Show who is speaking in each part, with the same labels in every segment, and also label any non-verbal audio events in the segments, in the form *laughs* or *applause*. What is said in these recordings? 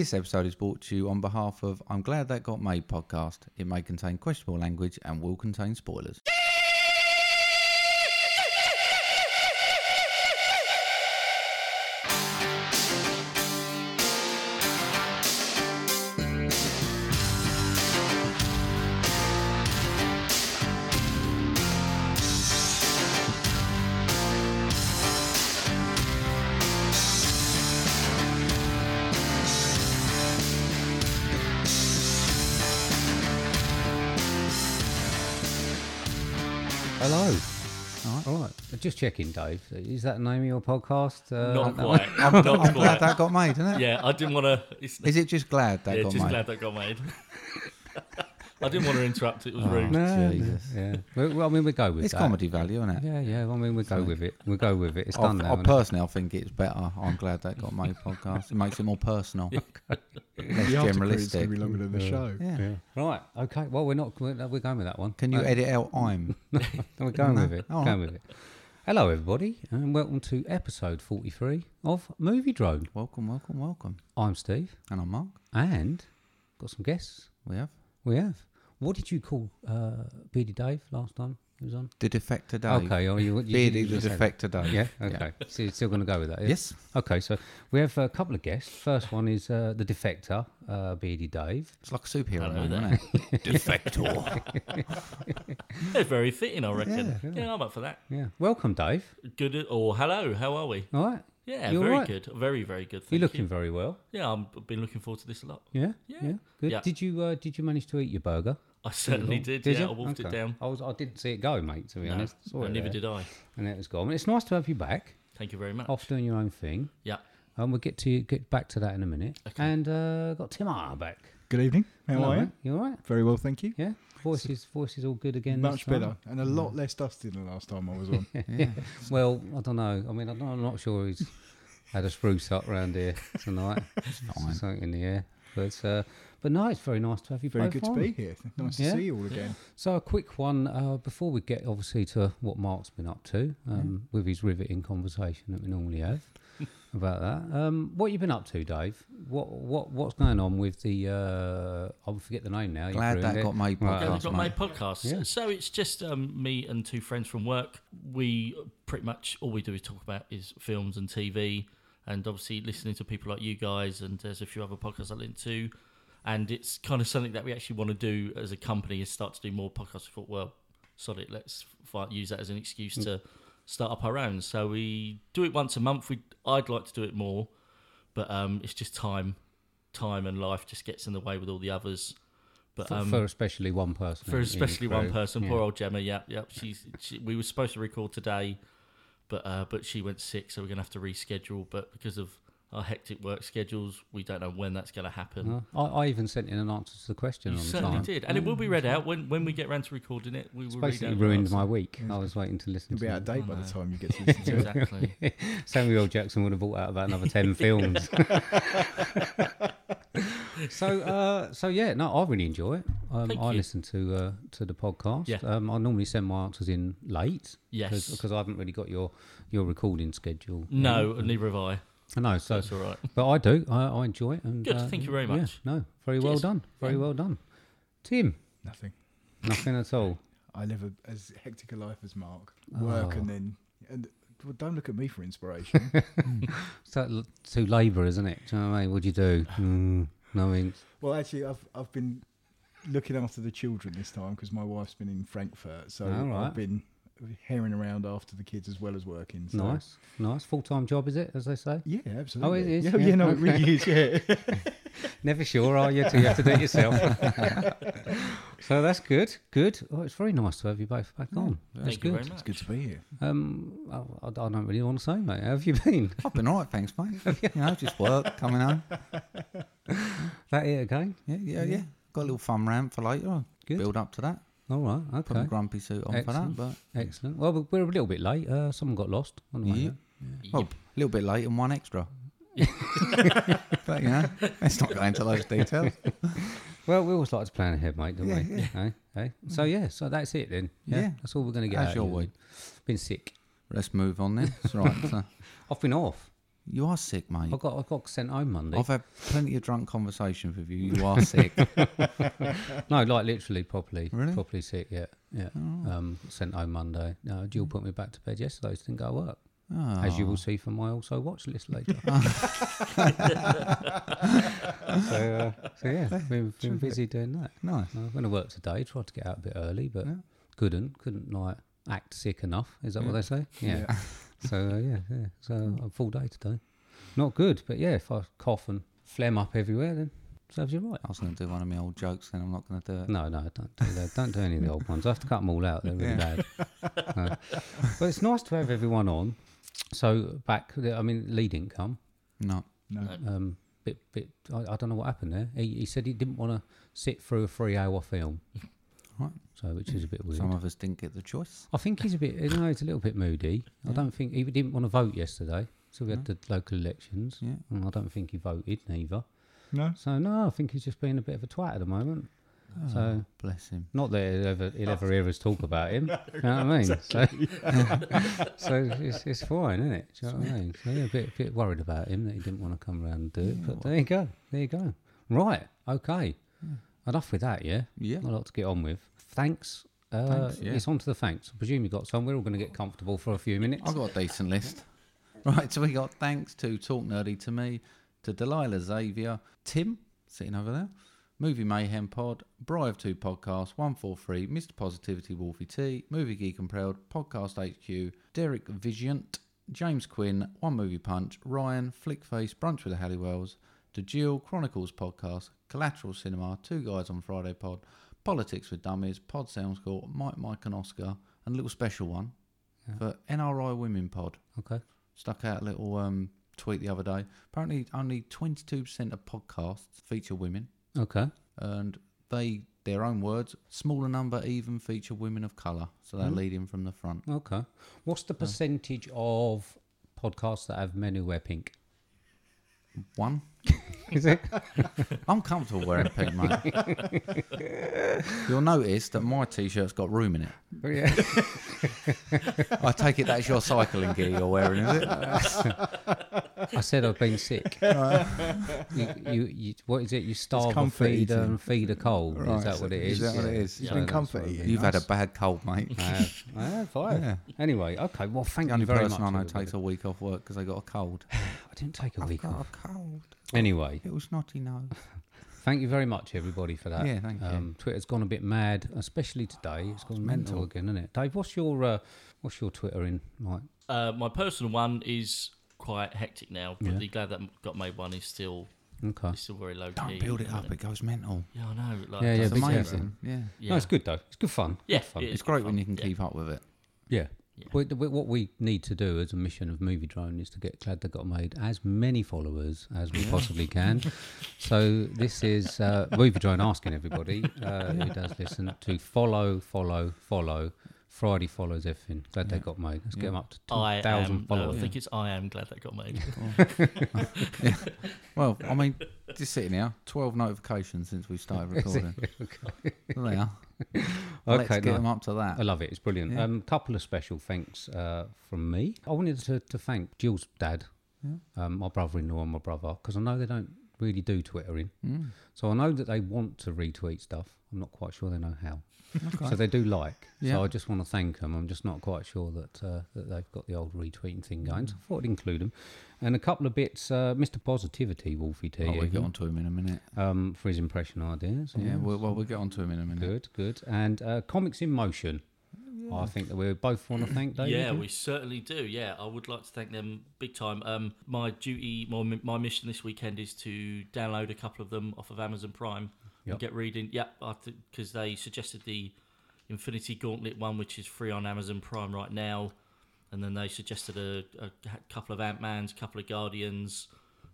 Speaker 1: This episode is brought to you on behalf of I'm Glad That Got Made podcast. It may contain questionable language and will contain spoilers. Hello.
Speaker 2: All right. Just checking, Dave. Is that the name of your podcast? Uh,
Speaker 3: Not
Speaker 2: that- that-
Speaker 3: *laughs* quite.
Speaker 1: I'm,
Speaker 3: not
Speaker 1: I'm glad
Speaker 3: quite.
Speaker 1: that got made, isn't it?
Speaker 3: yeah, I didn't want to. It's,
Speaker 1: Is it just glad that
Speaker 3: yeah,
Speaker 1: got
Speaker 3: just
Speaker 1: made?
Speaker 3: glad that got made. *laughs* I didn't want to interrupt. It was rude.
Speaker 2: *laughs* No,
Speaker 1: *laughs* Jesus.
Speaker 2: no, yeah. Well, well, I mean, we go with
Speaker 1: It's
Speaker 2: that.
Speaker 1: comedy value, isn't it?
Speaker 2: Yeah, yeah. I mean, we go with it. We go with it. It's
Speaker 1: I-
Speaker 2: done now.
Speaker 1: I,
Speaker 2: innit?
Speaker 1: personally, I think it's better. I'm glad that got made podcast. It makes it more
Speaker 3: *laughs*
Speaker 1: personal,
Speaker 2: *laughs*
Speaker 1: less
Speaker 4: The article is going to be
Speaker 1: generalistic.
Speaker 4: longer than the show.
Speaker 1: Yeah.
Speaker 2: Right. Okay. Well, we're not. We're, we're going with that one.
Speaker 1: Can you
Speaker 2: Uh,
Speaker 1: edit out I'm?
Speaker 2: we're going
Speaker 1: No.
Speaker 2: with it.
Speaker 1: All
Speaker 2: Going with it. Hello, everybody, and welcome to episode forty-three of Movie Drone.
Speaker 1: welcome, welcome, welcome.
Speaker 2: I'm Steve,
Speaker 1: And I'm Mark.
Speaker 2: and got some guests.
Speaker 1: We have
Speaker 2: We have. What did you call uh, Beady Dave last time he was on?
Speaker 1: the defector Dave.
Speaker 2: Okay. Oh, you, you,
Speaker 1: Beardy
Speaker 2: you
Speaker 1: the
Speaker 2: said-
Speaker 1: defector Dave.
Speaker 2: Yeah. Okay. So you're still going to go with that? yeah?
Speaker 1: Yes.
Speaker 2: Okay. So we have a couple of guests. First one is uh, the defector, uh, Beady Dave.
Speaker 1: It's like a superhero
Speaker 3: Hello
Speaker 1: name,
Speaker 3: there.
Speaker 1: isn't it?
Speaker 3: Defector. *laughs* They're very fitting, I reckon. Yeah, I'm up for that.
Speaker 2: Yeah. Welcome, Dave.
Speaker 3: Good or hello, how are we?
Speaker 2: All right.
Speaker 3: Yeah,
Speaker 2: You all
Speaker 3: very
Speaker 2: right?
Speaker 3: good. Very, very good. Thank
Speaker 2: You're looking
Speaker 3: You.
Speaker 2: very well.
Speaker 3: Yeah, I'm- I've been looking forward to this a lot.
Speaker 2: Yeah.
Speaker 3: Yeah.
Speaker 2: Good.
Speaker 3: Yeah.
Speaker 2: Did you uh, Did you manage to eat your burger?
Speaker 3: I certainly did. yeah,
Speaker 2: you?
Speaker 3: I wolfed it
Speaker 2: Okay.
Speaker 3: down.
Speaker 2: I was. I didn't see it go, mate. To be
Speaker 3: No,
Speaker 2: honest. Saw it
Speaker 3: neither
Speaker 2: there,
Speaker 3: did I.
Speaker 2: And it was gone. It's nice to have you back.
Speaker 3: Thank you very much.
Speaker 2: Off doing your own thing.
Speaker 3: Yeah.
Speaker 2: And we'll get to get back to that in a minute. And uh, got Tim R back.
Speaker 4: Good evening. How
Speaker 2: Hello,
Speaker 4: are
Speaker 2: mate.
Speaker 4: you?
Speaker 2: You all right?
Speaker 4: Very well, thank you.
Speaker 2: Yeah. Voice is voice is all good again. this
Speaker 4: Much
Speaker 2: time?
Speaker 4: better and a lot less dusty than the last time I was
Speaker 2: *laughs*
Speaker 4: on.
Speaker 2: Well, I don't know. I mean, I'm not, I'm not sure he's had a spruce up round here
Speaker 3: *laughs*
Speaker 2: tonight.
Speaker 1: fine.
Speaker 2: Something in the air, but uh, but no, it's very nice to have you
Speaker 4: Very
Speaker 2: both
Speaker 4: good
Speaker 2: on.
Speaker 4: to be here. Nice
Speaker 2: Yeah.
Speaker 4: to see you all again.
Speaker 2: So a quick one uh, before we get obviously to what Mark's been up to
Speaker 3: Mm-hmm.
Speaker 2: um, with his riveting conversation that we normally
Speaker 3: *laughs*
Speaker 2: have about that. Um, what you been up to, Dave? What what what's going on with the? Uh, I forget the name now. you
Speaker 1: Glad
Speaker 2: threw
Speaker 1: that
Speaker 2: in
Speaker 1: got made
Speaker 2: Right.
Speaker 3: Yeah,
Speaker 1: podcast.
Speaker 3: we've got my
Speaker 1: mate.
Speaker 3: podcast.
Speaker 2: Yeah.
Speaker 3: So it's just um, me and two friends from work. We pretty much all we do is talk about is films and TV, and obviously listening to people like you guys. And there's a few other podcasts I listen to, and it's kind of something that we actually want to do as a company is start to do more podcasts. We thought, well, sod it, let's fi- use that as an excuse to start up our own. So we do it once a month. We I'd like to do it more, but um, it's just time. Time and life just gets in the way with all the others. But
Speaker 2: For,
Speaker 3: um,
Speaker 2: for especially one person.
Speaker 3: for
Speaker 2: in- in
Speaker 3: especially
Speaker 2: the
Speaker 3: one
Speaker 2: crew.
Speaker 3: person.
Speaker 2: Yeah.
Speaker 3: Poor old Gemma. Yeah, yeah. She's she, we were supposed to record today, but uh, but she went sick, so we're gonna have to reschedule. But because of our hectic work schedules, we don't know when that's gonna happen.
Speaker 2: Uh, I, I even sent in an answer to the question
Speaker 3: You
Speaker 2: on
Speaker 3: certainly
Speaker 2: time.
Speaker 3: did, and it will be read out when when we get round to recording it. We will read
Speaker 2: Basically
Speaker 3: out.
Speaker 2: ruined
Speaker 3: the
Speaker 2: my week. I was waiting to listen
Speaker 4: It'll be
Speaker 2: to
Speaker 4: out of
Speaker 2: it.
Speaker 4: date by the time you get
Speaker 2: *laughs*
Speaker 4: to listen
Speaker 3: answer.
Speaker 4: to it.
Speaker 3: *laughs* exactly.
Speaker 2: Samuel L. Jackson would have bought out about another
Speaker 3: *laughs*
Speaker 2: ten films. so, uh, so yeah, no, I really enjoy it. Um,
Speaker 3: Thank
Speaker 2: I
Speaker 3: you.
Speaker 2: listen to uh, to the podcast.
Speaker 3: Yeah.
Speaker 2: Um, I normally send my answers in late.
Speaker 3: Yes. Mm.
Speaker 2: because I haven't really got your your recording schedule.
Speaker 3: No, neither have I.
Speaker 2: I know. So,
Speaker 3: That's all right.
Speaker 2: but I do. I, I enjoy it. And, uh,
Speaker 3: Good, thank you very
Speaker 2: yeah,
Speaker 3: much.
Speaker 2: no, very well
Speaker 3: Cheers.
Speaker 2: done. Very
Speaker 3: Yeah.
Speaker 2: well done, Tim.
Speaker 4: Nothing.
Speaker 2: Nothing at all.
Speaker 4: I live a, as hectic a life as Mark. Work and
Speaker 2: Oh.
Speaker 4: then and well, don't look at me
Speaker 2: *laughs*
Speaker 4: for inspiration.
Speaker 2: It's that l- too labour, isn't it? Do you know what I mean? What'd you do? Mm, nothing.
Speaker 4: well, actually, I've I've been looking after the children this time because my wife's been in Frankfurt, so
Speaker 2: All right.
Speaker 4: I've been herring around after the kids as well as working. So.
Speaker 2: Nice, nice. Full time job, is it? As they say.
Speaker 4: Yeah, absolutely.
Speaker 2: is,
Speaker 4: Yeah, *laughs*
Speaker 2: yeah,
Speaker 4: yeah, no, it really is. Yeah.
Speaker 2: *laughs* Never sure, are you? Till you have to do it yourself. *laughs* so that's good. Good. Oh, it's very nice to have you both back on. That's
Speaker 3: Thank
Speaker 2: good.
Speaker 3: you very much.
Speaker 4: It's good to be here.
Speaker 2: Um, I, I don't really want to say, mate. How have you *laughs* been?
Speaker 1: I've been all right, thanks, mate.
Speaker 2: *laughs*
Speaker 1: you know, just work, coming home.
Speaker 2: that it again?
Speaker 1: Yeah, yeah, yeah. Got a little fun rant for later on.
Speaker 2: Good.
Speaker 1: Build up to that.
Speaker 2: All right.
Speaker 1: Put my
Speaker 2: Okay.
Speaker 1: grumpy suit on
Speaker 2: Excellent.
Speaker 1: for that.
Speaker 2: Excellent. Well, we- we're a little bit late. Uh, someone got lost on the
Speaker 1: But
Speaker 2: way.
Speaker 1: yeah.
Speaker 2: out.
Speaker 1: Well, a little bit late and one
Speaker 2: *laughs*
Speaker 1: extra. but you know, let's not go into those details.
Speaker 2: Well, we always like to plan ahead, mate, don't
Speaker 1: Yeah,
Speaker 2: we? Hey, hey? So yeah. So that's it then. *laughs* Mm-hmm. Yeah.
Speaker 1: Yeah.
Speaker 2: That's all we're going to get.
Speaker 1: How's
Speaker 2: out of
Speaker 1: your
Speaker 2: you.
Speaker 1: week?
Speaker 2: Been sick.
Speaker 1: Let's move on then. That's right. So,
Speaker 2: I've been off.
Speaker 1: You are sick, mate.
Speaker 2: I got I got sent home Monday.
Speaker 1: I've had plenty of drunk conversations with you. You are
Speaker 2: *laughs*
Speaker 1: sick.
Speaker 2: no, like literally, properly,
Speaker 1: Really?
Speaker 2: properly sick. Yeah, yeah.
Speaker 1: Oh.
Speaker 2: Um, sent home Monday. No, Jill put me back to bed yesterday. so Didn't go to work,
Speaker 1: Oh.
Speaker 2: as you will see from my also watch list *laughs* later. so, uh, so yeah, been, been busy doing that.
Speaker 1: Nice.
Speaker 2: I went to work today. Tried to get out a bit early, but
Speaker 1: Yeah.
Speaker 2: couldn't. Couldn't like act sick enough. Is that what they say? Yeah. *laughs* Mm. so uh, yeah, yeah. So a full day today. Not good, but yeah. If I cough and phlegm up everywhere, then serves you right.
Speaker 1: I was going to do one of my old jokes, then I'm not going to do it.
Speaker 2: No, no, don't do that. Don't do any of the old ones. I have to cut them all out. They're really bad. No. But it's nice to have everyone on. So back, I mean, Lee didn't come.
Speaker 1: No.
Speaker 4: No.
Speaker 2: Um, bit, bit. I, I don't know what happened there. He, he said he didn't want to sit through a three-hour film.
Speaker 1: Right.
Speaker 2: So, which is a bit weird.
Speaker 1: Some of us didn't get the choice.
Speaker 2: I think he's a bit. No, he's a little bit moody. I don't think he didn't want to vote yesterday. So we had the local elections,
Speaker 1: Yeah.
Speaker 2: and I don't think he voted neither.
Speaker 4: No.
Speaker 2: So no, I think he's just being a bit of a twat at the moment.
Speaker 1: Oh.
Speaker 2: So
Speaker 1: Bless him.
Speaker 2: not that he'll ever,
Speaker 1: Oh.
Speaker 2: he'll ever hear us talk
Speaker 1: *laughs*
Speaker 2: about him. you know what I mean? So, *laughs* so it's, it's fine, isn't it? Do you know what I mean? So yeah, a bit, bit worried about him that he didn't want to come round and do it. but there you go. There you go. Right. Okay. Enough with that, yeah?
Speaker 1: Yeah.
Speaker 2: A lot to get on with. Thanks. Uh,
Speaker 1: Thanks, yeah.
Speaker 2: It's on to the thanks. I presume you got some. We're all going to get comfortable for a few minutes.
Speaker 1: I've got a decent list. *laughs* Right, so we got thanks to Talk Nerdy to me, to Delilah Xavier, Tim, sitting over there, Movie Mayhem Pod, Bri of Two Podcast, 143, Mr. Positivity Wolfie T, Movie Geek and Proud, Podcast HQ, Derek Vigiant, James Quinn, One Movie Punch, Ryan, Flickface, Brunch with the Halliwells, to Jill, Chronicles Podcast, Collateral Cinema, Two Guys on Friday Pod, Politics with Dummies, Pod Sound School, Mike, Mike and Oscar, and a little special one for NRI Women Pod.
Speaker 2: Okay.
Speaker 1: Stuck out a little um, tweet the other day. Apparently, only 22% of podcasts feature women,
Speaker 2: Okay.
Speaker 1: and they, their own words, smaller number even feature women of colour. So
Speaker 2: Hmm?
Speaker 1: they're leading from the front.
Speaker 2: Okay. What's the percentage of podcasts that have men who
Speaker 1: *laughs*
Speaker 2: wear pink?
Speaker 1: One,
Speaker 2: Is it? *laughs*
Speaker 1: I'm comfortable wearing pink, mate.
Speaker 2: *laughs*
Speaker 1: You'll notice that my t shirt's got room in it.
Speaker 2: yeah.
Speaker 1: I take it that's your cycling gear you're wearing, is it?
Speaker 2: I said I've been sick. you, you, you, what is it? You starve and
Speaker 4: comfort
Speaker 2: feed
Speaker 4: eating.
Speaker 2: and feed a cold.
Speaker 4: Right,
Speaker 2: is that
Speaker 4: so
Speaker 2: what it
Speaker 4: is
Speaker 2: is?
Speaker 4: that what it is? It's
Speaker 2: So
Speaker 4: been
Speaker 2: that's
Speaker 4: comfort
Speaker 2: what it
Speaker 4: eating.
Speaker 2: is.
Speaker 1: You've had a bad cold, mate.
Speaker 2: I have. I have. I have. Anyway, okay. Well, thank
Speaker 1: The
Speaker 2: you
Speaker 1: only
Speaker 2: very
Speaker 1: person I
Speaker 2: much.
Speaker 1: know
Speaker 2: everybody.
Speaker 1: takes a week off work because they got a cold.
Speaker 2: I didn't take a week
Speaker 1: got
Speaker 2: off.
Speaker 1: a cold.
Speaker 2: Anyway,
Speaker 1: It was snotty nose.
Speaker 2: thank you very much, everybody, for that. Um,
Speaker 1: Yeah, thank you.
Speaker 2: Twitter's gone a bit mad, especially today. It's gone mental, again, isn't it? Dave, what's your uh, what's your Twitter in? Like,
Speaker 3: Uh, my personal one is quite hectic now, but the glad that got made one is still
Speaker 2: okay.
Speaker 3: is still very low key.
Speaker 1: Don't build it up. It goes mental.
Speaker 3: Yeah, I know. Like,
Speaker 2: Yeah, yeah,
Speaker 1: It's
Speaker 2: be careful.
Speaker 1: amazing. Yeah.
Speaker 3: yeah.
Speaker 2: No, it's good though. It's good fun.
Speaker 3: Yeah,
Speaker 2: good fun.
Speaker 3: it is.
Speaker 1: It's great when
Speaker 3: fun,
Speaker 1: you can
Speaker 3: yeah.
Speaker 1: keep up with it.
Speaker 2: Yeah.
Speaker 3: Yeah.
Speaker 2: Well, th- what we need to do as a mission of Movie Drone is to get Glad That Got Made as many followers as we possibly
Speaker 3: *laughs*
Speaker 2: can. So this is uh, Movie Drone asking everybody uh, who does listen to follow, follow, follow. Friday follows everything. Glad They Got Made. Let's get 'em get them up to
Speaker 3: I am. uh,
Speaker 2: 2,000
Speaker 3: No, I
Speaker 2: followers.
Speaker 3: think it's I am glad that got made.
Speaker 1: Well, I *laughs* mean, just sitting here, 12 notifications since we started *laughs* recording. There they are. Let's
Speaker 2: Okay,
Speaker 1: get
Speaker 2: nice.
Speaker 1: them up to
Speaker 2: I
Speaker 1: that.
Speaker 2: love it. It's brilliant. A um, couple of special thanks uh, from me. I wanted to, to thank Jill's dad, um, my brother-in-law, and my brother because I know they don't really do Twittering.
Speaker 1: Hmm,
Speaker 2: So I know that they want to retweet stuff. I'm not quite sure they know how. So they do like.
Speaker 1: Yeah.
Speaker 2: So I just want to thank them. I'm just not quite sure that uh, that they've got the old retweeting thing going. So I thought I'd include them. And a couple of bits, uh, Mr. Positivity, Wolfie T,
Speaker 1: Oh, we'll get
Speaker 2: even,
Speaker 1: onto him in a minute.
Speaker 2: um, for his impression ideas.
Speaker 1: Yeah, we'll, well, we'll get onto him in a minute.
Speaker 2: Good, good. And uh, Comics in Motion. I think that we both want to thank David.
Speaker 3: yeah,
Speaker 2: don't
Speaker 3: we certainly do. Yeah, I would like to thank them big time. Um, my duty, my my mission this weekend is to download a couple of them off of Amazon Prime
Speaker 2: Yep.
Speaker 3: and get reading. Yep, because they suggested the Infinity Gauntlet one, which is free on Amazon Prime right now, and then they suggested a, a couple of Ant Mans, a couple of Guardians,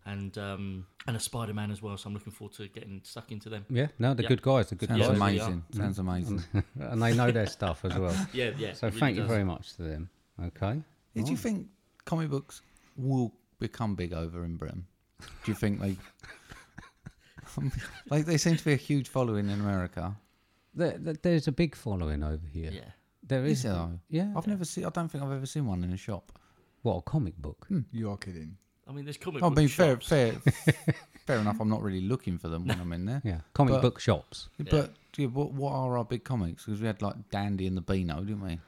Speaker 3: and um, and a Spider Man as well. So I'm looking forward to getting stuck into them.
Speaker 2: Yeah, no, they're
Speaker 3: Yeah.
Speaker 2: good guys. They're good
Speaker 1: Sounds
Speaker 3: Yeah,
Speaker 2: guys.
Speaker 3: we are.
Speaker 1: amazing. Sounds *laughs* amazing.
Speaker 2: and they know their stuff as
Speaker 1: *laughs*
Speaker 2: well.
Speaker 3: Yeah, yeah.
Speaker 2: So
Speaker 3: it really
Speaker 2: thank you
Speaker 3: does.
Speaker 2: very much to them. Okay.
Speaker 1: Did you think comic books will become big over in Britain? Do you think *laughs* they. like, they seem to be a huge following in America.
Speaker 2: There, there- there's a big following over here.
Speaker 3: Yeah.
Speaker 2: There
Speaker 1: Is
Speaker 2: is.
Speaker 1: there, though?
Speaker 2: Yeah.
Speaker 1: I've never seen. I don't think I've ever seen one in a shop.
Speaker 2: What, a comic book?
Speaker 4: You are kidding.
Speaker 3: I mean, there's comic
Speaker 1: I
Speaker 3: book
Speaker 1: mean, fair,
Speaker 3: shops.
Speaker 1: fair, fair enough. I'm not really looking for them when I'm in there.
Speaker 2: *laughs* Yeah, comic
Speaker 1: But-
Speaker 2: book shops.
Speaker 1: But yeah, what, what are our big comics? Because we had like Dandy and the Beano, didn't we?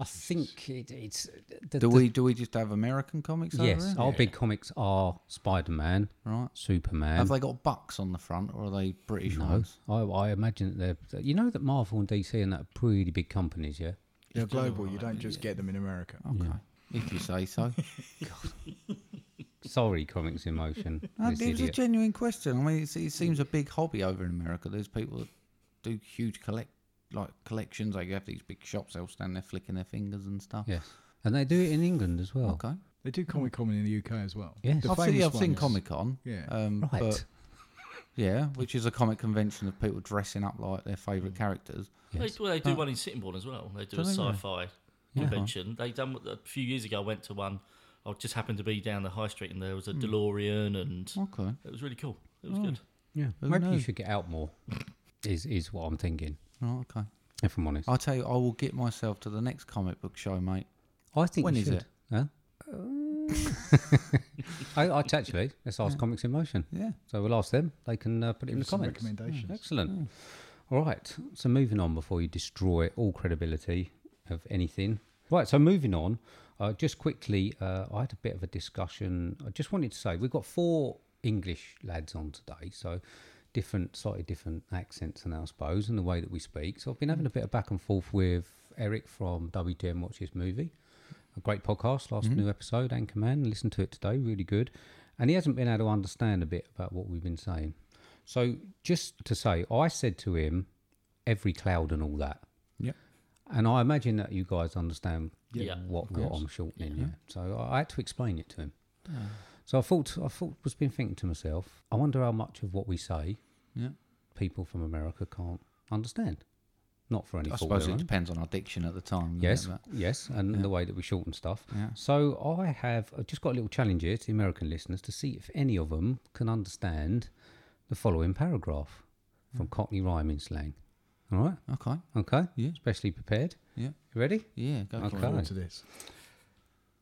Speaker 2: I think it, it's. The,
Speaker 1: Do
Speaker 2: the-
Speaker 1: we do we just have American comics?
Speaker 2: Yes, Oh.
Speaker 1: over here?
Speaker 2: our big comics are Spider Man,
Speaker 1: right.
Speaker 2: Superman.
Speaker 1: Have they got bucks on the front, or are they British
Speaker 2: no,
Speaker 1: ones?
Speaker 2: I, I imagine that they're. You know that Marvel and DC and that are pretty big companies, yeah?
Speaker 4: They're global. You don't just get them in America.
Speaker 2: Oh.
Speaker 1: Okay, if you say
Speaker 2: *laughs*
Speaker 1: so.
Speaker 2: Sorry, comics
Speaker 1: *laughs*
Speaker 2: in motion.
Speaker 1: No,
Speaker 2: this
Speaker 1: Uh, it was a
Speaker 2: idiot.
Speaker 1: genuine question. I mean, it's, it seems a big hobby over in America. There's people that do huge collect like collections. They have these big shops. They'll stand there flicking their fingers and stuff.
Speaker 2: Yes. And they do it in England as well.
Speaker 1: Okay.
Speaker 4: They do Comic Con in the UK as well.
Speaker 2: Yes.
Speaker 4: The
Speaker 1: I've seen,
Speaker 4: famous
Speaker 1: I've seen
Speaker 4: ones.
Speaker 1: Comic Con.
Speaker 4: Yeah.
Speaker 1: Um,
Speaker 2: Right.
Speaker 1: But yeah, which is a comic convention of people dressing up like their favourite
Speaker 2: Mm.
Speaker 1: characters.
Speaker 3: They,
Speaker 2: Yes.
Speaker 3: well, they do one in Sittingbourne as well. They do,
Speaker 1: Do
Speaker 3: a
Speaker 1: they really?
Speaker 3: sci-fi convention. They done a few years ago. I went to one. I just happened to be down the high street, and there
Speaker 1: Hmm.
Speaker 3: was a DeLorean, and
Speaker 1: Okay.
Speaker 3: it was really cool. It
Speaker 1: Oh.
Speaker 3: was good.
Speaker 2: Yeah.
Speaker 1: Who
Speaker 2: Maybe you
Speaker 1: knows?
Speaker 2: should get out more, is, is what I'm thinking,
Speaker 1: Right, okay.
Speaker 2: if I'm honest.
Speaker 1: I'll tell you, I will get myself to the next comic book show, mate.
Speaker 2: I think
Speaker 1: When
Speaker 2: you
Speaker 1: is
Speaker 2: should.
Speaker 1: it? Uh,
Speaker 2: Huh? *laughs* I, I actually let's ask Comics in Motion.
Speaker 1: Yeah.
Speaker 2: So we'll ask them. They can uh, put it in the
Speaker 4: Some
Speaker 2: comments.
Speaker 4: recommendations.
Speaker 2: Excellent. All right. So moving on before you destroy all credibility of anything. Right. So moving on. Uh, just quickly, uh, I had a bit of a discussion. I just wanted to say we've got four English lads on today, so different, slightly different accents and I suppose, and the way that we speak. So I've been having a bit of back and forth with Eric from WTM Watch This Movie a great podcast, last new episode, Anchorman. Listen to it today, really good. And he hasn't been able to understand a bit about what we've been saying. So just to say, I said to him, every cloud and all that.
Speaker 1: Yeah.
Speaker 2: And I imagine that you guys understand
Speaker 3: Yeah.
Speaker 2: what, what I'm shortening. Yeah. So I I had to explain it to him.
Speaker 1: Ah.
Speaker 2: So I thought, I thought, was been thinking to myself, I wonder how much of what we say
Speaker 1: Yeah.
Speaker 2: people from America can't understand. Not for
Speaker 1: I
Speaker 2: any fault
Speaker 1: suppose
Speaker 2: of their
Speaker 1: it
Speaker 2: own.
Speaker 1: depends on our diction at the time. doesn't
Speaker 2: Yes,
Speaker 1: it? But-
Speaker 2: yes, and the way that we shorten stuff.
Speaker 1: Yeah.
Speaker 2: So I have I've just got a little challenge here to the American listeners to see if any of them can understand the following paragraph from Cockney rhyming slang. All right,
Speaker 1: Okay.
Speaker 2: okay,
Speaker 1: Hmm. Yeah.
Speaker 2: especially prepared.
Speaker 1: Yeah.
Speaker 2: You ready?
Speaker 1: Yeah. Go for
Speaker 2: Okay.
Speaker 1: it.
Speaker 4: Forward to this.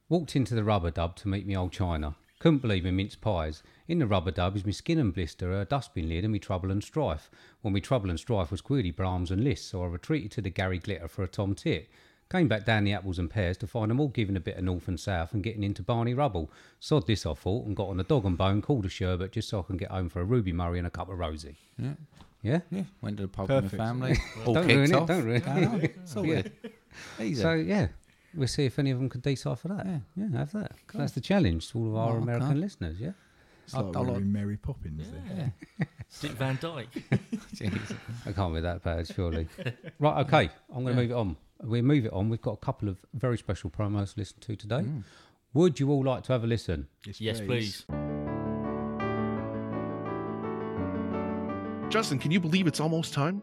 Speaker 2: Walked into the rubber dub to meet me old China. Couldn't believe me mince pies. In the rubber dub is me skin and blister, a dustbin lid, and me trouble and strife. Well, me trouble and strife was queerly Brahms and Liszt, so I retreated to the Gary Glitter for a Tom Tit. Came back down the apples and pears to find them all giving a bit of north and south and getting into Barney Rubble. Sod this, I thought, and got on a dog and bone, called a sherbet just so I can get home for a Ruby Murray and a cup of Rosie.
Speaker 1: Yeah.
Speaker 2: Yeah?
Speaker 1: Yeah. Went to the pub with
Speaker 4: Perfect.
Speaker 1: my family. all
Speaker 2: Don't
Speaker 1: kicked
Speaker 2: ruin it,
Speaker 1: off.
Speaker 2: don't ruin it.
Speaker 1: No,
Speaker 2: *laughs*
Speaker 1: no, it's all
Speaker 2: Yeah.
Speaker 1: good. Easy.
Speaker 2: So, yeah, we'll see if any of them can decipher that. Yeah,
Speaker 1: Yeah.
Speaker 2: have that. That's the challenge to all of our
Speaker 1: Oh, okay.
Speaker 2: American listeners, yeah?
Speaker 4: It's
Speaker 1: I-
Speaker 4: like
Speaker 1: I
Speaker 4: we're
Speaker 1: like-
Speaker 4: in Mary Poppins.
Speaker 3: Yeah.
Speaker 4: There.
Speaker 1: yeah.
Speaker 3: Dick Van
Speaker 2: *laughs*
Speaker 3: Dyke.
Speaker 1: *laughs* Jeez.
Speaker 2: I can't be that bad, surely. right, okay. I'm going to move it on. We move it on. We've got a couple of very special promos to listen to today.
Speaker 1: Mm.
Speaker 2: Would you all like to have a listen?
Speaker 3: yes, please.
Speaker 5: Justin, can you believe it's almost time?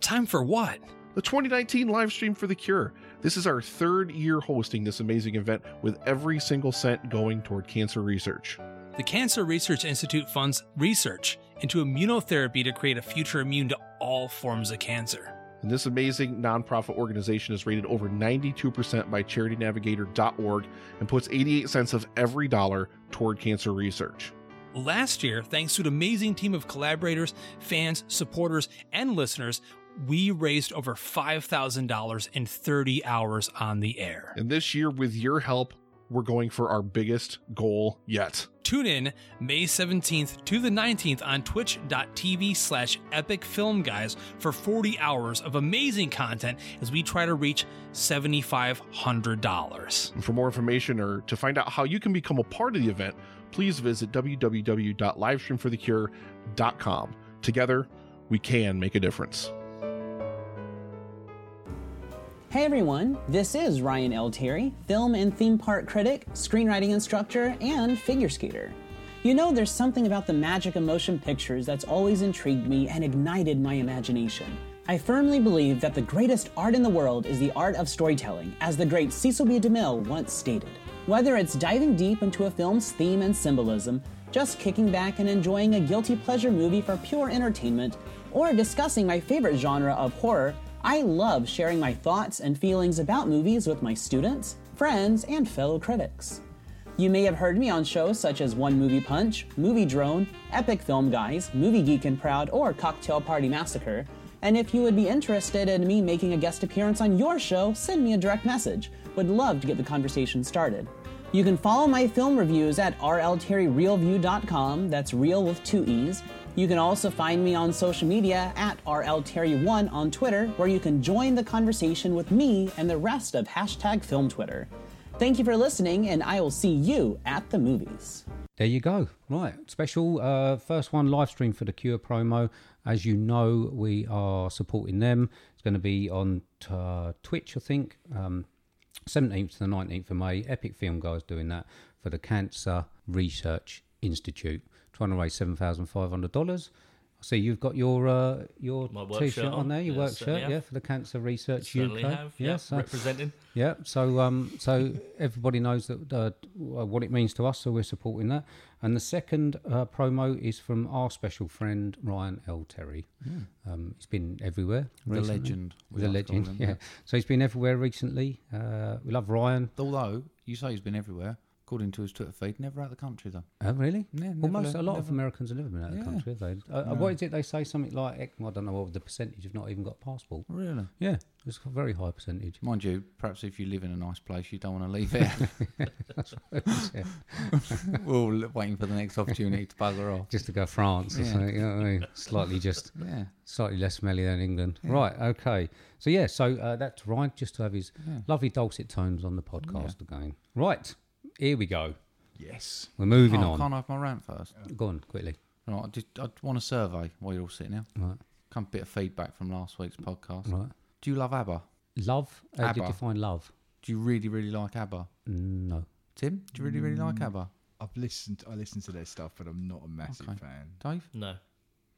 Speaker 6: Time for what?
Speaker 5: The 2019 live stream for The Cure. This is our third year hosting this amazing event with every single cent going toward cancer research.
Speaker 6: The Cancer Research Institute funds research into immunotherapy to create a future immune to all forms of cancer.
Speaker 5: And this amazing nonprofit organization is rated over 92% by charitynavigator.org and puts 88 cents of every dollar toward cancer research.
Speaker 6: Last year, thanks to an amazing team of collaborators, fans, supporters, and listeners, we raised over $5,000 in 30 hours on the air.
Speaker 5: And this year, with your help, we're going for our biggest goal yet.
Speaker 6: Tune in May 17th to the 19th on twitch.tv slash epic film guys for 40 hours of amazing content as we try to reach $7,500.
Speaker 5: For more information or to find out how you can become a part of the event, please visit www.livestreamforthecure.com. Together, we can make a difference.
Speaker 7: Hey everyone, this is Ryan L. Terry, film and theme park critic, screenwriting instructor, and figure skater. You know, there's something about the magic of motion pictures that's always intrigued me and ignited my imagination. I firmly believe that the greatest art in the world is the art of storytelling, as the great Cecil B. DeMille once stated. Whether it's diving deep into a film's theme and symbolism, just kicking back and enjoying a guilty pleasure movie for pure entertainment, or discussing my favorite genre of horror, I love sharing my thoughts and feelings about movies with my students, friends, and fellow critics. You may have heard me on shows such as One Movie Punch, Movie Drone, Epic Film Guys, Movie Geek and Proud, or Cocktail Party Massacre. And if you would be interested in me making a guest appearance on your show, send me a direct message. Would love to get the conversation started. You can follow my film reviews at rlterryrealview.com. That's real with two E's. You can also find me on social media at rlterry1 on Twitter, where you can join the conversation with me and the rest of hashtag film Twitter. Thank you for listening, and I will see you at the movies.
Speaker 2: There you go. Right. Special uh, first one live stream for the Cure promo. As you know, we are supporting them. It's going to be on t- uh, Twitch, I think, um, 17th to the 19th of May. Epic Film Guys doing that for the Cancer Research Institute. Trying to raise $7,500. I see you've got your uh, your
Speaker 3: My work
Speaker 2: t shirt
Speaker 3: shirt
Speaker 2: on
Speaker 3: on. uh,
Speaker 2: there, your
Speaker 3: Yeah,
Speaker 2: work
Speaker 3: certainly
Speaker 2: shirt,
Speaker 3: have.
Speaker 2: yeah, for the Cancer Research
Speaker 3: Certainly
Speaker 2: UK.
Speaker 3: have. Yeah,
Speaker 2: so-
Speaker 3: representing.
Speaker 2: yeah, so um, so everybody knows that uh, what it means to us, so we're supporting that. And the second uh, promo is from our special friend Ryan L. Terry. Um, he's been everywhere.
Speaker 1: Hmm. The
Speaker 2: recently.
Speaker 1: legend. we
Speaker 2: The
Speaker 1: like to call
Speaker 2: legend,
Speaker 1: him,
Speaker 2: yeah. So he's been everywhere recently. Uh, we love Ryan.
Speaker 1: Although, you say he's been everywhere, according to his Twitter feed, never out of the country, though.
Speaker 2: Oh, really?
Speaker 1: Yeah, never
Speaker 2: well, most
Speaker 1: le-
Speaker 2: a lot of
Speaker 1: never-
Speaker 2: Americans have never been out of the
Speaker 1: Yeah.
Speaker 2: country, have they? Uh, uh, What is it they say? Something like ec- I don't know what the percentage have not even got a passport.
Speaker 1: Really?
Speaker 2: Yeah, it's a very high percentage.
Speaker 1: Mind you, perhaps if you live in a nice place, you don't want to
Speaker 2: *laughs*
Speaker 1: leave it. We're all waiting for the next opportunity to bugger off.
Speaker 2: Just to go France or
Speaker 1: Yeah.
Speaker 2: something, you know what I mean? Slightly just
Speaker 1: Yeah.
Speaker 2: slightly less smelly than England. Right, okay. So, yeah, so uh, that's Ryan just to have his lovely dulcet tones on the podcast again. Right, here we go.
Speaker 4: Yes.
Speaker 2: We're moving
Speaker 1: Oh,
Speaker 2: on.
Speaker 1: can't I have my rant first?
Speaker 2: Go on, quickly.
Speaker 1: Right, I, just, I want a survey while you're all sitting here.
Speaker 2: Right,
Speaker 1: Come bit of feedback from last week's podcast.
Speaker 2: right.
Speaker 1: Do you love ABBA?
Speaker 2: Love, how do you
Speaker 1: ABBA.
Speaker 2: define love?
Speaker 1: Do you really, really like ABBA?
Speaker 2: No. Mm.
Speaker 1: Tim, do you really, really like ABBA?
Speaker 4: I've listened. I listened to their stuff, but I'm not a massive
Speaker 1: Okay.
Speaker 4: fan.
Speaker 1: Dave?
Speaker 3: No.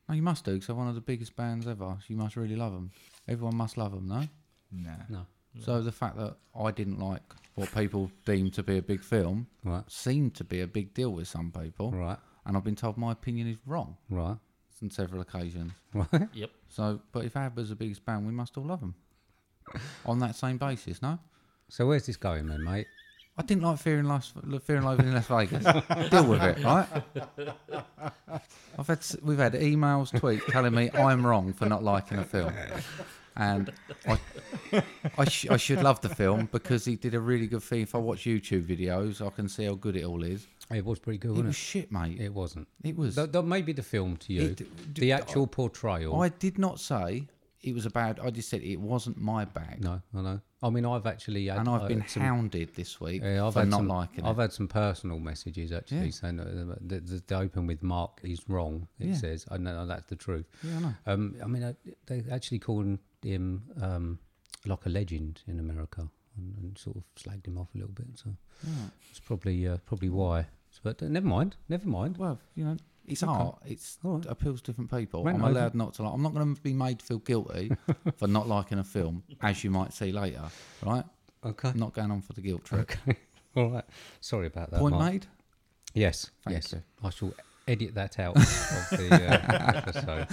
Speaker 1: No, you must do, because they're one of the biggest bands ever. So you must really love them. Everyone must love them, no?
Speaker 4: Nah.
Speaker 2: No.
Speaker 1: So the fact that I didn't like what people deem to be a big film
Speaker 2: Right,
Speaker 1: seemed to be a big deal with some people.
Speaker 2: right,
Speaker 1: And I've been told my opinion is wrong
Speaker 2: right,
Speaker 1: on several occasions.
Speaker 2: right.
Speaker 3: Yep.
Speaker 1: So, but if ABBA's the biggest band, we must all love them. on that same basis, no?
Speaker 2: So, where's this going then, mate?
Speaker 1: I didn't like Fear and, Las, Fear and Loathing in Las
Speaker 2: *laughs*
Speaker 1: Vegas. Deal with it, right? I've had s- we've had emails, tweets telling me I'm wrong for not liking a film, and I I, sh- I should love the film because he did a really good thing. If I watch YouTube videos, I can see how good it all is.
Speaker 2: It was pretty good,
Speaker 1: It was
Speaker 2: wasn't
Speaker 1: shit, mate.
Speaker 2: it? It wasn't.
Speaker 1: It was.
Speaker 2: That, that may be the film to you,
Speaker 1: It-
Speaker 2: the actual portrayal.
Speaker 1: I did not say it was a bad. I just said it wasn't my bag,
Speaker 2: no, I know. I mean, I've actually had,
Speaker 1: and I've
Speaker 2: uh,
Speaker 1: been
Speaker 2: some-
Speaker 1: hounded this week
Speaker 2: Yeah, I've
Speaker 1: for
Speaker 2: had
Speaker 1: not
Speaker 2: some,
Speaker 1: liking
Speaker 2: I've
Speaker 1: it.
Speaker 2: had some personal messages actually
Speaker 1: Yeah.
Speaker 2: saying that the, the, the open with Mark is wrong. It
Speaker 1: Yeah.
Speaker 2: says, I know that's the truth.
Speaker 1: Yeah, I know.
Speaker 2: Um, I mean, I, they actually called him um, like a legend in America and, and sort of slagged him off a little bit. So it's probably uh, probably why. But uh, never mind, never mind.
Speaker 1: Well, you know, it's art. It's
Speaker 2: All right.
Speaker 1: appeals to different people.
Speaker 2: Rant
Speaker 1: I'm
Speaker 2: over.
Speaker 1: allowed not to like. I'm not going to be made to feel
Speaker 2: *laughs*
Speaker 1: guilty for not liking a film, as you might see later. Right?
Speaker 2: Okay.
Speaker 1: I'm not going on for the guilt trip.
Speaker 2: All right. Sorry about that.
Speaker 1: Point
Speaker 2: Mark.
Speaker 1: made.
Speaker 2: Yes.
Speaker 1: Thank
Speaker 2: yes.
Speaker 1: you.
Speaker 2: I shall edit that out of the uh, episode.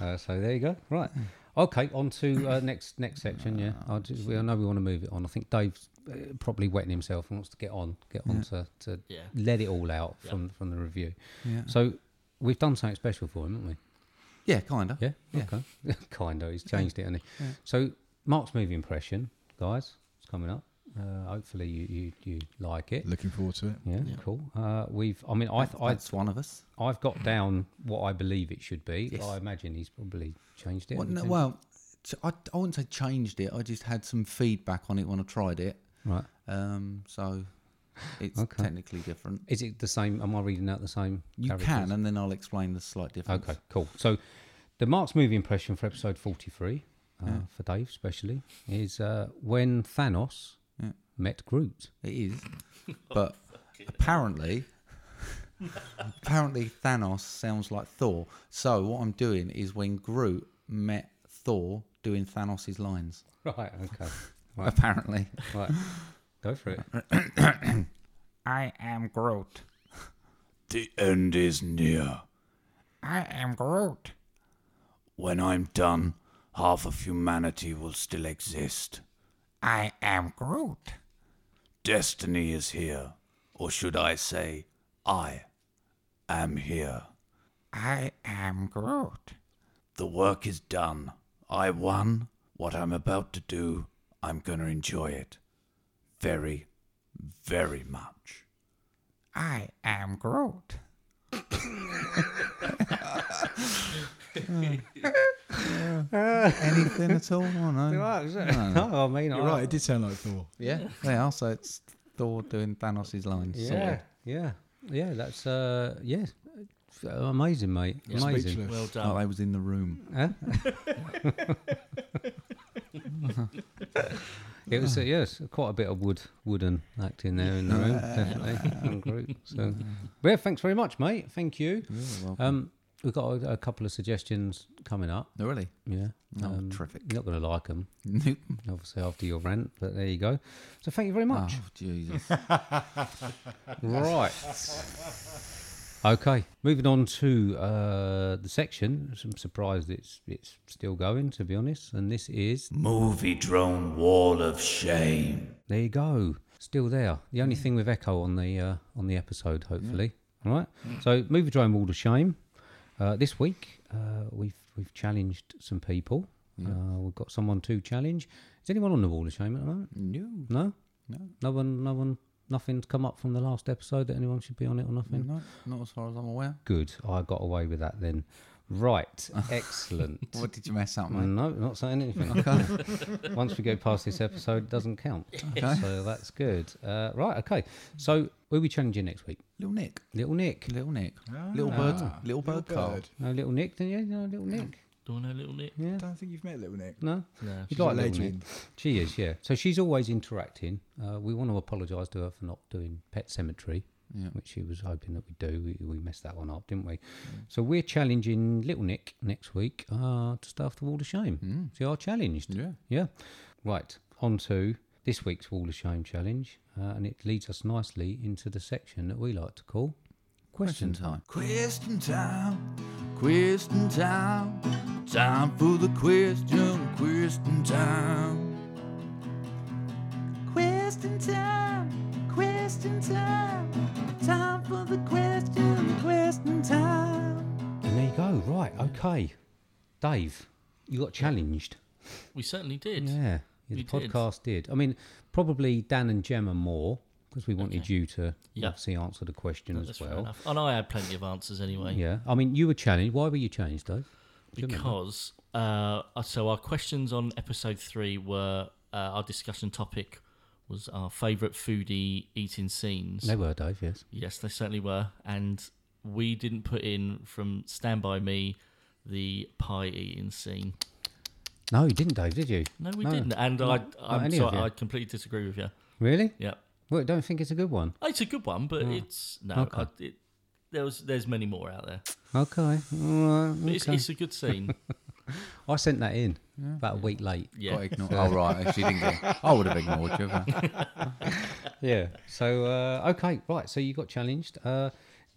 Speaker 2: Uh, so there you go. Right. Okay. On to uh, next next section. Yeah. I, just, we, I know we want to move it on. I think Dave's uh, probably wetting himself and wants to get on, get on to, to
Speaker 3: Yeah.
Speaker 2: let it all out from from the review.
Speaker 1: Yeah.
Speaker 2: So we've done something special for him, haven't we?
Speaker 1: Yeah, kinda.
Speaker 2: Yeah. Okay. *laughs* kind of. He's changed it, hasn't he? So Mark's movie impression, guys, it's coming up. Uh, hopefully you, you you like it.
Speaker 4: Looking forward to it.
Speaker 2: Yeah, cool. Uh, we've. I mean, I, th- I
Speaker 1: That's one of us.
Speaker 2: I've got down what I believe it should be.
Speaker 1: Yes.
Speaker 2: I imagine he's probably changed it.
Speaker 1: Well, no,
Speaker 2: hasn't he?
Speaker 1: well ch- I, I wouldn't say changed it. I just had some feedback on it when I tried it.
Speaker 2: right.
Speaker 1: Um, so it's
Speaker 2: Okay.
Speaker 1: technically different.
Speaker 2: Is it the same? Am I reading out the same?
Speaker 1: You
Speaker 2: characters?
Speaker 1: can, and then I'll explain the slight difference.
Speaker 2: Okay, cool. So, the Mark's movie impression for episode forty-three, uh, for Dave especially, is uh, when Thanos
Speaker 1: Yeah.
Speaker 2: met Groot. *laughs*
Speaker 1: It is. But apparently, apparently Thanos sounds like Thor. So what I'm doing is when Groot met Thor doing Thanos' lines.
Speaker 2: Right. Okay.
Speaker 1: Apparently,
Speaker 2: right. Go for
Speaker 1: *laughs*
Speaker 2: it.
Speaker 1: I am Groot. The end is near. I am Groot. When I'm done, half of humanity will still exist. I am Groot. Destiny is here. Or should I say, I am here. I am Groot. The work is done. I won. What I'm about to do, I'm going to enjoy it. Very, very much. I am Groot. Anything at all? Oh, no.
Speaker 2: No, *laughs* I mean, I,
Speaker 4: You're right. It did sound like Thor.
Speaker 1: Yeah, they are. So it's Thor doing Thanos' lines.
Speaker 2: Yeah,
Speaker 1: sort of.
Speaker 2: yeah, yeah. That's uh, yeah, f- amazing, mate. Amazing.
Speaker 4: Speechless.
Speaker 3: Well
Speaker 1: Oh,
Speaker 3: done.
Speaker 1: I was in the room.
Speaker 2: Huh? *laughs* it was uh, yes, quite a bit of wood, wooden acting there in the room, definitely. on Groot, so, But yeah, thanks very much, mate. Thank you. Um, we've got a, a couple of suggestions coming up.
Speaker 1: No, really?
Speaker 2: Yeah,
Speaker 1: Oh, terrific. *laughs*
Speaker 2: You're not going to like them, obviously, after your rant. But there you go. So thank you very
Speaker 1: oh,
Speaker 2: much.
Speaker 1: Jesus.
Speaker 2: Right. Okay, moving on to uh, the section. I'm surprised it's it's still going, to be honest. And this is
Speaker 1: *laughs* Movie drone wall of shame.
Speaker 2: there you go, still there. The only thing with echo on the uh, on the episode, hopefully. All right. So movie drone wall of shame. Uh, this week uh, we've we've challenged some people. Uh, we've got someone to challenge. Is anyone on the wall of shame at the moment?
Speaker 1: No,
Speaker 2: No. No. No one. No one. Nothing's come up from the last episode that anyone should be on it or nothing.
Speaker 1: no, not as far as I'm aware.
Speaker 2: Good. I got away with that then.
Speaker 1: *laughs*
Speaker 2: Right. Excellent.
Speaker 1: What did you mess up, mate?
Speaker 2: no, not
Speaker 1: *laughs*
Speaker 2: saying anything. Once we go past this episode, it doesn't count.
Speaker 1: *laughs*
Speaker 2: So that's good. Uh, right. Okay. So we'll be challenging next week.
Speaker 1: Little Nick.
Speaker 2: Little Nick.
Speaker 1: Little Nick. little bird. Ah. Little bird card.
Speaker 2: No, little Nick, didn't you? No, little Nick.
Speaker 3: Doing a little Nick.
Speaker 4: I don't think you've met Little Nick.
Speaker 2: No.
Speaker 3: No.
Speaker 2: You'd
Speaker 4: She's a
Speaker 2: like Little Nick.
Speaker 4: legend.
Speaker 2: She is, yeah. So she's always interacting. Uh, we want to apologise to her for not doing Pet Cemetery, which she was hoping that we'd do. We, we messed that one up, didn't we? So we're challenging Little Nick next week uh, to staff the Wall of Shame. So you are challenged.
Speaker 1: Yeah.
Speaker 2: Yeah. Right. On to this week's Wall of Shame challenge. Uh, and it leads us nicely into the section that we like to call
Speaker 1: Question
Speaker 2: Question Time.
Speaker 1: time. Question time. Question time. Time for the question. Question time. Question time. Question time. Time for the question. Question time.
Speaker 2: And there you go. Right. Okay. Dave, you got challenged.
Speaker 3: We certainly did.
Speaker 2: Yeah, yeah,
Speaker 3: We
Speaker 2: the
Speaker 3: did.
Speaker 2: podcast did. I mean, probably Dan and Gemma more because we wanted you to
Speaker 3: Yeah.
Speaker 2: obviously answer the question as
Speaker 3: That's fair
Speaker 2: well.
Speaker 3: enough. And I had plenty of answers anyway.
Speaker 2: Yeah, I mean, you were challenged. Why were you challenged, Dave?
Speaker 3: because uh, so our questions on episode three were uh, our discussion topic was our favourite foodie eating scenes.
Speaker 2: They were, Dave. Yes.
Speaker 3: Yes, they certainly were, and we didn't put in from Stand by Me the pie eating scene.
Speaker 2: No, you didn't, Dave. Did you?
Speaker 3: No, we didn't, and
Speaker 2: not- not
Speaker 3: I I'm
Speaker 2: any of
Speaker 3: sorry,
Speaker 2: you.
Speaker 3: I completely disagree with you.
Speaker 2: Really?
Speaker 3: Yeah, Oh,
Speaker 2: Well, I don't think it's a good one.
Speaker 3: it's a good one, but it's no.
Speaker 2: Ah. Okay.
Speaker 3: I, it, there was, there's many more out there.
Speaker 2: Okay. All right.
Speaker 3: But it's,
Speaker 2: okay.
Speaker 3: it's a
Speaker 2: *laughs*
Speaker 3: good scene.
Speaker 2: I sent that in about a week late.
Speaker 1: Got
Speaker 3: Yeah,
Speaker 2: *laughs*
Speaker 1: ignored. Oh, right. Actually, didn't get I would have ignored you. if I-
Speaker 2: Yeah. So uh, okay, right. So you got challenged. Uh,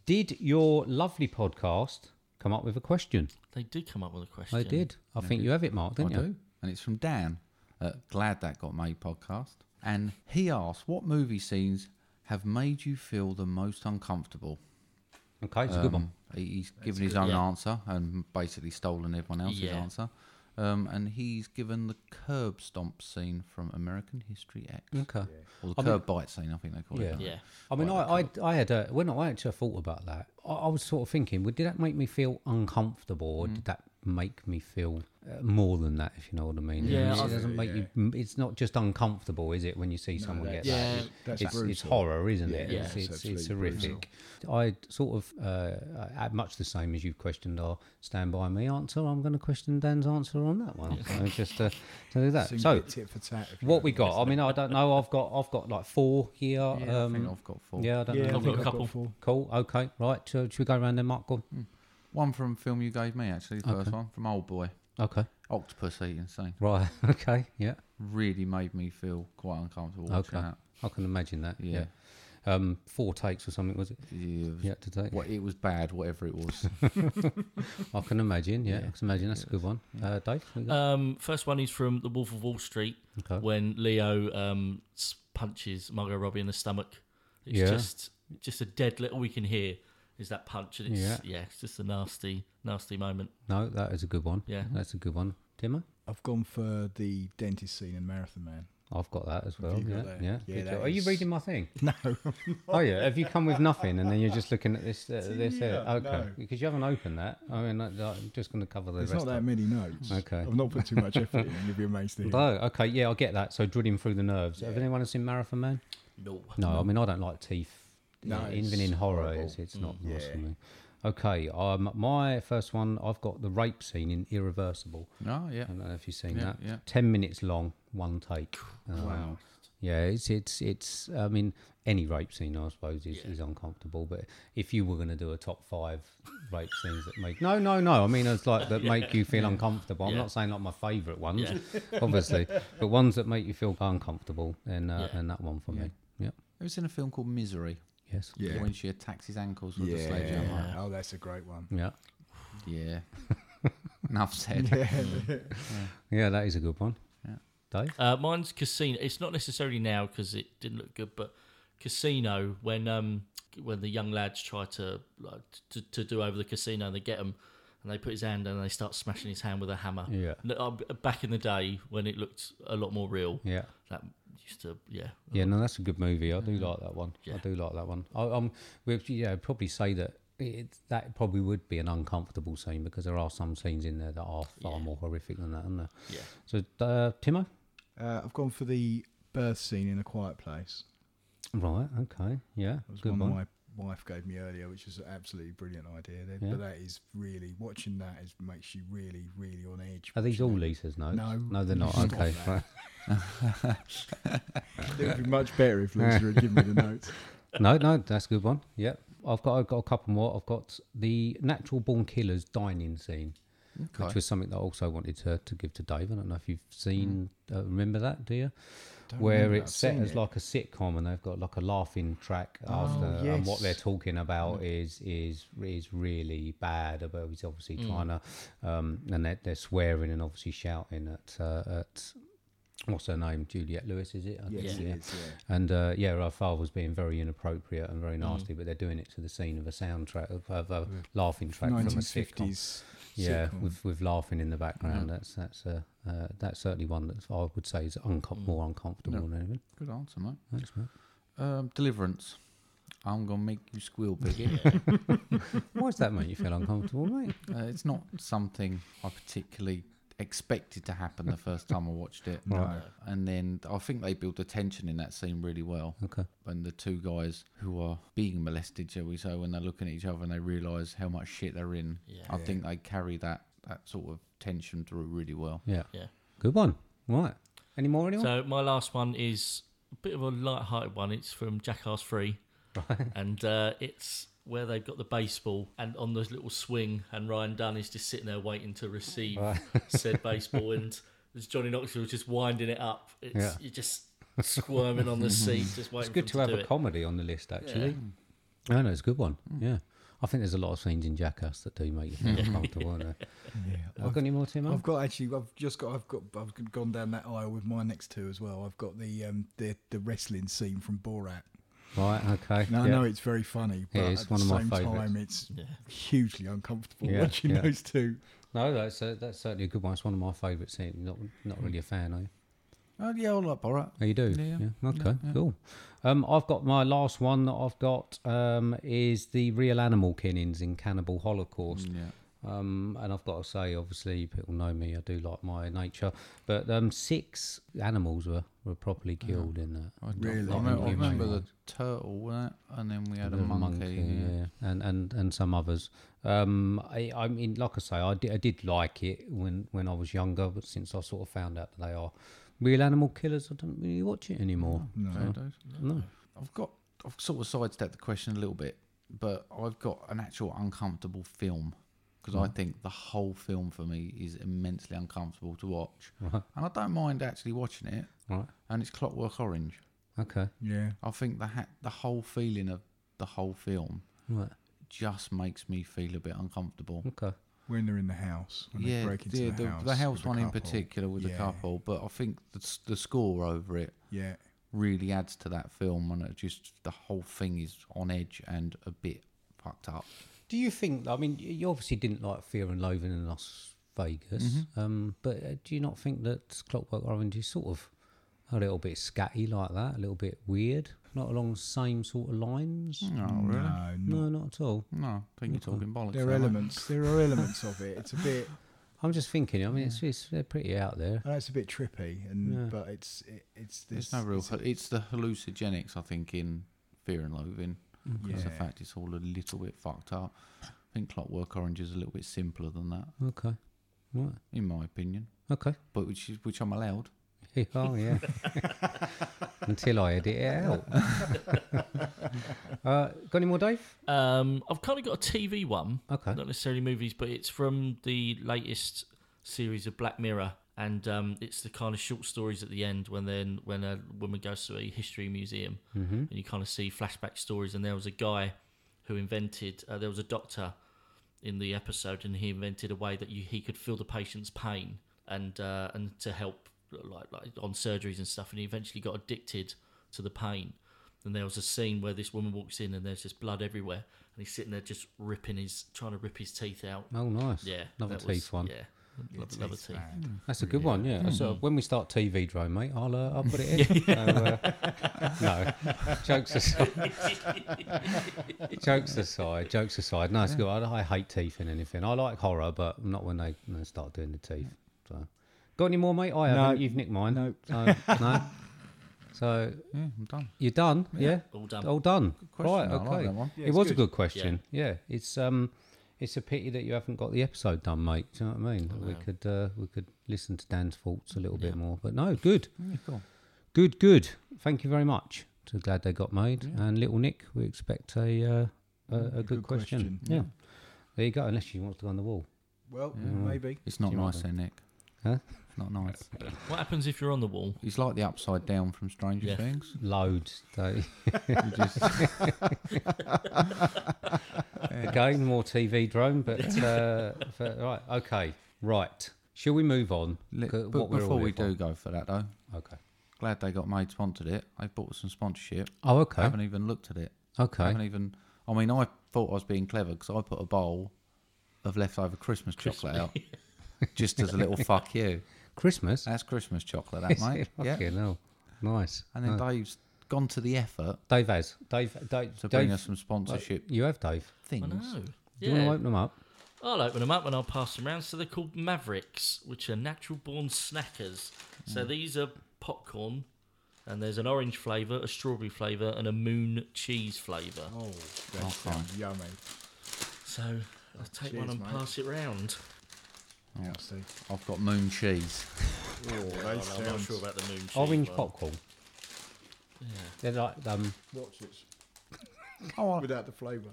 Speaker 2: did your lovely podcast come up with a question?
Speaker 3: they did come up with a question.
Speaker 2: I did. I think you have it, Mark. Didn't
Speaker 1: I
Speaker 2: you?
Speaker 1: do. And it's from Dan at Glad That Got Made podcast. And he asked, What movie scenes have made you feel the most uncomfortable?
Speaker 2: Okay, it's a good one.
Speaker 1: Um, he- He's given his own
Speaker 3: yeah.
Speaker 1: answer and basically stolen everyone else's
Speaker 3: Yeah.
Speaker 1: answer. Um, and he's given the curb stomp scene from American History X.
Speaker 2: Okay.
Speaker 1: Or the
Speaker 2: I mean-
Speaker 1: curb bite scene, I think they call it.
Speaker 2: Yeah.
Speaker 1: don't they?
Speaker 3: Yeah,
Speaker 2: I mean, I, I, I had a, when I actually thought about that, I, I was sort of thinking, well, did that make me feel uncomfortable, or did that make me feel uh, more than that? If you know what I mean?
Speaker 3: Yeah,
Speaker 2: It's-
Speaker 3: I-
Speaker 2: it doesn't make you. m- It's not just uncomfortable, is it? When you see someone get
Speaker 3: that's-
Speaker 2: that,
Speaker 3: Yeah.
Speaker 4: that's
Speaker 2: it's, it's
Speaker 4: brutal.
Speaker 2: horror, isn't
Speaker 4: Yeah,
Speaker 2: it?
Speaker 3: yeah,
Speaker 2: it's,
Speaker 4: it's
Speaker 2: it's, it's
Speaker 4: absolutely
Speaker 2: horrific. I sort of, uh, at much the same as you've questioned our stand by me answer, I'm going to question Dan's answer on that one. so just uh, to, to do that.
Speaker 4: Seems a
Speaker 2: so
Speaker 4: bit tit for tat. if you
Speaker 2: what
Speaker 4: know
Speaker 2: we got? I mean, I don't know. I've got I've got like four here.
Speaker 1: Yeah,
Speaker 2: um,
Speaker 1: I think I've got four.
Speaker 2: yeah, I don't
Speaker 4: Yeah,
Speaker 2: know.
Speaker 4: I
Speaker 3: I've got
Speaker 4: think
Speaker 3: a
Speaker 4: I've got
Speaker 3: couple.
Speaker 4: four.
Speaker 2: Cool. Okay. Right. So should we go around then, Mark? Go on.
Speaker 1: One from film you gave me, actually, the first one from Old Boy.
Speaker 2: Okay.
Speaker 1: Octopus eating scene.
Speaker 2: Right. *laughs* Okay. Yeah.
Speaker 1: Really made me feel quite uncomfortable
Speaker 2: Okay.
Speaker 1: watching that.
Speaker 2: I can imagine that. Yeah.
Speaker 1: Yeah.
Speaker 2: Um, four takes or something was it?
Speaker 1: Yeah, it was-
Speaker 2: Yeah, to take.
Speaker 1: What, it was bad, whatever it was.
Speaker 2: *laughs* I can imagine. Yeah, I can imagine. That's a good one. Uh, Dave. what you got?
Speaker 3: Um, first one is from The Wolf of Wall Street
Speaker 2: Okay.
Speaker 3: when Leo um, s- punches Margot Robbie in the stomach. It's
Speaker 2: Yeah.
Speaker 3: just just a dead little we can hear is that punch, and it's yeah,
Speaker 2: Yeah.
Speaker 3: it's just a nasty, nasty moment.
Speaker 2: No, that is a good one.
Speaker 3: Yeah.
Speaker 2: that's a good one. Timo,
Speaker 4: I've gone for the dentist scene in Marathon Man.
Speaker 2: I've got that as well.
Speaker 4: you got
Speaker 2: Yeah,
Speaker 4: that?
Speaker 2: yeah.
Speaker 4: Yeah,
Speaker 2: Good
Speaker 4: that
Speaker 2: job. Are you
Speaker 4: is-
Speaker 2: reading my thing?
Speaker 4: *laughs* No,
Speaker 2: Oh yeah. Have you come with nothing and then you're just looking at this? Uh, this here?
Speaker 4: Yeah,
Speaker 2: Okay,
Speaker 4: no.
Speaker 2: because you haven't opened that. I mean, I, I'm just going to cover the
Speaker 4: there's
Speaker 2: rest.
Speaker 4: not that
Speaker 2: of
Speaker 4: many notes.
Speaker 2: Okay.
Speaker 4: I've not put too much effort in. You'd be amazed to hear.
Speaker 2: Oh, okay. Yeah, I get that. So drilling through the nerves. Have anyone seen Marathon Man?
Speaker 3: No,
Speaker 2: No, I mean I don't like teeth.
Speaker 4: No,
Speaker 2: Yeah, even in
Speaker 4: it's
Speaker 2: horror,
Speaker 4: horrible.
Speaker 2: it's, it's not nice for
Speaker 4: yeah.
Speaker 2: me. Okay, um, my first one, I've got the rape scene in Irreversible.
Speaker 1: Oh, yeah.
Speaker 2: I don't know if you've seen
Speaker 1: Yeah,
Speaker 2: that.
Speaker 1: yeah.
Speaker 2: Ten minutes long, one take. wow. Yeah, it's it's it's. I mean, any rape scene, I suppose, is, is uncomfortable. But if you were going to do a top five rape scenes that make no, no, no, I mean, it's like
Speaker 3: *laughs*
Speaker 2: that make you feel uncomfortable. I'm
Speaker 3: Yeah.
Speaker 2: not saying like my favourite ones, *laughs* obviously, but ones that make you feel uncomfortable, and uh,
Speaker 3: Yeah.
Speaker 2: and that one for me. Yep.
Speaker 1: It was in a film called Misery
Speaker 2: Yes.
Speaker 4: Yeah.
Speaker 1: when she attacks his ankles with a sledgehammer.
Speaker 4: Yeah. Oh, that's a great one.
Speaker 2: Yeah. *laughs*
Speaker 1: Yeah. Enough said.
Speaker 2: Yeah, that is a good one. Yeah. Dave.
Speaker 3: Uh, mine's Casino. It's not necessarily now because it didn't look good, but Casino when um when the young lads try to like, to, to do over the casino and they get him and they put his hand and they start smashing his hand with a hammer.
Speaker 2: Yeah.
Speaker 3: No, uh, Back in the day when it looked a lot more real,
Speaker 2: Yeah.
Speaker 3: that used to yeah.
Speaker 2: Yeah, no, that's a good movie. I do like that one. I
Speaker 3: Yeah.
Speaker 2: do like that one. I, um, we, yeah, I'd probably say that it, that probably would be an uncomfortable scene because there are some scenes in there that are far more horrific than that, aren't there?
Speaker 3: Yeah.
Speaker 2: So, uh, Timo,
Speaker 4: Uh, I've gone for the birth scene in A Quiet Place.
Speaker 2: right? Okay, yeah,
Speaker 4: That was
Speaker 2: good
Speaker 4: one,
Speaker 2: one.
Speaker 4: my wife gave me earlier, which was an absolutely brilliant idea. That-
Speaker 2: Yeah.
Speaker 4: But that is really watching that is makes you really, really on edge.
Speaker 2: Are these all
Speaker 4: watching
Speaker 2: Lisa's notes?
Speaker 4: No.
Speaker 2: no, they're not.
Speaker 4: Stop
Speaker 2: Okay,
Speaker 4: that.
Speaker 2: right.
Speaker 4: it. It would be much better if Lisa had given me the
Speaker 2: *laughs*
Speaker 4: notes.
Speaker 2: no, no, that's a good one. Yeah, I've got I've got a couple more. I've got the natural born killers dining scene, which
Speaker 1: Okay.
Speaker 2: was something that I also wanted to, to give to Dave. I don't know if you've seen, uh, remember that, do you?
Speaker 4: Mm. Don't
Speaker 2: Where
Speaker 4: remember,
Speaker 2: it's
Speaker 4: I've
Speaker 2: set
Speaker 4: seen
Speaker 2: as
Speaker 4: it. Oh,
Speaker 2: like a sitcom, and they've got like a laughing track after, and what they're
Speaker 4: yes.
Speaker 2: talking about is is is really bad. About he's obviously
Speaker 4: Mm.
Speaker 2: trying to, um, and they're, they're swearing and obviously shouting at uh, at what's her name, Juliette Lewis, is it? I
Speaker 4: Yes,
Speaker 2: think,
Speaker 4: it
Speaker 2: yeah.
Speaker 4: is, yeah.
Speaker 2: And uh, yeah, our father's being very inappropriate and very nasty, but they're doing it to the scene of a soundtrack of, of a laughing track from a sitcom.
Speaker 4: 1950s.
Speaker 2: Yeah,
Speaker 4: sitcom.
Speaker 2: with with laughing in the background. That's that's uh, uh, that's certainly one that I would say is uncom- more uncomfortable than anything.
Speaker 1: Good answer, mate.
Speaker 2: Thanks, mate.
Speaker 1: Um, Deliverance. I'm gonna make you squeal, piggy.
Speaker 2: Why does that make you feel *laughs* uncomfortable, mate?
Speaker 1: uh, it's not something I particularly expected to happen the first time I watched it.
Speaker 2: Right.
Speaker 1: And then I think they built the tension in that scene really well.
Speaker 2: Okay.
Speaker 1: When the two guys who are being molested, shall we say, when they're looking at each other and they realise how much shit they're in,
Speaker 3: Yeah.
Speaker 1: I think they carry that, that sort of tension through really well.
Speaker 2: Yeah.
Speaker 3: Yeah.
Speaker 2: Good one. Right. Any more? Anyone?
Speaker 3: So my last one is a bit of a light-hearted one. It's from Jackass Three,
Speaker 2: *laughs*
Speaker 3: and uh, it's where they've got the baseball and on the little swing, and Ryan Dunn is just sitting there waiting to receive
Speaker 2: *laughs*
Speaker 3: said baseball, and there's Johnny Knoxville just winding it up. It's
Speaker 2: Yeah.
Speaker 3: you're just squirming on the seat, just waiting.
Speaker 2: it's good
Speaker 3: for
Speaker 2: to
Speaker 3: them
Speaker 2: have
Speaker 3: to,
Speaker 2: a
Speaker 3: do it.
Speaker 2: comedy on the list, actually.
Speaker 4: Mm.
Speaker 2: No, no, it's a good one. Yeah. I think there's a lot of scenes in Jackass that do make you feel uncomfortable, aren't they?
Speaker 4: *laughs* Yeah.
Speaker 2: I've got any more, Timo?
Speaker 4: I've got actually. I've just got. I've got. I've gone down that aisle with my next two as well. I've got the um the the wrestling scene from Borat.
Speaker 2: Right, okay.
Speaker 4: Now I
Speaker 2: yeah.
Speaker 4: know it's very funny, but
Speaker 2: Yeah, it's
Speaker 4: at
Speaker 2: one
Speaker 4: the
Speaker 2: of my
Speaker 4: same
Speaker 2: favourites.
Speaker 4: time, it's hugely uncomfortable
Speaker 2: Yeah,
Speaker 4: watching
Speaker 2: yeah.
Speaker 4: those two.
Speaker 2: No, that's, uh, that's certainly a good one. It's one of my favourite scenes. Not, not really a fan, are you?
Speaker 1: Oh, yeah, I like Borat.
Speaker 2: Oh, you do?
Speaker 1: Yeah, yeah.
Speaker 2: Okay, cool. Um, I've got my last one that I've got um, is the real animal killings in Cannibal Holocaust.
Speaker 1: Yeah.
Speaker 2: Um, and I've got to say, obviously, people know me. I do like my nature, but um, six animals were, were properly killed in that.
Speaker 1: I don't-
Speaker 4: Really?
Speaker 1: Oh, I
Speaker 4: Not
Speaker 1: remember, I
Speaker 2: human
Speaker 1: remember the
Speaker 2: ones.
Speaker 1: turtle, wasn't it? and then we had a
Speaker 2: The
Speaker 1: monkey. yeah.
Speaker 2: and and and some others. Um, I, I mean, like I say, I did, I did like it when when I was younger, but since I sort of found out that they are real animal killers, I don't really watch it anymore.
Speaker 1: Fair dues.
Speaker 2: No.
Speaker 1: I've got I've sort of sidestepped the question a little bit, but I've got an actual uncomfortable film because I think the whole film for me is immensely uncomfortable to watch, and I don't mind actually watching it.
Speaker 2: Right.
Speaker 1: And it's Clockwork Orange.
Speaker 2: Okay.
Speaker 4: Yeah,
Speaker 1: I think the ha- the whole feeling of the whole film
Speaker 2: Right.
Speaker 1: just makes me feel a bit uncomfortable.
Speaker 2: Okay.
Speaker 4: when they're in the house, when they break into
Speaker 1: yeah,
Speaker 4: the, house,
Speaker 1: the
Speaker 4: with
Speaker 1: house one in
Speaker 4: couple.
Speaker 1: particular with the
Speaker 4: Yeah,
Speaker 1: couple, but I think the, s- the score over it
Speaker 4: Yeah,
Speaker 1: really adds to that film, and it just the whole thing is on edge and a bit fucked up.
Speaker 2: Do you think? I mean, you you obviously didn't like Fear and Loathing in Las Vegas, um, but uh, do you not think that Clockwork Orange is sort of a little bit scatty like that, a little bit weird, not along the same sort of lines?
Speaker 1: Oh, really?
Speaker 4: No,
Speaker 2: No, not at all.
Speaker 1: No, I think you're talking bollocks.
Speaker 4: there are
Speaker 1: aren't I?
Speaker 4: elements. There
Speaker 1: *laughs*
Speaker 4: are elements of it. It's a bit.
Speaker 2: I'm just thinking. I mean, it's, it's they're pretty out there.
Speaker 4: I know it's a bit trippy, and but it's it, it's this.
Speaker 1: There's no real.
Speaker 4: it's a-
Speaker 1: It's, the hallucigenics, I think, in Fear and Loathing. Because the
Speaker 4: Mm-hmm. Yeah.
Speaker 1: fact it's all a little bit fucked up. I think Clockwork Orange is a little bit simpler than that,
Speaker 2: Okay. Right.
Speaker 1: in my opinion.
Speaker 2: Okay.
Speaker 1: But which is, which I'm allowed.
Speaker 2: Oh yeah. Until I edit it out. uh, got any more, Dave?
Speaker 3: Um, I've kind of got a TV one.
Speaker 2: Okay.
Speaker 3: Not necessarily movies, but it's from the latest series of Black Mirror, and um, it's the kind of short stories at the end when then when a woman goes to a history museum and you kind of see flashback stories. And there was a guy who invented. Uh, there was a doctor in the episode, and he invented a way that you, he could feel the patient's pain and uh, and to help like, like on surgeries and stuff. And he eventually got addicted to the pain. And there was a scene where this woman walks in and there's just blood everywhere, and he's sitting there just ripping his trying to rip his teeth out.
Speaker 2: Oh, nice.
Speaker 3: Yeah,
Speaker 2: Another
Speaker 3: that
Speaker 2: teeth
Speaker 3: was-
Speaker 2: one.
Speaker 3: Yeah, love, love a teeth.
Speaker 2: That's a good one, yeah. So uh, when we start TV drone, mate, I'll uh, I'll put it
Speaker 3: *laughs*
Speaker 2: in. So, uh, no, jokes
Speaker 3: *laughs*
Speaker 2: aside, jokes aside, jokes aside. No, it's good. I, I hate teeth in anything. I like horror, but not when they, when they start doing the teeth. So, got any more, mate? I haven't. You've nicked mine.
Speaker 4: No.
Speaker 2: So, no. So
Speaker 1: Yeah, I'm done.
Speaker 2: you're done. Yeah.
Speaker 3: All done.
Speaker 2: All done.
Speaker 1: question.
Speaker 2: Right.
Speaker 1: I like
Speaker 2: Okay.
Speaker 1: that one.
Speaker 2: it was a good question. Yeah. It's um, it's a pity that you haven't got the episode done, mate. Do you know what I mean? That we could uh, we could listen to Dan's thoughts a little bit more. But no, good,
Speaker 1: cool.
Speaker 2: good, good. Thank you very much. So glad they got made. And little Nick, we expect a uh, a, a good,
Speaker 4: good
Speaker 2: question.
Speaker 4: question.
Speaker 2: Yeah. There you go. Unless you want to go on the wall.
Speaker 4: Well,
Speaker 1: Mm.
Speaker 4: maybe.
Speaker 1: It's not nice, though, Nick.
Speaker 2: Huh?
Speaker 1: It's not nice.
Speaker 3: What happens if you're on the wall?
Speaker 1: He's like the upside down from Stranger
Speaker 3: Yeah.
Speaker 1: Things.
Speaker 2: Loads. Don't *laughs* Again, more TV drone, but uh, for, right, okay, right. Shall we move on?
Speaker 1: Li-
Speaker 2: 'Cause
Speaker 1: but
Speaker 2: what we're all
Speaker 1: before we
Speaker 2: here for.
Speaker 1: do go for that, though,
Speaker 2: okay.
Speaker 1: glad they got made sponsored it. They bought some sponsorship.
Speaker 2: Oh, okay,
Speaker 1: haven't even looked at it. I
Speaker 2: okay.
Speaker 1: haven't even. I mean, I thought I was being clever because I put a bowl of leftover Christmas chocolate out
Speaker 2: *laughs*
Speaker 1: just as a little fuck you.
Speaker 2: Christmas. *laughs*
Speaker 1: That's Christmas chocolate, that mate. uh, Yeah.
Speaker 2: Fucking hell. nice.
Speaker 1: And then Dave's gone to the effort
Speaker 2: Dave has Dave. Dave.
Speaker 1: to
Speaker 2: Dave
Speaker 1: bring us some sponsorship
Speaker 2: you have Dave.
Speaker 3: I
Speaker 1: things.
Speaker 3: know.
Speaker 2: Do
Speaker 3: Yeah.
Speaker 2: you want to open them up?
Speaker 3: I'll open them up and I'll pass them around. So they're called Mavericks, which are natural born snackers. So
Speaker 2: Mm.
Speaker 3: these are popcorn, and there's an orange flavour, a strawberry flavour, and a moon cheese flavour.
Speaker 4: Oh, that's yummy.
Speaker 3: So
Speaker 2: Oh,
Speaker 3: I'll take one
Speaker 4: cheers,
Speaker 3: and
Speaker 4: mate.
Speaker 3: pass it round.
Speaker 4: Yeah, see.
Speaker 1: I've got moon cheese.
Speaker 4: Oh, they
Speaker 3: I'm not
Speaker 4: sound-
Speaker 3: sure about the moon cheese.
Speaker 2: Orange
Speaker 3: one.
Speaker 2: popcorn. They're like um,
Speaker 4: Watch it.
Speaker 1: Oh, I,
Speaker 4: Without the flavour.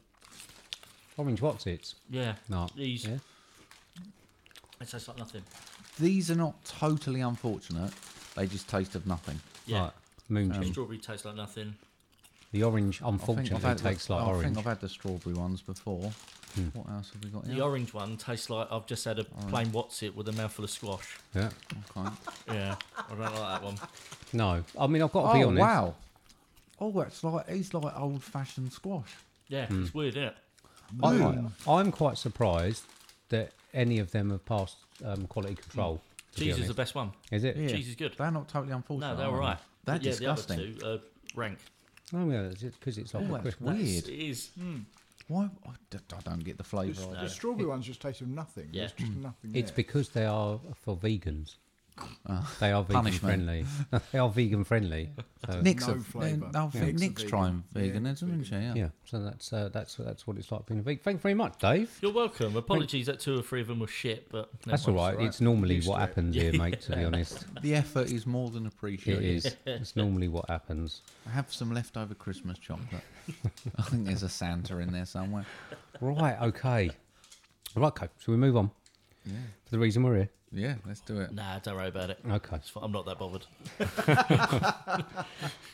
Speaker 2: orange what's it?
Speaker 3: Yeah.
Speaker 2: No.
Speaker 3: These.
Speaker 2: Yeah.
Speaker 3: It tastes like nothing.
Speaker 1: these are not totally unfortunate. They just taste of nothing.
Speaker 3: Yeah.
Speaker 2: Right. Um, Moon cheese.
Speaker 3: Strawberry tastes like nothing.
Speaker 2: The orange,
Speaker 1: I think I've
Speaker 2: unfortunately,
Speaker 1: had
Speaker 2: takes
Speaker 1: the,
Speaker 2: like
Speaker 1: I
Speaker 2: orange. Hmm.
Speaker 1: think I've had the strawberry ones before. What else have we got?
Speaker 3: The
Speaker 1: here?
Speaker 3: orange one tastes like I've just had a plain what's it with a mouthful of squash.
Speaker 2: Yeah.
Speaker 1: Okay.
Speaker 3: Yeah, I don't like that one.
Speaker 2: No, I mean I've got to be
Speaker 1: Oh
Speaker 2: honest.
Speaker 1: wow! Oh, it's like it's like old fashioned squash.
Speaker 3: Yeah,
Speaker 2: Hmm.
Speaker 3: it's weird, isn't it?
Speaker 2: I'm, I'm quite surprised that any of them have passed um, quality control. to be
Speaker 3: Cheese is the
Speaker 2: honest.
Speaker 3: best one.
Speaker 2: Is it?
Speaker 1: Yeah.
Speaker 3: Cheese is good.
Speaker 1: They're not totally unfortunate.
Speaker 3: No, they're
Speaker 1: are
Speaker 3: all right.
Speaker 1: They're
Speaker 3: But yeah,
Speaker 1: disgusting.
Speaker 3: The other two, uh, rank.
Speaker 2: Oh yeah, because it's like
Speaker 1: Oh,
Speaker 2: a
Speaker 1: that's
Speaker 2: crisp.
Speaker 1: weird.
Speaker 3: It is.
Speaker 1: Why? I d- I don't get the flavour.
Speaker 4: The,
Speaker 1: of
Speaker 4: the
Speaker 1: it.
Speaker 4: strawberry ones just taste of nothing.
Speaker 3: Yeah.
Speaker 4: There's just nothing.
Speaker 2: It's
Speaker 4: there.
Speaker 2: because they are for vegans. they are vegan
Speaker 1: punishment.
Speaker 2: friendly. *laughs* they are vegan friendly. So,
Speaker 1: Nick's
Speaker 4: No
Speaker 1: a,
Speaker 4: flavour.
Speaker 1: no,
Speaker 4: Yeah. Nick's a
Speaker 1: Nick's
Speaker 4: vegan.
Speaker 1: trying
Speaker 4: Yeah,
Speaker 1: vegan,
Speaker 4: it's
Speaker 1: isn't she? Yeah.
Speaker 2: yeah, so that's uh, that's that's what it's like being a vegan. Thank you very much, Dave.
Speaker 3: You're welcome. Apologies that two or three of them were shit, but no
Speaker 2: That's all
Speaker 3: worries.
Speaker 2: right. It's normally what happens here, mate. To be honest,
Speaker 1: The effort is more than
Speaker 2: it
Speaker 1: appreciated.
Speaker 2: is. It's normally what happens.
Speaker 1: Have some leftover Christmas
Speaker 2: *laughs*
Speaker 1: chocolate. I think there's a Santa in there somewhere.
Speaker 2: Right. Okay. Right. Okay. Shall we move on? Yeah. For the reason we're here.
Speaker 1: Yeah, let's do it.
Speaker 3: Nah, don't worry about it.
Speaker 2: Okay.
Speaker 3: It's fine, I'm not that bothered.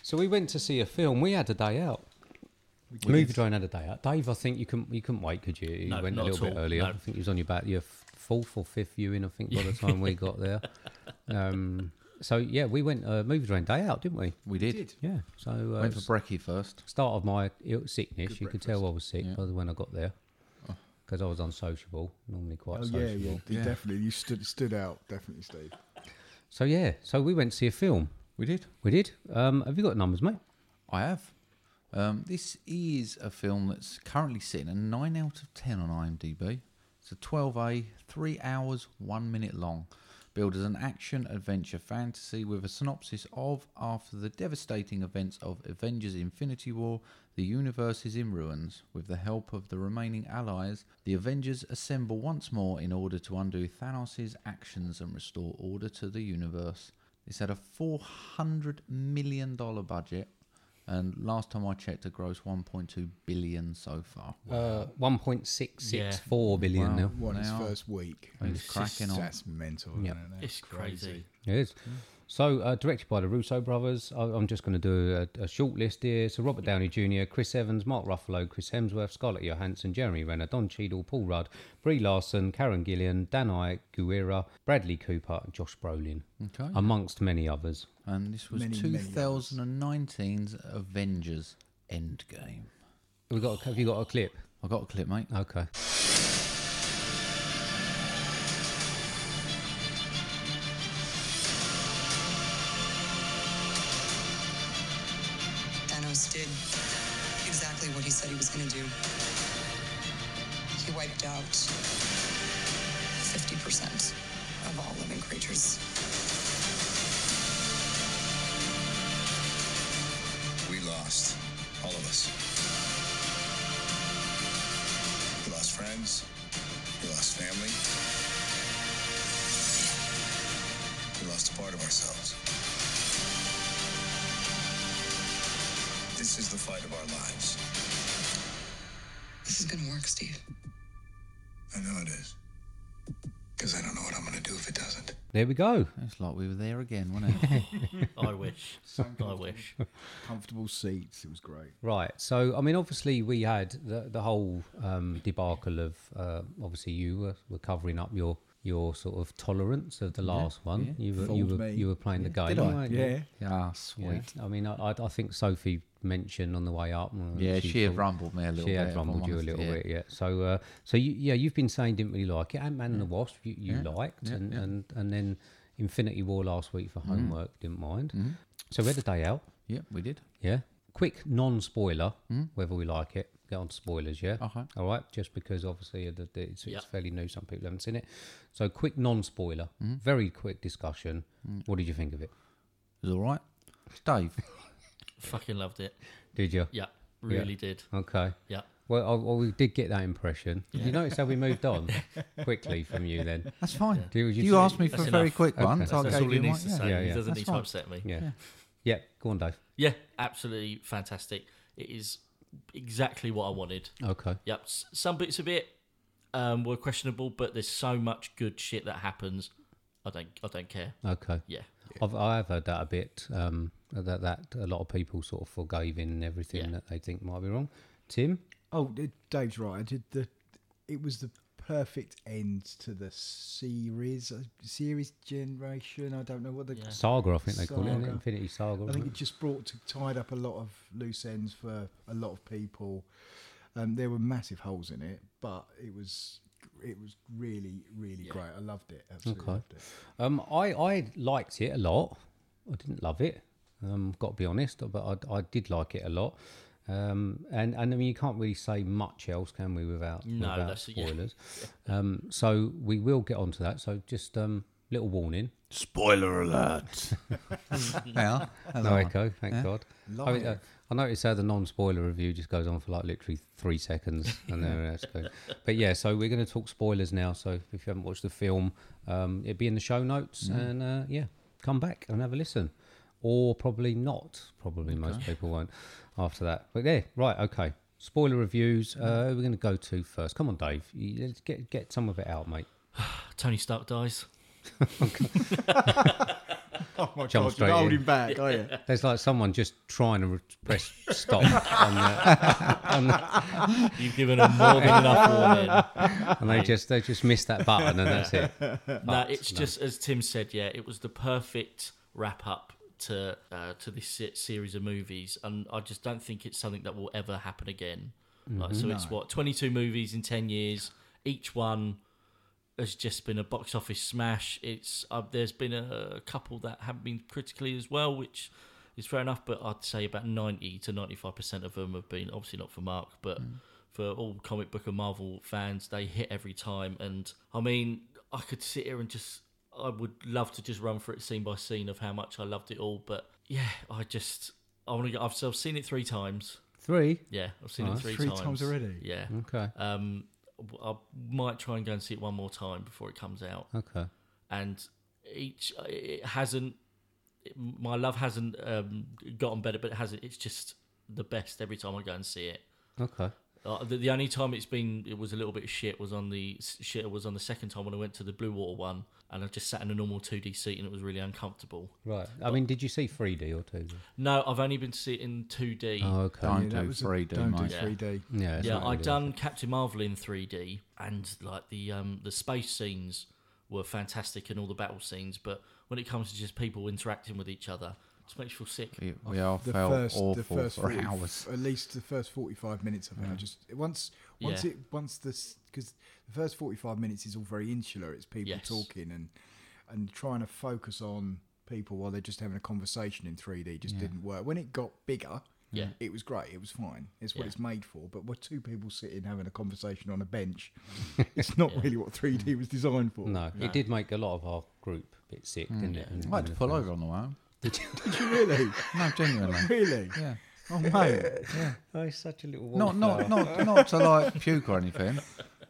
Speaker 2: So we went to see a film. We had a day out. Movie Drone had a day out. Dave, I think you couldn't you couldn't wait, could you? You
Speaker 3: No,
Speaker 2: went a
Speaker 3: not
Speaker 2: little
Speaker 3: at
Speaker 2: bit
Speaker 3: all,
Speaker 2: earlier.
Speaker 3: no.
Speaker 2: I
Speaker 3: *laughs*
Speaker 2: think he was on your back your f- fourth or fifth viewing. I think by the time we got there, um, So yeah, we went uh, movie train day out, didn't we?
Speaker 1: We did.
Speaker 2: Yeah. So uh,
Speaker 1: Went
Speaker 2: s-
Speaker 1: for brekkie first.
Speaker 2: start of my Ill sickness, you could tell I was sick by the when I got there
Speaker 1: Oh.
Speaker 2: because I was unsociable. Normally quite
Speaker 4: Oh yeah,
Speaker 2: sociable.
Speaker 4: yeah, definitely. You stood stood out, definitely, Steve.
Speaker 2: So yeah, so we went to see a film.
Speaker 1: We did.
Speaker 2: We did. Um, have you got numbers, mate?
Speaker 1: I have. Um, this is a film that's currently sitting a 9 out of 10 on IMDb. It's a 12A, 3 hours, 1 minute long. Billed as an action adventure fantasy with a synopsis of after the devastating events of Avengers Infinity War, the universe is in ruins. With the help of the remaining allies, the Avengers assemble once more in order to undo Thanos' actions and restore order to the universe. It's had a $400 million budget and last time I checked, it grossed 1.2 billion so far.
Speaker 2: Uh, one point six six four billion now.
Speaker 4: What his first week?
Speaker 1: He's cracking on.
Speaker 4: That's mental.
Speaker 2: Yeah.
Speaker 4: isn't it? That's
Speaker 3: It's crazy.
Speaker 2: It is. So, uh, directed by the Russo brothers, I, I'm just going to do a, a short list here. So, Robert Downey Jr., Chris Evans, Mark Ruffalo, Chris Hemsworth, Scarlett Johansson, Jeremy Renner, Don Cheadle, Paul Rudd, Brie Larson, Karen Gillian, Dan Ike, Guerra, Bradley Cooper, and Josh Brolin,
Speaker 1: Okay.
Speaker 2: amongst many others.
Speaker 1: and this was
Speaker 4: Many, many others.
Speaker 1: 2019's Avengers Endgame.
Speaker 2: We got. a- Have you got a clip?
Speaker 1: I got a clip, mate.
Speaker 2: Okay.
Speaker 8: Thanos did exactly what he said he was going to do. He wiped out 50% of all living creatures.
Speaker 9: We lost. All of us. We lost friends. We lost family. We lost a part of ourselves. This is the fight of our lives.
Speaker 8: This is going to work, Steve.
Speaker 9: I know it is. Because I don't know what I'm going to do if it doesn't.
Speaker 2: There we go.
Speaker 1: It's like we were there again, wasn't it? *laughs*
Speaker 3: I wish.
Speaker 4: *laughs*
Speaker 3: I wish.
Speaker 4: Comfortable seats. It was great.
Speaker 2: Right. So, I mean, obviously, we had the, the whole um, debacle of uh, obviously you were, were covering up your your sort of tolerance of the last one. You were you
Speaker 4: Fooled
Speaker 2: were,
Speaker 4: me.
Speaker 2: you were playing the game.
Speaker 1: Did I?
Speaker 2: weren't you?
Speaker 4: Yeah.
Speaker 1: Ah,
Speaker 2: Yeah.
Speaker 1: sweet.
Speaker 2: I mean, I, I I think Sophie mentioned on the way up. well,
Speaker 1: Yeah, she, had
Speaker 2: thought-
Speaker 1: rumbled me a little
Speaker 2: She
Speaker 1: bit.
Speaker 2: had
Speaker 1: if I'm
Speaker 2: rumbled you a
Speaker 1: honest,
Speaker 2: little
Speaker 1: yeah.
Speaker 2: bit, yeah. So, uh, so you, yeah, you've been saying didn't really like it. Ant Man and
Speaker 1: Mm.
Speaker 2: the Wasp, you, you liked, and, and and then Infinity War last week for
Speaker 1: Mm.
Speaker 2: homework, didn't mind.
Speaker 1: Mm-hmm.
Speaker 2: So we had a day out.
Speaker 1: Yep, we did.
Speaker 2: Yeah. Quick non spoiler, whether we like it. Get on to spoilers, yeah?
Speaker 1: Okay.
Speaker 2: All right. Just because obviously the, the, it's,
Speaker 3: Yeah.
Speaker 2: it's fairly new, some people haven't seen it. So, quick non spoiler, very quick discussion. What did you think of it?
Speaker 1: It was all right. Dave,
Speaker 3: Fucking loved it.
Speaker 2: Did you?
Speaker 3: Yeah, really did.
Speaker 2: Okay.
Speaker 3: Yeah.
Speaker 2: Well, I, well, we did get that impression. Did You notice how we moved on quickly from you then?
Speaker 1: that's fine.
Speaker 2: Do you-
Speaker 1: you asked me for
Speaker 3: That's
Speaker 1: a very
Speaker 3: enough.
Speaker 1: quick one, so I
Speaker 3: That's
Speaker 1: gave
Speaker 3: all he
Speaker 1: you
Speaker 3: needs
Speaker 1: my-
Speaker 3: to say.
Speaker 1: yeah.
Speaker 2: Yeah, yeah.
Speaker 3: He doesn't
Speaker 1: That's
Speaker 3: need
Speaker 1: fine.
Speaker 3: to upset me.
Speaker 2: Yeah. Yeah. Go on, Dave.
Speaker 3: Yeah, absolutely fantastic. It is exactly what I wanted.
Speaker 2: Okay.
Speaker 3: Yep, s- some bits of it um, were questionable, but there's so much good shit that happens. I don't, I don't care.
Speaker 2: Okay.
Speaker 3: Yeah,
Speaker 2: I've, I have heard that a bit. Um, that that a lot of people sort of forgiving and everything
Speaker 3: Yeah.
Speaker 2: that they think might be wrong. Tim,
Speaker 4: Oh, d- Dave's right. I did the. It was the perfect end to the series, uh, series generation. I don't know what the.
Speaker 2: Saga, I think they call it, isn't it?
Speaker 4: Saga.
Speaker 2: Infinity Saga.
Speaker 4: I
Speaker 2: isn't
Speaker 4: think
Speaker 2: it?
Speaker 4: it just brought to tied up a lot of loose ends for a lot of people. Um, there were massive holes in it, but it was it was really really great. I loved it. Absolutely
Speaker 2: Okay.
Speaker 4: loved it.
Speaker 2: Um, I, I liked it a lot. I didn't love it. Um, got to be honest, but I, I did like it a lot. Um, and, and I mean, you can't really say much else, can we, without,
Speaker 3: No,
Speaker 2: without
Speaker 3: that's- yeah.
Speaker 2: spoilers? Um, so we will get onto that. So just um, little warning.
Speaker 1: Spoiler alert. yeah, that's
Speaker 2: No
Speaker 1: all right.
Speaker 2: echo, thank God. I, mean, uh, I noticed how the non-spoiler review just goes on for like literally three seconds, and then that's good. But yeah, so we're going to talk spoilers now. So if you haven't watched the film, um, it'd be in the show notes, and uh, yeah, come back and have a listen, or probably not. Probably most people won't after that. But yeah, right, okay. Spoiler reviews. Uh, we're going to go to first. Come on, Dave. You- Let's get get some of it out, mate.
Speaker 3: Tony Stark dies.
Speaker 4: Oh,
Speaker 2: Jump straight in.
Speaker 4: back, are you?
Speaker 2: *laughs* There's like someone just trying to re- press stop
Speaker 4: *laughs*
Speaker 2: on the, on the
Speaker 3: You've given him more than enough warning.
Speaker 2: and they just they just missed that button and that's it.
Speaker 3: No, it's just as Tim said. Yeah, it was the perfect wrap up to uh, to this se- series of movies, and I just don't think it's something that will ever happen again. Like, so it's what twenty two movies in ten years. Each one has just been a box office smash. It's uh, there's been a, a couple that have been critically as well, which is fair enough. But I'd say about ninety to ninety five percent of them have been obviously not for Mark, but
Speaker 4: Mm.
Speaker 3: for all comic book and Marvel fans, they hit every time. And I mean, I could sit here and just I would love to just run through it scene by scene of how much I loved it all. But yeah, I just I want to. I've, I've seen it three times.
Speaker 2: Three.
Speaker 3: Yeah, I've seen it
Speaker 2: Nice.
Speaker 3: three,
Speaker 4: Oh, Three times already? Hmm.
Speaker 3: Yeah.
Speaker 2: Okay.
Speaker 3: Um, I might try and go and see it one more time before it comes out.
Speaker 2: Okay.
Speaker 3: And each it hasn't. it- my love hasn't um, gotten better, but it hasn't. It's just the best every time I go and see it.
Speaker 2: Okay.
Speaker 3: Uh, the, the only time it's been it was a little bit shit was on the shit was on the second time when I went to the Blue Water one, and I just sat in a normal 2D seat and it was really uncomfortable.
Speaker 2: Right. I mean, did you see 3D or 2D?
Speaker 3: No, I've only been sitting 2D.
Speaker 2: Oh, okay.
Speaker 1: Don't
Speaker 4: that
Speaker 1: do
Speaker 4: was a-
Speaker 1: 3D,
Speaker 4: Don't
Speaker 1: mate.
Speaker 4: do 3D.
Speaker 2: yeah. it's
Speaker 3: yeah,
Speaker 2: not
Speaker 3: I
Speaker 2: really-
Speaker 3: done Captain Marvel in 3D, and like the um the space scenes were fantastic and all the battle scenes, but when it comes to just people interacting with each other, it just makes you feel sick.
Speaker 1: It- we all
Speaker 4: the
Speaker 1: felt
Speaker 4: first, the
Speaker 1: awful
Speaker 4: first
Speaker 1: for
Speaker 4: 40
Speaker 1: hours.
Speaker 4: At least the first forty-five minutes of it. I just once, once
Speaker 3: Yeah.
Speaker 4: it, once this, because the first forty-five minutes is all very insular. It's people
Speaker 3: Yes.
Speaker 4: talking and and trying to focus on people while they're just having a conversation in three D. Just didn't work. When it got bigger,
Speaker 3: Yeah.
Speaker 4: it was great. It was fine. It's what
Speaker 3: Yeah.
Speaker 4: it's made for. But we're two people sitting having a conversation on a
Speaker 1: *laughs*
Speaker 4: bench. it's not really what three
Speaker 1: Mm.
Speaker 4: D was designed for.
Speaker 2: No, it did make a lot of our group a bit sick, didn't it? And-
Speaker 1: I had
Speaker 2: and
Speaker 1: to
Speaker 2: the
Speaker 1: pull
Speaker 2: fans.
Speaker 1: over on the way home.
Speaker 4: Did you *laughs* really?
Speaker 1: *laughs* No, genuinely.
Speaker 4: really?
Speaker 1: Yeah. Oh, mate. *laughs* Yeah.
Speaker 2: Oh, he's such a little.
Speaker 1: Not, not, not, not to like puke or anything.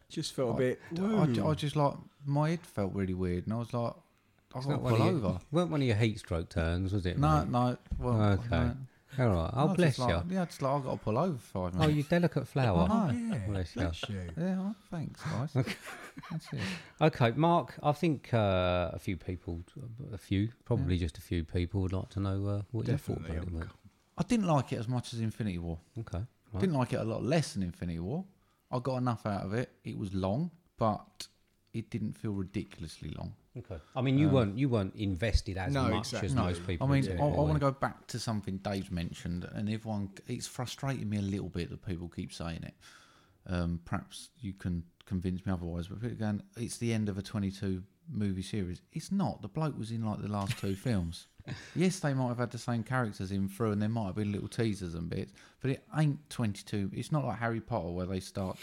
Speaker 4: Just felt a bit.
Speaker 1: I, ju- I just like, my head felt really weird and I was like, I've got to
Speaker 2: one
Speaker 1: pull
Speaker 2: of your-
Speaker 1: over.
Speaker 2: Weren't one of your heat stroke turns, was it?
Speaker 1: No,
Speaker 2: mate?
Speaker 1: no. Well,
Speaker 2: Okay.
Speaker 1: no.
Speaker 2: All right.
Speaker 1: I
Speaker 2: Oh,
Speaker 1: was
Speaker 2: bless
Speaker 1: just like,
Speaker 2: you.
Speaker 1: Yeah, it's like I've got to pull over for five
Speaker 2: Oh,
Speaker 1: minutes.
Speaker 2: you delicate flower. Oh,
Speaker 1: I
Speaker 4: know. Yeah,
Speaker 2: Bless you.
Speaker 4: bless you.
Speaker 1: yeah, oh, thanks, guys. That's it.
Speaker 2: Okay, Mark. I think uh, a few people, a few, probably just a few people, would like to know uh, what
Speaker 4: Definitely,
Speaker 2: you thought
Speaker 4: I'm
Speaker 2: about it.
Speaker 1: I didn't like it as much as Infinity War.
Speaker 2: Mate. Okay.
Speaker 1: I
Speaker 2: right.
Speaker 1: Didn't like it a lot less than Infinity War. I got enough out of it. It was long, but it didn't feel ridiculously long.
Speaker 2: Okay. I mean,
Speaker 1: Um,
Speaker 2: you weren't you weren't invested as
Speaker 4: No,
Speaker 2: much
Speaker 4: exactly.
Speaker 2: as
Speaker 4: No,
Speaker 2: most
Speaker 1: I
Speaker 2: people.
Speaker 1: mean,
Speaker 2: did,
Speaker 1: I, I
Speaker 2: were
Speaker 1: want to go
Speaker 2: you?
Speaker 1: back to something Dave's mentioned, and everyone, it's frustrating me a little bit that people keep saying it. Um, perhaps you can convince me otherwise, but people going, it's the end of a 22 movie series. It's not. The bloke was in like the last
Speaker 2: *laughs*
Speaker 1: two films. Yes, they might have had the same characters in through, and there might have been little teasers and bits, but it ain't 22. It's not like Harry Potter where they start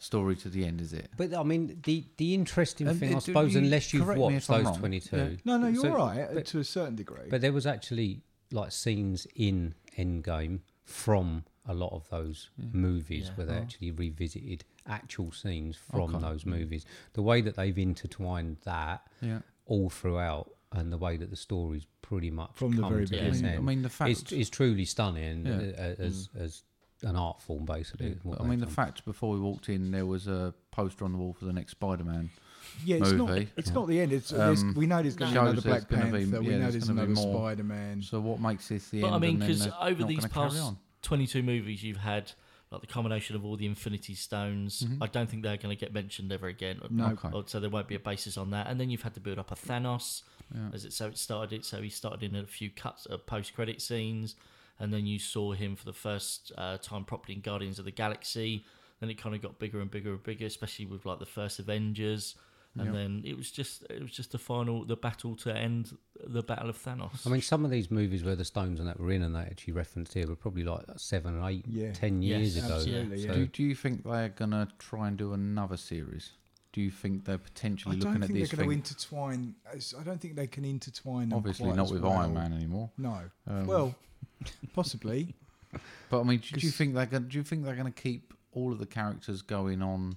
Speaker 1: story to the end, is it?
Speaker 2: But I mean, the the interesting
Speaker 1: Um,
Speaker 2: thing, I
Speaker 1: it-
Speaker 2: suppose,
Speaker 1: you-
Speaker 2: unless you've
Speaker 1: correct me
Speaker 2: watched
Speaker 1: if I'm
Speaker 2: those
Speaker 1: wrong.
Speaker 2: twenty two.
Speaker 1: Yeah.
Speaker 4: No, no, you're
Speaker 2: So-
Speaker 4: right uh,
Speaker 2: but-
Speaker 4: to a certain degree.
Speaker 2: But there was actually like scenes in Endgame from a lot of those movies where
Speaker 1: Oh.
Speaker 2: they actually revisited actual scenes from
Speaker 1: Mm.
Speaker 2: those movies. The way that they've intertwined that
Speaker 1: Yeah.
Speaker 2: all throughout, and the way that the story's pretty much
Speaker 4: From the
Speaker 2: come
Speaker 4: very
Speaker 2: to
Speaker 4: beginning.
Speaker 1: I
Speaker 2: this
Speaker 1: mean- I
Speaker 2: end
Speaker 1: mean, the
Speaker 2: is,
Speaker 1: fact-
Speaker 2: is truly stunning
Speaker 1: Yeah. Mm.
Speaker 2: uh, as as an art form, basically. is what
Speaker 1: I mean, the
Speaker 2: they've
Speaker 1: fact before we walked in, there was a poster on the wall for the next Spider Man.
Speaker 4: Yeah, it's not.
Speaker 1: movie. Um,
Speaker 4: It's not the end. It's, there's- we know there's going to be
Speaker 1: shows
Speaker 4: another
Speaker 1: there's
Speaker 4: Black
Speaker 1: gonna
Speaker 4: Panther.
Speaker 1: be-
Speaker 4: we
Speaker 1: yeah,
Speaker 4: know
Speaker 1: there's
Speaker 4: there's
Speaker 1: gonna be
Speaker 4: another
Speaker 1: more.
Speaker 4: Spider Man.
Speaker 1: So what makes this the
Speaker 3: But
Speaker 1: end?
Speaker 3: I mean,
Speaker 1: and then
Speaker 3: because
Speaker 1: they're
Speaker 3: over
Speaker 1: not
Speaker 3: these
Speaker 1: gonna carry
Speaker 3: past
Speaker 1: on?
Speaker 3: 22 movies, you've had like the combination of all the Infinity Stones. I don't think they're going to get mentioned ever again.
Speaker 4: No.
Speaker 1: Mm-hmm. Okay.
Speaker 3: Or- So there won't be a basis on that. And then you've had to build up a Thanos, as it so it started. It so he started in a few cuts of post-credit scenes, and then you saw him for the first uh, time properly in Guardians of the Galaxy. Then it kind of got bigger and bigger and bigger, especially with like the first Avengers. And then it was just it was just the final the battle to end the battle of Thanos.
Speaker 2: I mean, some of these movies where the stones and that were in and they actually referenced here were probably like seven or eight,
Speaker 4: Yeah.
Speaker 2: ten
Speaker 3: Yes,
Speaker 2: years ago.
Speaker 4: absolutely, yeah.
Speaker 2: So-
Speaker 1: Do, do you think they're gonna try and do another series? Do you think they're
Speaker 4: I
Speaker 1: potentially
Speaker 4: don't
Speaker 1: looking at
Speaker 4: think they're
Speaker 1: this
Speaker 4: going to
Speaker 1: thing?
Speaker 4: intertwine. it's- I don't think they can intertwine. them
Speaker 1: Obviously,
Speaker 4: quite
Speaker 1: not
Speaker 4: as
Speaker 1: with
Speaker 4: well.
Speaker 1: Iron Man anymore.
Speaker 4: No.
Speaker 1: Um,
Speaker 4: well, possibly.
Speaker 1: But I mean, do you
Speaker 4: 'Cause-
Speaker 1: think they're gonna, do you think they're going to keep all of the characters going on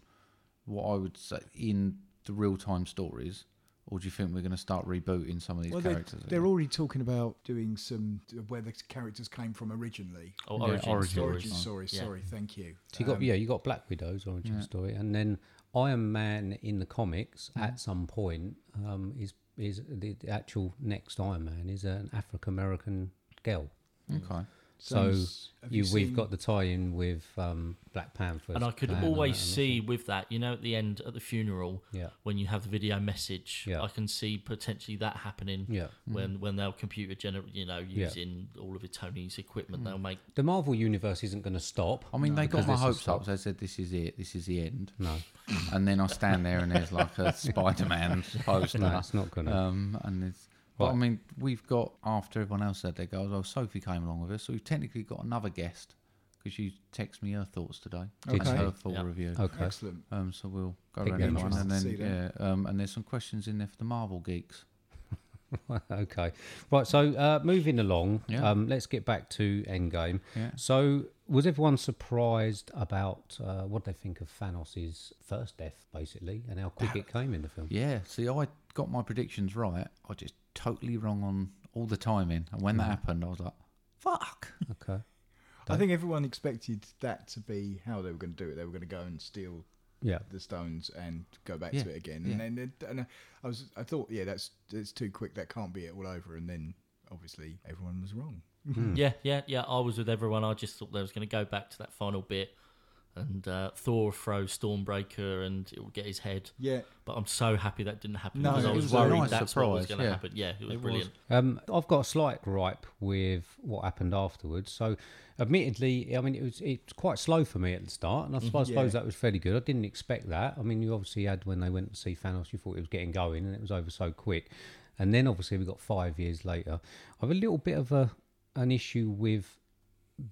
Speaker 1: what I would say in the real time stories, or do you think we're going to start rebooting some of *laughs* these
Speaker 4: Well, they're,
Speaker 1: characters?
Speaker 4: they're
Speaker 1: again?
Speaker 4: already talking about doing some where the characters came from originally.
Speaker 3: Or
Speaker 1: Yeah,
Speaker 3: origin
Speaker 1: origin
Speaker 3: stories.
Speaker 4: Origin story.
Speaker 3: Yeah.
Speaker 4: Sorry. Thank you.
Speaker 2: So you got
Speaker 4: Um,
Speaker 2: yeah, you got Black Widow's origin story, and then Iron Man in the comics
Speaker 1: Mm.
Speaker 2: at some point um, is is the, the actual next Iron Man is an African American girl.
Speaker 1: okay.
Speaker 2: So
Speaker 4: Sounds- have
Speaker 2: you,
Speaker 4: you
Speaker 2: we've
Speaker 4: seen-
Speaker 2: got the tie-in with um, Black Panther,
Speaker 3: and I could
Speaker 2: Diana
Speaker 3: always
Speaker 2: and-
Speaker 3: see with that, you know, at the end at the funeral,
Speaker 2: Yeah.
Speaker 3: when you have the video message,
Speaker 2: Yeah.
Speaker 3: I can see potentially that happening.
Speaker 2: Yeah. Mm.
Speaker 3: when when they'll computer generate, you know, using all of Tony's equipment, they'll make
Speaker 2: the Marvel universe isn't going to stop.
Speaker 1: I mean, they got
Speaker 2: because
Speaker 1: my
Speaker 2: this is
Speaker 1: hopes
Speaker 2: stop-
Speaker 1: up. They said, "This is it. This is the end." No. And then I stand there, and there's like
Speaker 4: *laughs*
Speaker 1: a Spider-Man poster.
Speaker 2: No, it's not gonna.
Speaker 1: Um, and it's. But I
Speaker 2: Mm. Right.
Speaker 1: mean, we've got after everyone else had their goals. Oh, Sophie came along with us, so we've technically got another guest because she texted me her thoughts today.
Speaker 2: Did
Speaker 1: That's
Speaker 2: she?
Speaker 1: her full
Speaker 3: Yeah.
Speaker 1: review.
Speaker 2: Okay.
Speaker 4: Excellent.
Speaker 1: Um, so we'll go
Speaker 2: Pick
Speaker 1: around
Speaker 2: them
Speaker 1: each one,
Speaker 4: up.
Speaker 1: and
Speaker 4: See
Speaker 1: then yeah,
Speaker 4: them.
Speaker 1: um, and there's some questions in there for the Marvel geeks.
Speaker 2: *laughs* okay. Right. So uh, moving along,
Speaker 1: Yeah.
Speaker 2: um, let's get back to Endgame.
Speaker 1: Yeah.
Speaker 2: So was everyone surprised about uh, what they think of Thanos' first death, basically, and how quick it came in the film?
Speaker 1: Yeah, see, I got my predictions right. I just totally wrong on all the timing, and when that happened, I was like, "Fuck!"
Speaker 2: Okay.
Speaker 4: I think everyone expected that to be how they were going to do it. They were going to go and steal
Speaker 2: Yeah.
Speaker 4: the stones and go back
Speaker 1: Yeah,
Speaker 4: to it again.
Speaker 1: yeah.
Speaker 4: And then and uh, I was I thought, yeah, that's it's too quick. That can't be it all over. And then obviously everyone was wrong.
Speaker 2: Mm.
Speaker 3: Yeah, yeah, yeah. I was with everyone. I just thought they was going to go back to that final bit, and uh, Thor throw Stormbreaker, and it would get his head.
Speaker 4: Yeah,
Speaker 3: But I'm so happy that didn't happen
Speaker 4: No,
Speaker 3: because I
Speaker 4: it
Speaker 3: was,
Speaker 4: was a
Speaker 3: worried
Speaker 1: nice
Speaker 3: that's what
Speaker 1: surprise,
Speaker 3: was going to
Speaker 1: yeah.
Speaker 3: happen. Yeah, it was brilliant.
Speaker 2: Um, I've got a slight gripe with what happened afterwards. So, admittedly, I mean it was it's quite slow for me at the start, and I suppose,
Speaker 4: Yeah.
Speaker 2: suppose that was fairly good. I didn't expect that. I mean, you obviously had when they went to see Thanos, you thought it was getting going, and it was over so quick. And then obviously we got five years later. I have a little bit of a an issue with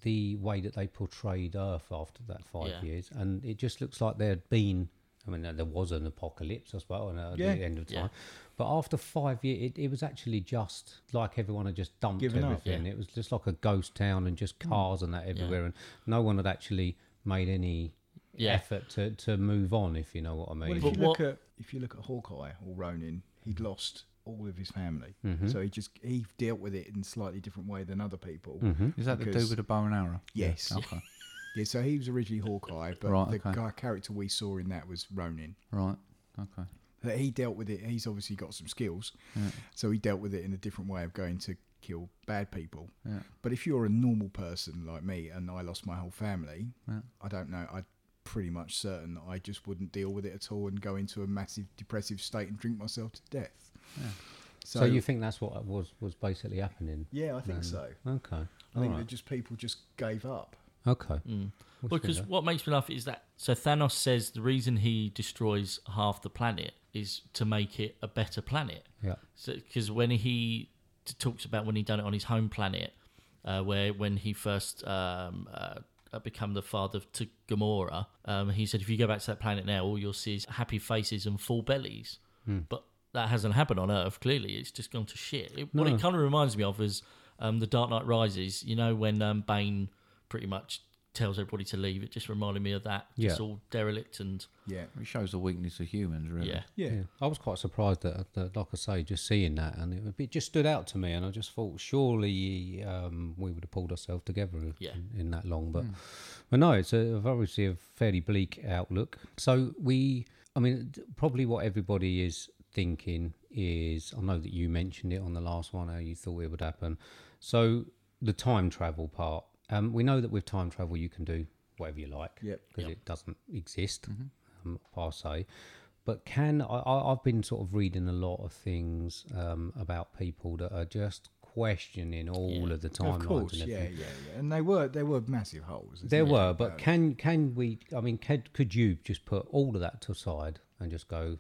Speaker 2: the way that they portrayed Earth after that five
Speaker 3: Yeah.
Speaker 2: years, and it just looks like there had been. I mean, there was an apocalypse as well, and at
Speaker 4: Yeah.
Speaker 2: the end of
Speaker 3: Yeah.
Speaker 2: time. But after five years, it, it was actually just like everyone had just dumped
Speaker 4: Given up. Hmm.
Speaker 2: everything. It was just like a ghost town and just cars and that everywhere, and no one had actually made any
Speaker 3: Yeah.
Speaker 2: effort to, to move on, if you know what I
Speaker 4: Well,
Speaker 2: mean.
Speaker 4: if
Speaker 3: But
Speaker 4: you look
Speaker 3: what-
Speaker 4: at if you look at Hawkeye or Ronin, he'd lost all of his family,
Speaker 1: Mm-hmm.
Speaker 4: so he just he dealt with it in a slightly different way than other people.
Speaker 1: Is that the
Speaker 4: Because-
Speaker 1: dude with the bow and arrow?
Speaker 4: Yes.
Speaker 1: Okay.
Speaker 4: Yeah, so he was originally Hawkeye, but
Speaker 1: Right,
Speaker 4: the
Speaker 1: okay.
Speaker 4: guy character we saw in that was Ronin.
Speaker 1: right. Okay.
Speaker 4: But he dealt with it. He's obviously got some skills, so he dealt with it in a different way of going to kill bad people. But if you're a normal person like me, and I lost my whole family, I don't know. I'd pretty much certain that I just wouldn't deal with it at all and go into a massive depressive state and drink myself to death.
Speaker 2: so you Mm. think that's what was was basically happening?
Speaker 4: Yeah, I think so.
Speaker 2: Okay.
Speaker 4: I think
Speaker 2: Alright.
Speaker 4: that just people just gave up.
Speaker 2: Okay.
Speaker 4: Hmm.
Speaker 3: Because what makes me laugh is that so Thanos says the reason he destroys half the planet is to make it a better planet.
Speaker 2: Yeah.
Speaker 3: Because when he t- talks about when he done it on his home planet, uh, where when he first um, uh, uh, become the father to Gamora, um, he said if you go back to that planet now, all you'll see is happy faces and full bellies.
Speaker 2: Hmm.
Speaker 3: But that hasn't happened on Earth. Clearly, it's just gone to shit. It, What it kind of reminds me of is um, the Dark Knight Rises. You know when um, Bane pretty much tells everybody to leave. It just reminded me of that.
Speaker 2: Yeah.
Speaker 3: It's all derelict and
Speaker 4: Yeah.
Speaker 1: It shows the weakness of humans, really.
Speaker 3: yeah.
Speaker 4: Yeah.
Speaker 2: Yeah. I was quite surprised that, that, like I say, just seeing that, and it, it just stood out to me, and I just thought, surely um, we would have pulled ourselves together
Speaker 3: Yeah.
Speaker 2: in, in that long,
Speaker 4: Hmm.
Speaker 2: but but no, it's a, obviously a fairly bleak outlook. So we, I mean, d- probably what everybody is thinking is, I know that you mentioned it on the last one, how you thought it would happen. So the time travel part, um, we know that with time travel you can do whatever you like,
Speaker 4: Yep. Mm-hmm.
Speaker 2: because it doesn't exist um, per se. But can I, I? I've been sort of reading a lot of things um, about people that are just questioning all of the timelines.
Speaker 4: Of course.
Speaker 2: and
Speaker 4: Yeah, yeah,
Speaker 2: everything.
Speaker 4: yeah. And they were they were massive holes.
Speaker 2: There were, but can can we? I mean, could could you just put all of that to aside and just go?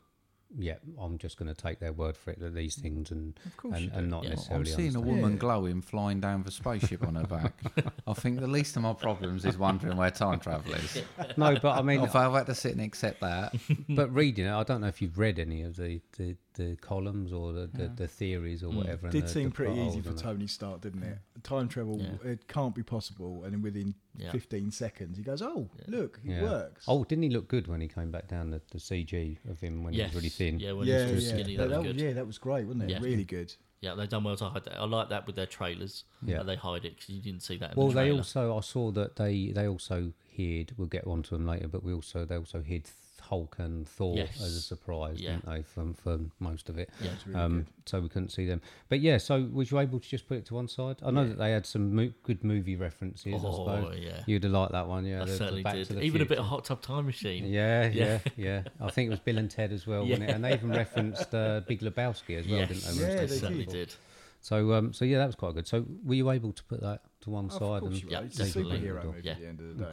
Speaker 2: Yeah, I'm just going to take their word for it that these
Speaker 4: Mm-hmm.
Speaker 2: things and and, and not
Speaker 3: Yeah.
Speaker 1: I'm
Speaker 2: necessarily.
Speaker 1: seeing a
Speaker 2: understand.
Speaker 1: woman glowing flying down with a spaceship on her back.
Speaker 4: *laughs*
Speaker 1: I think the least of my problems is wondering where time travel is.
Speaker 2: No, but
Speaker 4: *laughs*
Speaker 2: I mean,
Speaker 1: If I had to sit and accept that,
Speaker 2: but reading it, I don't know if you've read any of the the, the columns or the, the, the theories or whatever. and
Speaker 4: Mm. Did
Speaker 2: the- the
Speaker 4: seem pretty
Speaker 2: potholes
Speaker 4: easy for
Speaker 2: and that.
Speaker 4: Tony Stark, didn't it? Time travel,
Speaker 3: Yeah.
Speaker 4: it can't be possible. And then within 15 seconds, he goes, "Oh, look, it
Speaker 2: Yeah.
Speaker 4: works."
Speaker 2: Oh, didn't he look good when he came back down the, the CG of him when
Speaker 3: Yes.
Speaker 2: he was really thin?
Speaker 3: Yeah, when
Speaker 4: yeah,
Speaker 3: he's
Speaker 4: yeah.
Speaker 3: too skinny,
Speaker 4: That-
Speaker 3: that was
Speaker 4: that
Speaker 3: good.
Speaker 4: was- yeah, that was great, wasn't it?
Speaker 3: Yeah.
Speaker 4: Really good.
Speaker 3: Yeah, they've done well to hide that. I like that with their trailers.
Speaker 2: Yeah.
Speaker 3: Yeah, they hide it because you didn't see that. In
Speaker 2: Well,
Speaker 3: the trailer.
Speaker 2: they also I saw that they they also hid. We'll get onto them later, but we also they also hid th- Hulk and Thor
Speaker 3: Yes.
Speaker 2: as a surprise,
Speaker 3: Yeah.
Speaker 2: didn't they? For, for most of it.
Speaker 3: Yeah.
Speaker 2: um, so we couldn't see them. But yeah, so was you able to just put it to one side? I know that they had some mo- good movie references. I
Speaker 3: Oh,
Speaker 2: suppose.
Speaker 3: yeah.
Speaker 2: You'd have liked that one. Yeah,
Speaker 3: I
Speaker 2: the- the
Speaker 3: certainly
Speaker 2: Back
Speaker 3: did.
Speaker 2: to the
Speaker 3: Even a bit
Speaker 2: Future.
Speaker 3: of Hot Tub Time Machine. *laughs*
Speaker 2: Yeah, yeah,
Speaker 3: Yeah.
Speaker 2: yeah. I think it was Bill and Ted as well, wasn't it?
Speaker 3: Yeah.
Speaker 2: And they even referenced uh, Big Lebowski as well,
Speaker 3: yes,
Speaker 2: didn't they?
Speaker 4: Yeah,
Speaker 2: when
Speaker 4: they
Speaker 3: they
Speaker 2: was taking
Speaker 3: certainly
Speaker 2: it?
Speaker 3: did.
Speaker 2: So, um, so yeah, that was quite good. So, were you able to put that to one
Speaker 4: Of
Speaker 2: side?
Speaker 4: course
Speaker 2: and
Speaker 4: you
Speaker 3: Yeah,
Speaker 4: are. It's a
Speaker 3: definitely.
Speaker 4: superhero movie
Speaker 3: Yeah.
Speaker 4: at the end of the day.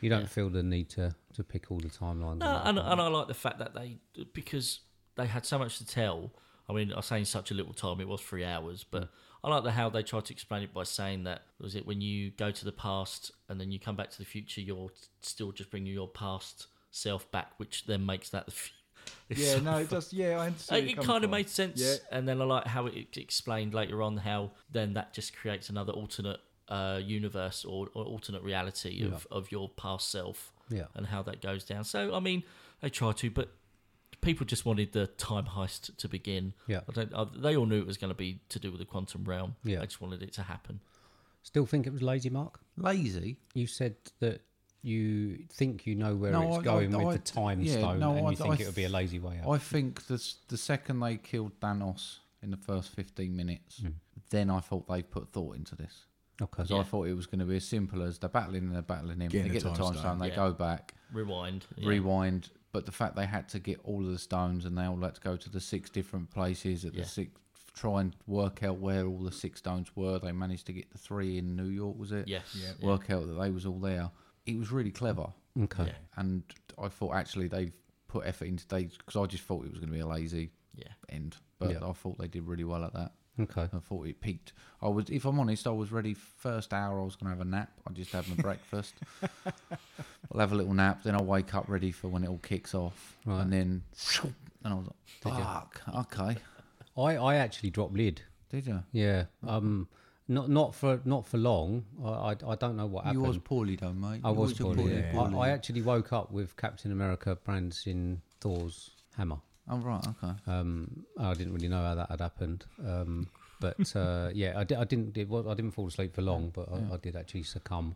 Speaker 2: you don't feel the need to, to pick all the timelines.
Speaker 3: No,
Speaker 2: and
Speaker 3: and,
Speaker 2: that.
Speaker 3: and I like the fact that they because they had so much to tell. I mean, I say in such a little time, it was three hours,
Speaker 2: Mm.
Speaker 3: but I like the how they tried to explain it by saying that was it when you go to the past and then you come back to the future, you're still just bringing your past self back, which then makes that. The fu- *laughs* it's
Speaker 4: Yeah,
Speaker 3: so
Speaker 4: no, it
Speaker 3: fu-
Speaker 4: does. Yeah, I
Speaker 3: Uh,
Speaker 4: understand.
Speaker 3: It kind of made sense,
Speaker 4: Yeah.
Speaker 3: and then I like how it explained later on how then that just creates another alternate uh, universe or, or alternate reality of, of your past self,
Speaker 2: Yeah.
Speaker 3: and how that goes down. So I mean, they try to, but people just wanted the time heist to begin.
Speaker 2: Yeah.
Speaker 3: I don't. I, they all knew it was going to be to do with the quantum realm.
Speaker 2: Yeah.
Speaker 3: they just wanted it to happen.
Speaker 2: Still think it was lazy, Mark?
Speaker 1: Lazy.
Speaker 2: You said that you think you know where
Speaker 1: No,
Speaker 2: it's
Speaker 1: I-
Speaker 2: going
Speaker 1: I-
Speaker 2: with
Speaker 1: I-
Speaker 2: the time
Speaker 1: yeah,
Speaker 2: stone,
Speaker 1: no,
Speaker 2: and
Speaker 1: I-
Speaker 2: you think
Speaker 1: I
Speaker 2: it would be a lazy way out.
Speaker 1: I think the s- the second they killed Thanos in the first fifteen minutes,
Speaker 2: Hmm.
Speaker 1: then I thought they put thought into this.
Speaker 2: okay.
Speaker 1: because I thought it was going to be as simple as they're battling and they're battling him.
Speaker 4: Getting
Speaker 1: they get
Speaker 4: the
Speaker 1: the
Speaker 4: time
Speaker 1: time
Speaker 4: stone.
Speaker 1: stone, they
Speaker 3: Yeah.
Speaker 1: go back,
Speaker 3: Rewind. yeah.
Speaker 1: rewind. But the fact they had to get all of the stones and they all had to go to the six different places at
Speaker 3: Yeah.
Speaker 1: the six, try and work out where all the six stones were. They managed to get the three in New York, was it?
Speaker 3: Yes.
Speaker 4: Yeah.
Speaker 1: Work out that they was all there. It was really clever,
Speaker 2: Okay.
Speaker 3: Yeah.
Speaker 1: and I thought actually they've put effort into they because I just thought it was going to be a lazy
Speaker 3: Yeah.
Speaker 1: end, but
Speaker 2: Yeah.
Speaker 1: I thought they did really well at that.
Speaker 2: Okay.
Speaker 1: I thought it peaked. I was, if I'm honest, I was ready. First hour, I was going to have a nap. I just had my
Speaker 2: *laughs*
Speaker 1: breakfast. I'll have a little nap, then I'll wake up ready for when it all kicks off,
Speaker 2: Right.
Speaker 1: and then *sniffs* and I was like, "Fuck, okay."
Speaker 2: I, I actually dropped lid.
Speaker 1: Did you?
Speaker 2: Yeah. Um. Not not for not for long. I I, I don't know what
Speaker 1: You
Speaker 2: happened.
Speaker 1: was poorly though, mate.
Speaker 2: I
Speaker 1: You
Speaker 2: was
Speaker 1: a
Speaker 2: poorly. yeah. I, I actually woke up with Captain America brands in Thor's hammer.
Speaker 1: oh right, okay.
Speaker 2: Um, I didn't really know how that had happened. Um, but uh, *laughs* yeah, I, di- I didn't. It was, I didn't fall asleep for long, but I, I did actually succumb,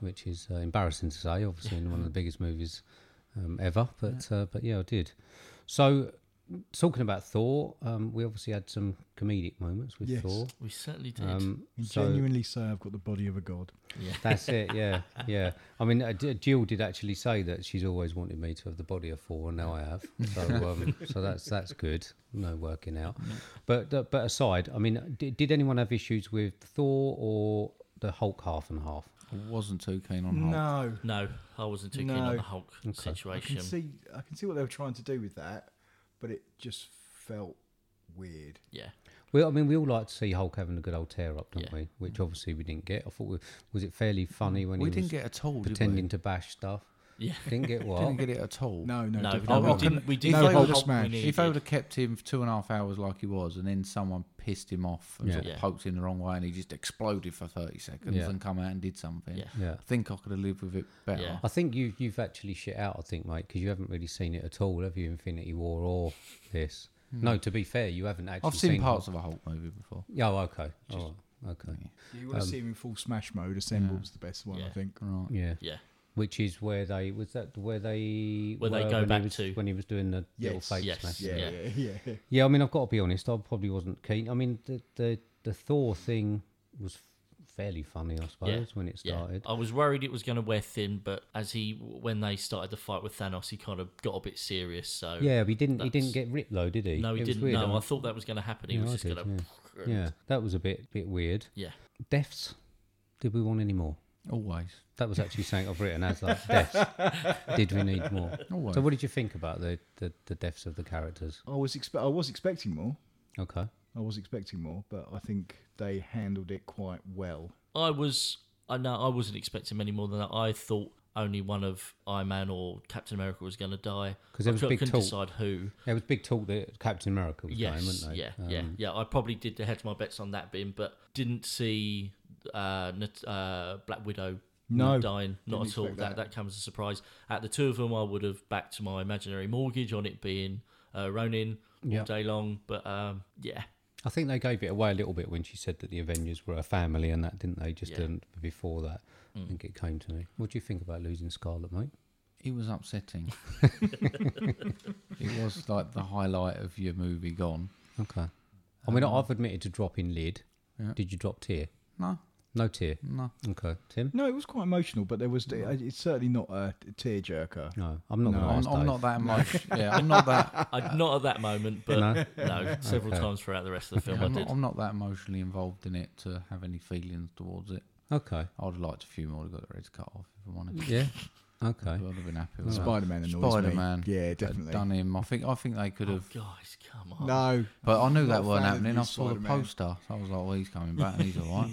Speaker 2: which is uh, embarrassing to say. Obviously, in one of the biggest movies um, ever. But uh, but yeah, I did. So talking about Thor, um, we obviously had some comedic moments with
Speaker 4: Yes.
Speaker 2: Thor.
Speaker 3: We certainly did.
Speaker 2: Um,
Speaker 4: And
Speaker 2: so-
Speaker 4: genuinely say I've got the body of a god.
Speaker 2: that's it. Yeah, yeah. I mean, uh, D- Jill did actually say that she's always wanted me to have the body of four, and now I have.
Speaker 1: *laughs*
Speaker 2: So, um, so that's that's good. No working out. But uh, but aside, I mean, did, did anyone have issues with Thor or the Hulk half and half?
Speaker 1: I wasn't too keen on Hulk.
Speaker 4: No,
Speaker 3: no, I wasn't too keen
Speaker 4: No.
Speaker 3: on the Hulk
Speaker 4: I can
Speaker 3: situation.
Speaker 4: see. I can see what they were trying to do with that, but it just felt weird.
Speaker 3: Yeah.
Speaker 2: Well, I mean, we all like to see Hulk having a good old tear up, don't
Speaker 3: Yeah.
Speaker 2: we? Which obviously we d't get. I thought we, was it fairly funny when
Speaker 1: We
Speaker 2: he
Speaker 1: didn't
Speaker 2: was
Speaker 1: get at all.
Speaker 2: pretending
Speaker 1: Did
Speaker 2: to bash stuff.
Speaker 3: Yeah.
Speaker 1: *laughs*
Speaker 2: Didn't get
Speaker 1: we?
Speaker 2: what.
Speaker 1: Didn't get it at all.
Speaker 4: No, Oh, no,
Speaker 3: No,
Speaker 4: definitely
Speaker 3: no,
Speaker 1: I
Speaker 3: we
Speaker 4: not.
Speaker 1: couldn't-
Speaker 3: didn't. We
Speaker 1: if
Speaker 3: didn't
Speaker 1: they
Speaker 3: get
Speaker 1: would've
Speaker 3: the Hulk we
Speaker 4: smashed-
Speaker 1: If I would
Speaker 3: needed.
Speaker 1: have kept him for two and a half hours like he was, and then someone pissed him off and sort of
Speaker 3: Yeah.
Speaker 1: poked him the wrong way, and he just exploded for thirty seconds
Speaker 2: Yeah.
Speaker 1: and come out and did something,
Speaker 3: Yeah.
Speaker 2: Yeah.
Speaker 1: I think I could have lived with it better.
Speaker 3: Yeah.
Speaker 2: I think you you've actually shit out. I think, mate, because you haven't really seen it at all, have you? Infinity War or this? No, to be fair, you haven't actually.
Speaker 1: I've seen,
Speaker 2: seen
Speaker 1: parts of a Hulk movie before.
Speaker 2: Yeah. Oh, okay. All right. Okay.
Speaker 4: You want to see him in full smash mode. Assemble's the best one, I
Speaker 3: Yeah.
Speaker 4: think.
Speaker 1: Right.
Speaker 2: Yeah.
Speaker 3: Yeah.
Speaker 2: Which is where they was that where they
Speaker 3: Where they
Speaker 2: were
Speaker 3: go
Speaker 2: when he
Speaker 3: back
Speaker 2: was-
Speaker 3: to.
Speaker 2: when he was doing the little
Speaker 4: Yes,
Speaker 2: fake
Speaker 3: yes,
Speaker 2: smash.
Speaker 4: Yeah,
Speaker 3: Yeah.
Speaker 4: yeah, yeah. yeah.
Speaker 2: Yeah, I mean, I've got to be honest. I probably wasn't keen. I mean, the the, the Thor thing was fairly funny, I suppose, when it started.
Speaker 3: I was worried it was going to wear thin, but as he when they started the fight with Thanos, he kind of got a bit serious. So
Speaker 2: Yeah, but he didn't. He
Speaker 3: That's-
Speaker 2: didn't get ripped though, did he?
Speaker 3: no, he
Speaker 2: It was
Speaker 3: didn't.
Speaker 2: weird.
Speaker 3: No,
Speaker 2: I'm-
Speaker 3: I thought that was going to happen. He
Speaker 2: Yeah,
Speaker 3: was
Speaker 2: I
Speaker 3: just
Speaker 2: did,
Speaker 3: going to *laughs*
Speaker 2: yeah, that was a bit bit weird.
Speaker 3: yeah,
Speaker 2: Deaths? Did we want any more?
Speaker 1: Always.
Speaker 2: That was actually something I've written as like deaths. Did we need more?
Speaker 1: Always.
Speaker 2: So, what did you think about the, the, the deaths of the characters?
Speaker 4: I was expe- I was expecting more.
Speaker 2: Okay.
Speaker 4: I was expecting more, but I think they handled it quite well.
Speaker 3: I was. I know I wasn't expecting many more than that. I thought only one of Iron Man or Captain America was going to die
Speaker 2: 'Cause there
Speaker 3: I
Speaker 2: was
Speaker 3: cou-
Speaker 2: big
Speaker 3: couldn't
Speaker 2: talk.
Speaker 3: decide who.
Speaker 2: There was big talk that Captain America was going,
Speaker 3: Yes,
Speaker 2: wasn't they? Um,
Speaker 3: yeah, yeah,
Speaker 4: um,
Speaker 3: yeah. I probably did hedge my bets on that being, but didn't see uh, Nat- uh, Black Widow
Speaker 4: No,
Speaker 3: dying. Not
Speaker 4: didn't
Speaker 3: at all. That.
Speaker 4: expect
Speaker 3: that
Speaker 4: that.
Speaker 3: comes as a surprise. At the two of them, I would have backed my imaginary mortgage on it being uh, Ronin all
Speaker 2: Yeah.
Speaker 3: day long. But um, yeah,
Speaker 2: I think they gave it away a little bit when she said that the Avengers were a family and that, didn't they? Just
Speaker 3: Yeah.
Speaker 2: um, before that, I think it came to me. What do you think about losing Scarlet, mate?
Speaker 1: It was
Speaker 2: *laughs*
Speaker 1: upsetting. *laughs* it was like the highlight of your movie gone.
Speaker 2: Okay. I mean, I've admitted to dropping lid. Did you drop tear?
Speaker 1: No,
Speaker 2: No tear.
Speaker 1: no.
Speaker 2: Okay, Tim.
Speaker 4: No, it was quite emotional, but there was. uh, It's certainly not a tearjerker.
Speaker 2: No, I'm not. gonna
Speaker 1: I'm,
Speaker 2: ask
Speaker 1: I'm
Speaker 2: Dave.
Speaker 1: not that much. Yeah, I'm not
Speaker 3: *laughs*
Speaker 1: that.
Speaker 3: I, not at that moment, but no, several times throughout the rest of the film,
Speaker 1: I'm
Speaker 3: I did.
Speaker 1: not, I'm not that emotionally involved in it to have any feelings towards it.
Speaker 2: Okay.
Speaker 1: I would have liked a few more to got the red cut off, if I'm honest.
Speaker 2: Yeah. Okay.
Speaker 1: I would have been happy with
Speaker 4: Spider Man annoys me.
Speaker 1: Spider Man.
Speaker 4: Yeah, definitely. Oh.
Speaker 1: Done him. I think I think they could have.
Speaker 3: Oh, Guys, come on.
Speaker 4: No,
Speaker 1: But I knew
Speaker 4: Not
Speaker 1: that
Speaker 4: a
Speaker 1: weren't
Speaker 4: fan of
Speaker 1: happening.
Speaker 4: you,
Speaker 1: I saw the
Speaker 4: Spider-Man.
Speaker 1: poster. So I was like, well, he's coming back and he's all *laughs*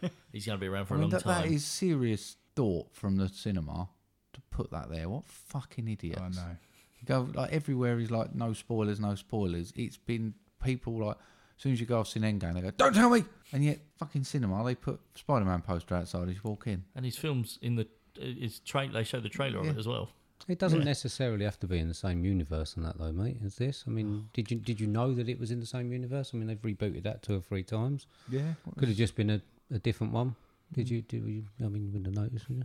Speaker 1: right.
Speaker 3: He's going to be around for
Speaker 1: I
Speaker 3: a
Speaker 1: mean,
Speaker 3: long
Speaker 1: that, that
Speaker 3: time.
Speaker 1: is serious thought from the cinema to put that there. What fucking idiots.
Speaker 4: I know.
Speaker 1: Go, like, everywhere is like, no spoilers, no spoilers. It's been people like, as soon as you go, I've seen Endgame, they go, don't tell me! And yet, fucking cinema, they put Spider Man poster outside as you walk in.
Speaker 3: And his films in the uh, his tra- they show the trailer of it as well.
Speaker 2: It doesn't necessarily have to be in the same universe and that though, mate. Is this? I mean, did you did you know that it was in the same universe? I mean, they've rebooted that two or three times.
Speaker 4: Yeah,
Speaker 2: Could have just been a, a different one. Did you? Did you? I mean, you wouldn't have noticed, would you?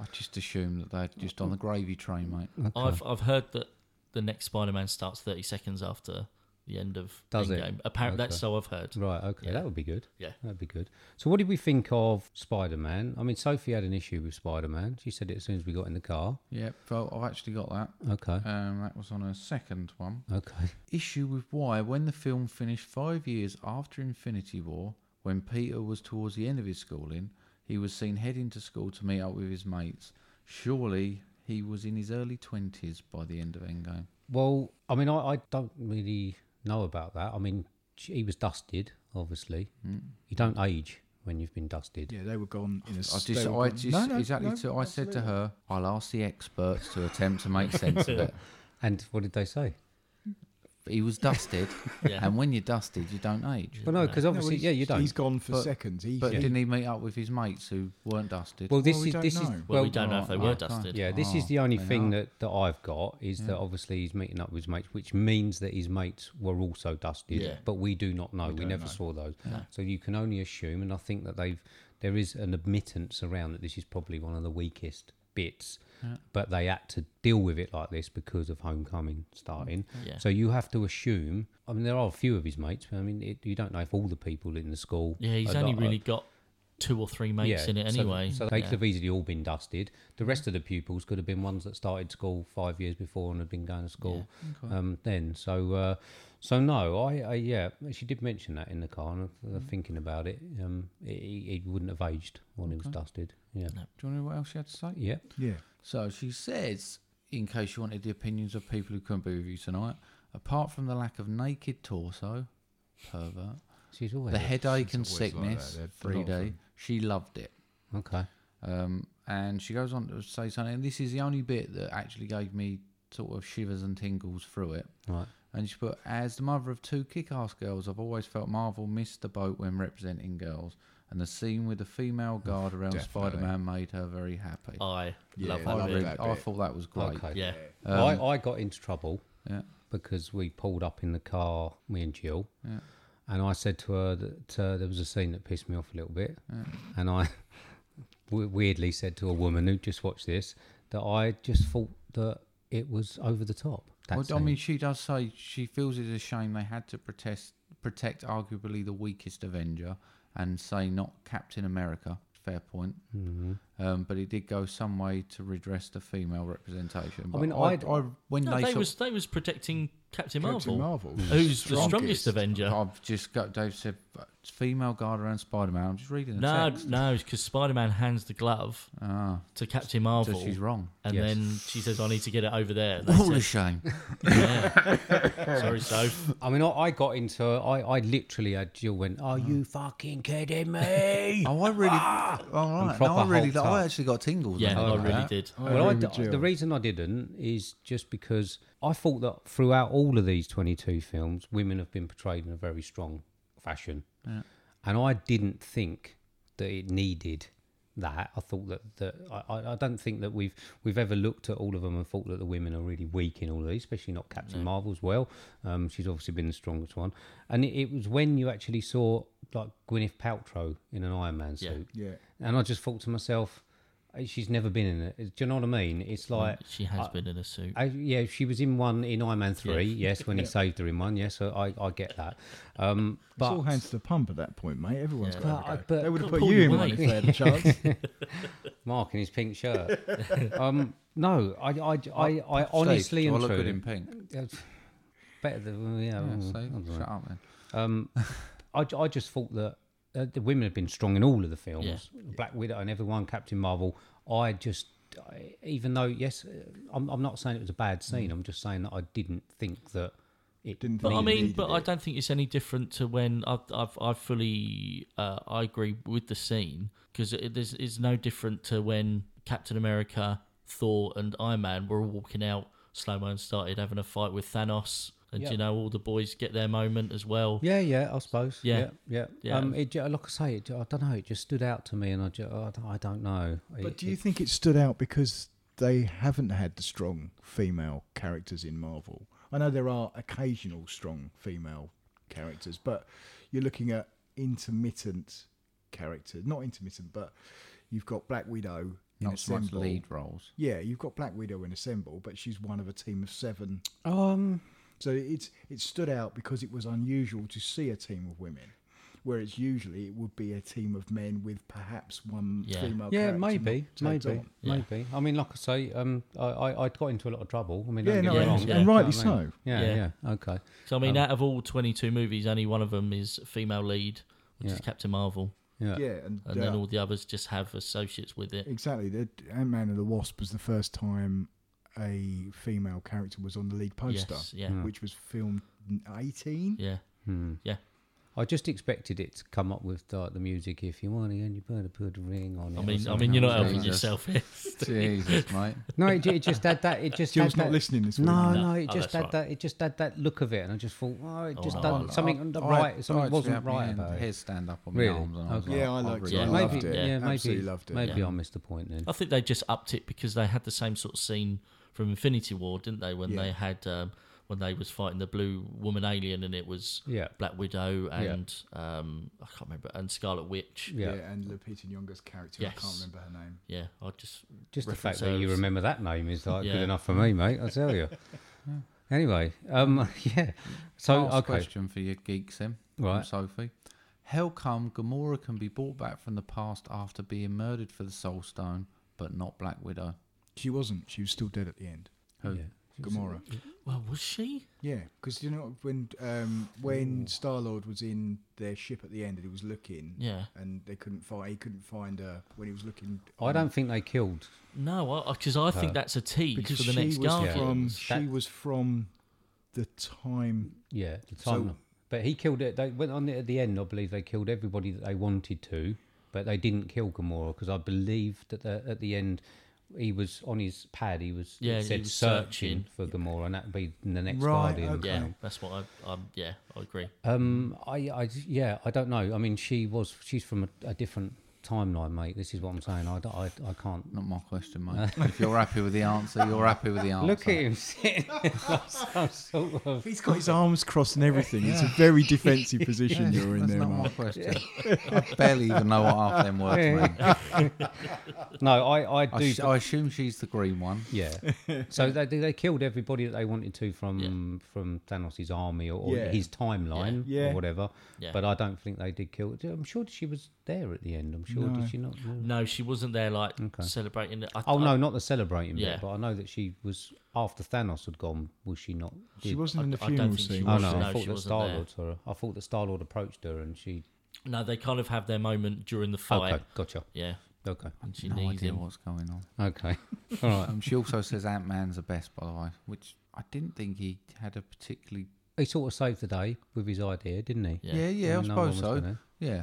Speaker 1: I just assume that they're just on the gravy train, mate.
Speaker 3: I've I've heard that the next Spider-Man starts 30 seconds after the end of
Speaker 2: Does it?
Speaker 3: Endgame. Apparently,
Speaker 2: Okay.
Speaker 3: that's so I've heard.
Speaker 2: Right. Okay. That would be good.
Speaker 3: Yeah.
Speaker 2: That'd be good. So, what did we think of Spider Man? I mean, Sophie had an issue with Spider Man. She said it as soon as we got in the car.
Speaker 1: *laughs* Yeah, well, I've actually got that.
Speaker 2: Okay.
Speaker 1: Um, that was on a second one.
Speaker 2: okay.
Speaker 1: issue with why, when the film finished five years after Infinity War, when Peter was towards the end of his schooling, he was seen heading to school to meet up with his mates. Surely he was in his early 20s by the end of Endgame.
Speaker 2: Well, I mean, I, I don't really know about that. I mean, he was dusted, obviously. You don't age when you've been dusted.
Speaker 4: yeah, they were gone in a.
Speaker 1: I
Speaker 4: they
Speaker 1: just,
Speaker 4: were
Speaker 1: I
Speaker 4: gone-
Speaker 1: just, exactly. to, I said to her, I'll ask the experts to attempt to make sense of
Speaker 2: *laughs*
Speaker 1: it.
Speaker 2: And what did they say?
Speaker 1: He was
Speaker 2: *laughs*
Speaker 1: dusted,
Speaker 3: Yeah.
Speaker 1: and when you're dusted, you don't age.
Speaker 2: Well, no, because
Speaker 4: No,
Speaker 2: obviously,
Speaker 4: he's-
Speaker 2: yeah, you don't.
Speaker 4: He's gone for
Speaker 1: But-
Speaker 4: seconds. He's,
Speaker 1: But
Speaker 4: he-
Speaker 1: didn't he meet up with his mates who weren't dusted?
Speaker 2: well, this
Speaker 4: Well, we
Speaker 2: is
Speaker 4: don't
Speaker 2: this is
Speaker 4: know.
Speaker 3: Well, we don't know if they
Speaker 1: oh,
Speaker 3: were
Speaker 1: okay.
Speaker 3: dusted.
Speaker 2: Yeah, this is
Speaker 1: Oh,
Speaker 2: the only
Speaker 1: they
Speaker 2: thing
Speaker 1: are.
Speaker 2: that, that I've got is that obviously he's meeting up with his mates, which means that his mates were also dusted.
Speaker 3: Yeah.
Speaker 2: But we do not know. We, never saw those. So you can only assume, and I think that they've there is an admittance around that this is probably one of the weakest bits. But they had to deal with it like this because of homecoming starting.
Speaker 3: Yeah.
Speaker 2: So you have to assume. I mean, there are a few of his mates, but I mean, it, you don't know if all the people in the school.
Speaker 3: Yeah, he's
Speaker 2: are
Speaker 3: only
Speaker 2: not-
Speaker 3: really got two or three mates in it
Speaker 2: so-
Speaker 3: anyway.
Speaker 2: So, they
Speaker 3: Yeah.
Speaker 2: could have easily all been dusted. The rest of the pupils could have been ones that started school five years before and had been going to school um, then. So, uh, so no, I, I yeah, she did mention that in the car, and I-
Speaker 3: Mm.
Speaker 2: I'm thinking about it, um, he, he wouldn't have aged when he was dusted. Yeah,
Speaker 1: Do you want to know what else she had to say?
Speaker 2: yeah,
Speaker 4: yeah,
Speaker 1: So she says, in case you wanted the opinions of people who couldn't be with you tonight, apart from the lack of naked torso, pervert,
Speaker 2: she's always
Speaker 1: the headache and
Speaker 4: always like that.
Speaker 1: sickness,
Speaker 4: They're- they're
Speaker 1: three
Speaker 4: not
Speaker 1: day,
Speaker 4: fun.
Speaker 1: she loved it.
Speaker 2: okay.
Speaker 1: Um, and she goes on to say something, and this is the only bit that actually gave me sort of shivers and tingles through it.
Speaker 2: Right.
Speaker 1: And she put, as the mother of two kick ass girls, I've always felt Marvel missed the boat when representing girls. And the scene with the female guard around Spider
Speaker 4: Definitely.
Speaker 1: Man made her very happy.
Speaker 3: I
Speaker 4: Yeah,
Speaker 3: love
Speaker 1: I,
Speaker 3: that
Speaker 4: love
Speaker 3: bit.
Speaker 1: really,
Speaker 4: that
Speaker 1: I
Speaker 4: bit.
Speaker 1: thought that was great.
Speaker 2: Okay.
Speaker 3: Yeah.
Speaker 2: I, I got into trouble
Speaker 1: Um, Yeah.
Speaker 2: because we pulled up in the car, me and Jill, and I said to her that uh, there was a scene that pissed me off a little bit, and I *laughs* we- weirdly said to a woman who just watched this that I just thought that it was over the top. That
Speaker 1: Well, I
Speaker 2: scene.
Speaker 1: mean, she does say she feels it's a shame they had to protest, protect arguably the weakest Avenger and say not Captain America. Fair point. Mm-hmm. Um, but it did go some way to redress the female representation. But I
Speaker 2: mean,
Speaker 1: mean, I,
Speaker 2: I'd-
Speaker 1: I, when
Speaker 3: No,
Speaker 1: they,
Speaker 3: they
Speaker 1: sort-
Speaker 3: was they was protecting Captain Marvel,
Speaker 4: Captain Marvel,
Speaker 3: who's the strongest Avenger.
Speaker 1: I've just got Dave said female guard around Spider Man. I'm just reading the
Speaker 3: No,
Speaker 1: text.
Speaker 3: no, because Spider Man hands the glove to Captain Marvel.
Speaker 1: So she's wrong.
Speaker 3: And
Speaker 2: Yes.
Speaker 3: then she says, I need to get it over there. And they
Speaker 1: All a
Speaker 3: said,
Speaker 1: shame.
Speaker 3: Sorry, Soph.
Speaker 2: I mean, I, I got into I I literally had Jill went, "Are
Speaker 1: Mm.
Speaker 2: you fucking kidding
Speaker 1: *laughs*
Speaker 2: me?"
Speaker 1: *laughs* Oh, I
Speaker 3: *laughs*
Speaker 1: really. all right. No, I
Speaker 2: proper
Speaker 1: really.
Speaker 2: hulked
Speaker 1: I
Speaker 2: up.
Speaker 1: actually got tingles.
Speaker 3: Yeah,
Speaker 1: when I
Speaker 3: I
Speaker 1: heard
Speaker 3: really
Speaker 1: that.
Speaker 3: did.
Speaker 2: well, I
Speaker 4: Oh, agree
Speaker 2: d-
Speaker 4: with Jill.
Speaker 2: the reason I didn't is just because I thought that throughout all of these 22 films, women have been portrayed in a very strong fashion. And I didn't think that it needed that. I thought that, that I- I, I don't think that we've we've ever looked at all of them and thought that the women are really weak in all of these, especially not Captain Marvel as well. Um, she's obviously been the strongest one. And it, it was when you actually saw like Gwyneth Paltrow in an Iron Man suit.
Speaker 4: *laughs* yeah.
Speaker 2: And I just thought to myself, uh, she's never been in it. Do you know what I mean? It's
Speaker 1: Mm.
Speaker 2: like
Speaker 3: She has been in a suit.
Speaker 2: I, yeah, she was in one in Iron Man three.
Speaker 1: *laughs*
Speaker 2: Yes, when he saved her in one. Yes, so I, I get that. Um,
Speaker 4: It's
Speaker 2: but
Speaker 4: all hands to the pump at that point, mate. Everyone's got
Speaker 2: But I-
Speaker 4: to go.
Speaker 2: but-
Speaker 4: they would have
Speaker 3: Gotta
Speaker 4: put
Speaker 3: pull
Speaker 4: you
Speaker 3: you
Speaker 4: in one
Speaker 3: away.
Speaker 4: if they had a chance.
Speaker 2: Mark in his pink
Speaker 1: *laughs*
Speaker 2: shirt. um, no, I I, I, I
Speaker 1: Steve,
Speaker 2: honestly
Speaker 1: do I
Speaker 2: and
Speaker 1: look good
Speaker 2: truly-
Speaker 1: in pink.
Speaker 2: Yeah, Better than yeah.
Speaker 1: Yeah,
Speaker 2: mm,
Speaker 1: so
Speaker 2: I'm
Speaker 1: shut
Speaker 2: sorry.
Speaker 1: up then.
Speaker 2: Um, I, I just thought that uh, the women have been strong in all of the films, Black Widow and everyone, Captain Marvel. I just, I, even though yes, uh, I'm, I'm not saying it was a bad scene.
Speaker 1: Mm.
Speaker 2: I'm just saying that I didn't think that it
Speaker 4: Didn't
Speaker 3: But I
Speaker 4: Needed,
Speaker 3: mean,
Speaker 4: needed
Speaker 3: but I
Speaker 4: it.
Speaker 3: don't think it's any different to when I've, I've, I fully, uh, I agree with the scene because it is it's no different to when Captain America, Thor, and Iron Man were all walking out slow mo and started having a fight with Thanos, and you know all the boys get their moment as well.
Speaker 2: Yeah, yeah, I suppose.
Speaker 3: Yeah.
Speaker 2: yeah, yeah.
Speaker 3: Yeah.
Speaker 2: Um, it, ju- like I say, it, ju- I don't know. It just stood out to me, and I, ju- I, don't- I don't know.
Speaker 4: But
Speaker 2: It-
Speaker 4: do you
Speaker 2: it-
Speaker 4: think it stood out because they haven't had the strong female characters in Marvel? I know there are occasional strong female characters, but you're looking at intermittent characters. Not intermittent, but you've got Black Widow in
Speaker 1: Not so much
Speaker 4: Assemble.
Speaker 2: *laughs*
Speaker 1: lead roles.
Speaker 4: Yeah, you've got Black Widow in Assemble, but she's one of a team of seven.
Speaker 2: Um,
Speaker 4: So it's it stood out because it was unusual to see a team of women. Whereas usually it would be a team of men with perhaps one
Speaker 3: Yeah.
Speaker 4: female
Speaker 2: yeah,
Speaker 4: character
Speaker 2: maybe,
Speaker 4: not tagged
Speaker 2: maybe,
Speaker 4: on.
Speaker 3: Yeah.
Speaker 2: maybe. I mean, like I say, um, I, I, I got into a lot of trouble. I mean,
Speaker 4: Yeah,
Speaker 2: don't get
Speaker 4: no,
Speaker 2: me
Speaker 3: and-
Speaker 2: wrong,
Speaker 3: and
Speaker 2: do you know
Speaker 4: rightly
Speaker 2: what I mean?
Speaker 4: so.
Speaker 2: Yeah, yeah,
Speaker 3: Yeah.
Speaker 2: okay.
Speaker 3: So I mean,
Speaker 2: Um,
Speaker 3: out of all twenty-two movies, only one of them is female lead, which is
Speaker 2: Yeah.
Speaker 3: Captain Marvel,
Speaker 2: Yeah,
Speaker 4: Yeah, and,
Speaker 3: and then
Speaker 4: uh,
Speaker 3: all the others just have associates with it.
Speaker 4: Exactly. The Ant Man and the Wasp was the first time a female character was on the lead poster,
Speaker 3: Yes, yeah,
Speaker 2: Mm.
Speaker 4: which was filmed in 18.
Speaker 3: yeah.
Speaker 2: Hmm.
Speaker 3: Yeah.
Speaker 2: I just expected it to come up with like, the music. If you want it, you better put a ring on it.
Speaker 3: I
Speaker 2: or
Speaker 3: mean, I
Speaker 2: something.
Speaker 3: mean, you're not
Speaker 1: Yeah.
Speaker 3: helping
Speaker 1: Jesus.
Speaker 3: yourself here. *laughs*
Speaker 1: Jesus,
Speaker 2: *laughs*
Speaker 1: mate.
Speaker 2: No, it, ju- it just had that. It just
Speaker 4: Jill's
Speaker 2: had
Speaker 4: not
Speaker 2: that-
Speaker 4: listening this week.
Speaker 2: No,
Speaker 3: No.
Speaker 2: no, it
Speaker 3: Oh,
Speaker 2: just
Speaker 3: that's
Speaker 2: had
Speaker 3: right.
Speaker 2: that. It just had that look of it, and I just thought, oh, it just
Speaker 3: Oh,
Speaker 2: doesn't
Speaker 3: I-
Speaker 2: something
Speaker 1: I-
Speaker 2: not
Speaker 1: I-
Speaker 2: right. Something
Speaker 1: I'd
Speaker 2: wasn't
Speaker 1: have my
Speaker 2: right
Speaker 1: hand-
Speaker 2: about it.
Speaker 1: Hair stand up on
Speaker 2: Really?
Speaker 1: my arms. And I was
Speaker 2: Okay.
Speaker 1: like,
Speaker 4: Yeah, I liked it.
Speaker 1: really
Speaker 4: I
Speaker 3: Yeah.
Speaker 4: loved
Speaker 2: maybe,
Speaker 4: it.
Speaker 2: yeah, maybe,
Speaker 4: Absolutely loved it.
Speaker 2: maybe
Speaker 3: Yeah.
Speaker 2: I missed the point then.
Speaker 3: I think they just upped it because they had the same sort of scene from Infinity War, didn't they? When
Speaker 4: Yeah.
Speaker 3: they had um, when they was fighting the blue woman alien, and it was
Speaker 2: Yeah.
Speaker 3: Black Widow and um, I can't remember and Scarlet Witch.
Speaker 4: Yeah.
Speaker 2: Yeah,
Speaker 4: and Lupita Nyong'o's character, I can't
Speaker 3: Yes.
Speaker 4: remember her name.
Speaker 3: Yeah, I just
Speaker 2: just the
Speaker 3: reference
Speaker 2: fact that you
Speaker 3: those.
Speaker 2: remember that name is like good
Speaker 3: Yeah.
Speaker 2: enough for me, mate. I tell you. anyway, um, *laughs* yeah. So
Speaker 1: Last
Speaker 2: okay,
Speaker 1: question for you, geeks, him.
Speaker 2: Right.
Speaker 1: Sophie. How come Gamora can be brought back from the past after being murdered for the Soul Stone, but not Black Widow?
Speaker 4: She wasn't. She was still dead at the end.
Speaker 1: Who?
Speaker 4: Gamora.
Speaker 3: Well, was she?
Speaker 4: Yeah, because you know when um, when Star Lord was in their ship at the end and he was looking,
Speaker 3: Yeah.
Speaker 4: and they couldn't find. He couldn't find her when he was looking.
Speaker 2: I don't think they killed.
Speaker 3: No, because I, think that's a tease
Speaker 4: because
Speaker 3: for the
Speaker 4: she
Speaker 3: next
Speaker 4: was from
Speaker 3: Guardians.
Speaker 4: she was from the time
Speaker 2: Yeah, the
Speaker 4: So-
Speaker 2: time. but he killed it. They went on it at the end. I believe they killed everybody that they wanted to, but they didn't kill Gamora because I believe that the, at the end he was on his pad. He was it
Speaker 3: Yeah, he
Speaker 2: said
Speaker 3: was
Speaker 2: searching,
Speaker 3: searching.
Speaker 2: for Gamora, and that'd be in the next
Speaker 4: Right,
Speaker 2: Guardian.
Speaker 4: okay.
Speaker 3: Yeah,
Speaker 2: film.
Speaker 3: that's what I. Um, yeah, I agree.
Speaker 2: Um. I. I. Yeah. I don't know. I mean, she was. She's from a, a different timeline, mate. This is what I'm saying. I. don't- I, I can't.
Speaker 1: Not my question, mate.
Speaker 2: *laughs*
Speaker 1: if you're happy with the answer, you're happy with the answer.
Speaker 2: Look at him sitting. like some sort of-
Speaker 4: He's got his arms crossed and everything. It's a very defensive
Speaker 1: Yeah,
Speaker 4: position you're in
Speaker 1: that's
Speaker 4: there,
Speaker 1: not
Speaker 2: *laughs*
Speaker 1: my
Speaker 4: Mark.
Speaker 1: question. I barely even know what half them words mean.
Speaker 2: *laughs* *laughs* No, I. I do.
Speaker 1: I, sh- I assume she's the green one.
Speaker 2: Yeah. So they they killed everybody that they wanted to from from Thanos' army or, or
Speaker 4: Yeah.
Speaker 2: his timeline
Speaker 4: Yeah. Yeah.
Speaker 2: or whatever.
Speaker 3: Yeah.
Speaker 2: But I don't think they did kill. I'm sure she was there at the end. I'm sure did she not?
Speaker 3: No, she wasn't there like celebrating. it. I,
Speaker 2: Oh
Speaker 3: I-
Speaker 2: no, not the celebrating bit.
Speaker 3: Yeah.
Speaker 2: But I know that she was after Thanos had gone. Was she not?
Speaker 4: She
Speaker 2: did-
Speaker 4: wasn't
Speaker 3: I-
Speaker 4: in the
Speaker 3: I don't
Speaker 4: funeral
Speaker 3: think she
Speaker 4: scene.
Speaker 2: Oh
Speaker 4: was
Speaker 3: was.
Speaker 2: no!
Speaker 4: she?
Speaker 3: No,
Speaker 2: I
Speaker 3: she
Speaker 2: thought that
Speaker 3: wasn't
Speaker 2: Star
Speaker 3: there.
Speaker 2: Lord saw her. I thought that Star Lord approached her and she.
Speaker 3: no, they kind of have their moment during the fight.
Speaker 2: Okay, gotcha.
Speaker 3: Yeah,
Speaker 2: Okay,
Speaker 3: and she
Speaker 1: no
Speaker 3: needs
Speaker 1: idea
Speaker 3: him.
Speaker 1: what's going on.
Speaker 2: okay, *laughs* all right.
Speaker 1: Um, she also says Ant Man's the best, by the way, which I didn't think he had a particularly.
Speaker 2: He sort of saved the day with his idea, didn't he?
Speaker 1: Yeah, yeah, I
Speaker 2: No one
Speaker 1: suppose
Speaker 2: was
Speaker 1: so.
Speaker 2: gonna.
Speaker 1: Yeah,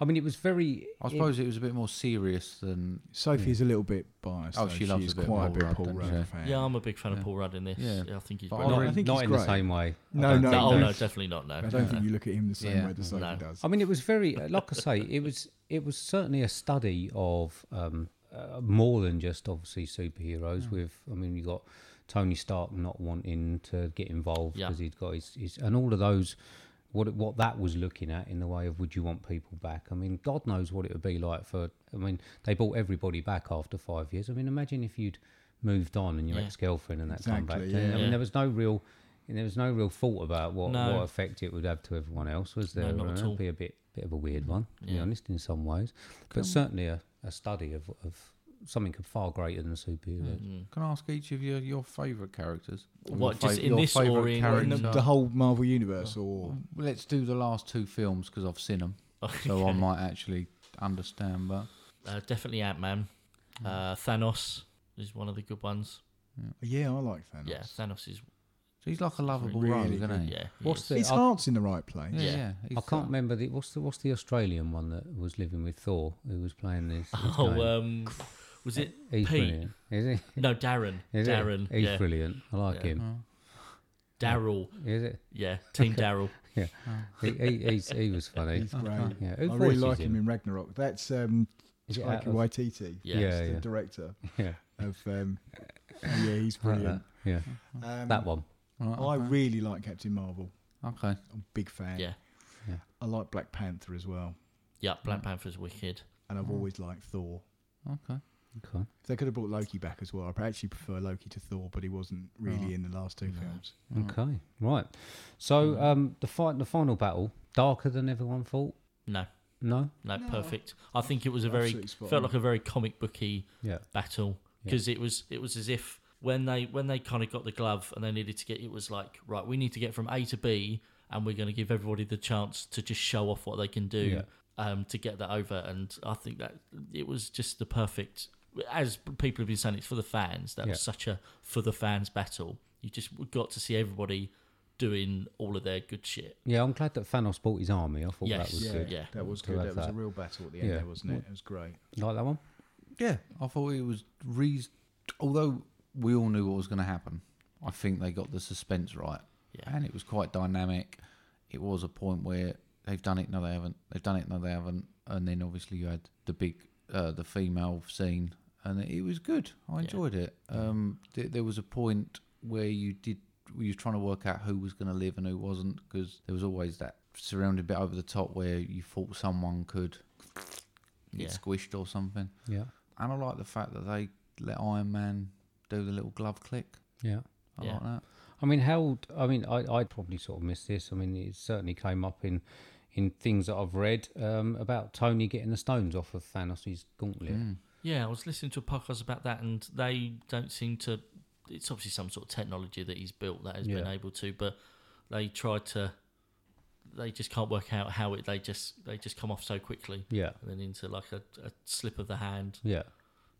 Speaker 2: I mean, it was very.
Speaker 1: I suppose it was a bit more serious than.
Speaker 4: Sophie's a little bit biased.
Speaker 1: Oh,
Speaker 4: though.
Speaker 1: she loves
Speaker 4: is
Speaker 1: a bit
Speaker 4: quite
Speaker 1: Paul
Speaker 4: a bit
Speaker 1: Rudd,
Speaker 4: Paul
Speaker 1: doesn't
Speaker 4: Rudd
Speaker 1: she?
Speaker 4: fan.
Speaker 3: Yeah, I'm a big fan of Paul Rudd in this.
Speaker 1: Yeah.
Speaker 3: Yeah, I think he's
Speaker 1: But I
Speaker 3: brilliant.
Speaker 2: not,
Speaker 4: I think
Speaker 2: not
Speaker 4: he's
Speaker 2: in the
Speaker 4: great.
Speaker 2: same way. I
Speaker 4: No,
Speaker 2: don't
Speaker 4: no,
Speaker 2: think.
Speaker 3: No, oh, no,
Speaker 4: don't-
Speaker 3: definitely not. No,
Speaker 4: I don't
Speaker 3: no.
Speaker 4: think you look at him the same
Speaker 1: Yeah.
Speaker 4: way the Sophie
Speaker 3: No.
Speaker 4: does.
Speaker 2: I mean, it was very, uh, like I say, it was it was certainly a study of um, uh, more than just obviously
Speaker 3: Mm.
Speaker 2: superheroes. With I mean, you got Tony Stark not wanting to get involved
Speaker 3: Yeah.
Speaker 2: because he'd got his, his and all of those what it- what that was looking at in the way of would you want people back? I mean, God knows what it would be like for. I mean, they brought everybody back after five years. I mean, imagine if you'd moved on and your
Speaker 3: Yeah.
Speaker 2: ex girlfriend and that come back.
Speaker 4: Exactly,
Speaker 2: to you. I
Speaker 3: yeah.
Speaker 2: mean, there was no real. There was no real thought about what,
Speaker 3: No.
Speaker 2: what effect it would have to everyone else, was there?
Speaker 3: not at
Speaker 2: Uh,
Speaker 3: all.
Speaker 2: be a bit bit of a weird one, to be
Speaker 3: Mm. Yeah.
Speaker 2: honest, in some ways. But certainly a, a study of, of something far greater than superheroes.
Speaker 3: Mm.
Speaker 1: Can I ask each of you your favourite characters? Or
Speaker 3: What,
Speaker 1: your
Speaker 3: just
Speaker 1: fav-
Speaker 3: in
Speaker 1: your
Speaker 3: this
Speaker 1: favourite
Speaker 3: or in-
Speaker 1: character?
Speaker 4: In the, the whole Marvel universe, or
Speaker 1: Let's do the last two films because I've seen them,
Speaker 3: *laughs*
Speaker 1: so I might actually understand. But
Speaker 3: Uh, definitely Ant Man. Uh, Thanos is one of the good ones.
Speaker 4: yeah, I like Thanos.
Speaker 3: Yeah, Thanos is.
Speaker 1: so he's like a lovable
Speaker 4: Really
Speaker 1: rogue,
Speaker 4: good.
Speaker 1: isn't he?
Speaker 3: Yeah. he
Speaker 2: What's
Speaker 3: is.
Speaker 2: the?
Speaker 4: His
Speaker 2: I-
Speaker 4: heart's in the right place.
Speaker 1: yeah.
Speaker 3: Yeah.
Speaker 1: yeah,
Speaker 2: I
Speaker 1: he's-
Speaker 2: can't remember the what's the what's the Australian one that was living with Thor who was playing this. this game?
Speaker 3: *laughs* Oh, um, was it
Speaker 2: he's
Speaker 3: Pete?
Speaker 2: brilliant, is he?
Speaker 3: No, Darren.
Speaker 2: Is he?
Speaker 3: Darren.
Speaker 2: he's
Speaker 3: yeah.
Speaker 2: brilliant. I like
Speaker 3: Yeah.
Speaker 2: him.
Speaker 3: Daryl.
Speaker 2: Is it?
Speaker 3: Yeah. Team Daryl.
Speaker 2: Yeah, he, he, he's, he was funny.
Speaker 4: He's great.
Speaker 2: Yeah,
Speaker 4: I
Speaker 2: who
Speaker 4: really
Speaker 2: voices
Speaker 4: like him
Speaker 2: him?
Speaker 4: in Ragnarok. That's um,
Speaker 2: Is it
Speaker 4: Taika
Speaker 2: out of-
Speaker 4: Waititi,
Speaker 3: *laughs* Yeah.
Speaker 2: Yeah.
Speaker 4: the director
Speaker 2: yeah,
Speaker 4: of.
Speaker 2: *laughs*
Speaker 4: Um, oh yeah, he's
Speaker 2: like
Speaker 4: brilliant.
Speaker 2: that. yeah.
Speaker 4: Um,
Speaker 2: that one.
Speaker 1: Right,
Speaker 4: I
Speaker 1: okay.
Speaker 4: really like Captain Marvel.
Speaker 1: okay.
Speaker 4: I'm a big fan.
Speaker 3: Yeah.
Speaker 4: I like Black Panther as well,
Speaker 3: Yeah. Black Panther's wicked.
Speaker 4: and
Speaker 2: Hmm.
Speaker 4: I've always liked Thor.
Speaker 1: Okay.
Speaker 2: Okay.
Speaker 4: If they could have brought Loki back as well, I actually prefer Loki to Thor, but he wasn't really
Speaker 2: Oh.
Speaker 4: in the last two films.
Speaker 2: Okay. Right.
Speaker 4: Mm.
Speaker 2: So um, the fight, the final battle, darker than everyone thought.
Speaker 3: No.
Speaker 2: No.
Speaker 3: No, perfect. I think it was a very
Speaker 4: Absolutely spot
Speaker 3: felt
Speaker 4: on.
Speaker 3: like a very comic booky
Speaker 2: Yeah.
Speaker 3: battle because it was it was as if when they when they kind of got the glove and they needed to get it was like right we need to get from A to B and we're going to give everybody the chance to just show off what they can do
Speaker 2: Yeah.
Speaker 3: um, to get that over and I think that it was just the perfect as people have been saying it's for the fans that
Speaker 2: Yeah.
Speaker 3: was such a for the fans battle you just got to see everybody doing all of their good shit
Speaker 2: Yeah, I'm glad that Thanos bought his army. I thought
Speaker 3: Yes.
Speaker 2: that was
Speaker 3: Yeah.
Speaker 2: good.
Speaker 3: Yeah.
Speaker 4: that was
Speaker 2: To
Speaker 4: good.
Speaker 2: have
Speaker 4: That was a
Speaker 2: that.
Speaker 4: real battle at the end,
Speaker 2: Yeah.
Speaker 4: there, wasn't it? It was great.
Speaker 2: You Like that one.
Speaker 1: Yeah, I thought it was reas Although we all knew what was going to happen, I think they got the suspense right.
Speaker 3: Yeah.
Speaker 1: And it was quite dynamic. It was a point where they've done it, no, they haven't. They've done it, no, they haven't. And then obviously you had the big, uh, the female scene, and it was good. I enjoyed it. Um, th- there was a point where you did, where you were trying to work out who was going to live and who wasn't, because there was always that surrounded bit over the top where you thought someone could get
Speaker 3: Yeah.
Speaker 1: squished or something.
Speaker 2: Yeah.
Speaker 1: And I like the fact that they let Iron Man do the little glove click.
Speaker 2: Yeah.
Speaker 1: I
Speaker 3: Yeah.
Speaker 1: like that.
Speaker 2: I mean, how? I mean, I I probably sort of missed this. I mean, it certainly came up in in things that I've read um, about Tony getting the stones off of Thanos' gauntlet.
Speaker 4: Mm.
Speaker 3: Yeah, I was listening to a podcast about that, and they don't seem to. It's obviously some sort of technology that he's built that has been
Speaker 2: Yeah.
Speaker 3: able to, but they tried to. They just can't work out how it. They just they just come off so quickly,
Speaker 2: Yeah.
Speaker 3: and then into like a, a slip of the hand.
Speaker 2: Yeah.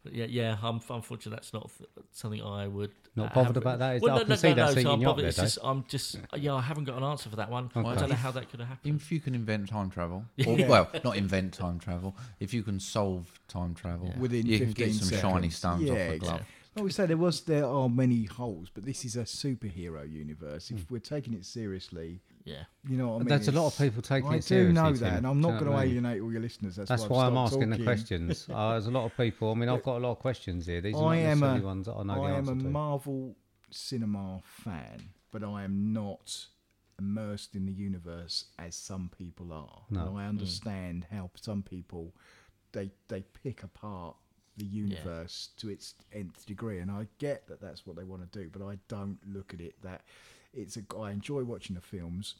Speaker 3: But yeah, yeah. I'm unfortunately that's not th- something I would
Speaker 2: Not
Speaker 3: uh,
Speaker 2: bothered
Speaker 3: have-
Speaker 2: about that? Is
Speaker 3: Well,
Speaker 2: that- I
Speaker 3: no,
Speaker 2: can
Speaker 3: no,
Speaker 2: see
Speaker 3: no,
Speaker 2: that's
Speaker 3: no, so
Speaker 2: eating
Speaker 3: I'm,
Speaker 2: you up
Speaker 3: bothered. It's
Speaker 2: there,
Speaker 3: just, I'm just yeah. I haven't got an answer for that one. I don't know how that could have happened.
Speaker 1: If you can invent time travel, or, well, not invent time travel, if you can solve time travel,
Speaker 4: Within
Speaker 1: you
Speaker 4: 15
Speaker 1: can get some
Speaker 4: seconds.
Speaker 1: shiny stones
Speaker 4: yeah,
Speaker 1: off the glove.
Speaker 4: exactly. I always say there was there are many holes, but this is a superhero universe. If we're taking it seriously,
Speaker 3: yeah,
Speaker 4: you know what I mean.
Speaker 2: Hmm. That's a lot
Speaker 4: It's-
Speaker 2: of people taking
Speaker 4: I
Speaker 2: it
Speaker 4: do know
Speaker 2: seriously,
Speaker 4: that,
Speaker 2: Tim.
Speaker 4: and I'm not
Speaker 2: Do you know
Speaker 4: going to
Speaker 2: what I mean?
Speaker 4: alienate all your listeners. That's,
Speaker 2: That's
Speaker 4: why, I've
Speaker 2: why I'm
Speaker 4: stopped
Speaker 2: asking the
Speaker 4: talking.
Speaker 2: questions. Uh, there's a lot of people. I mean, I've got a lot of questions here. These are not
Speaker 4: I am
Speaker 2: necessarily
Speaker 4: a,
Speaker 2: ones that I know
Speaker 4: I
Speaker 2: the
Speaker 4: am
Speaker 2: answer
Speaker 4: a
Speaker 2: to.
Speaker 4: Marvel cinema fan, but I am not immersed in the universe as some people are.
Speaker 2: No. Mm.
Speaker 4: And I understand how some people they they pick apart the universe to its nth degree, and I get that that's what they want to do, but I don't look at it that it's a. I enjoy watching the films.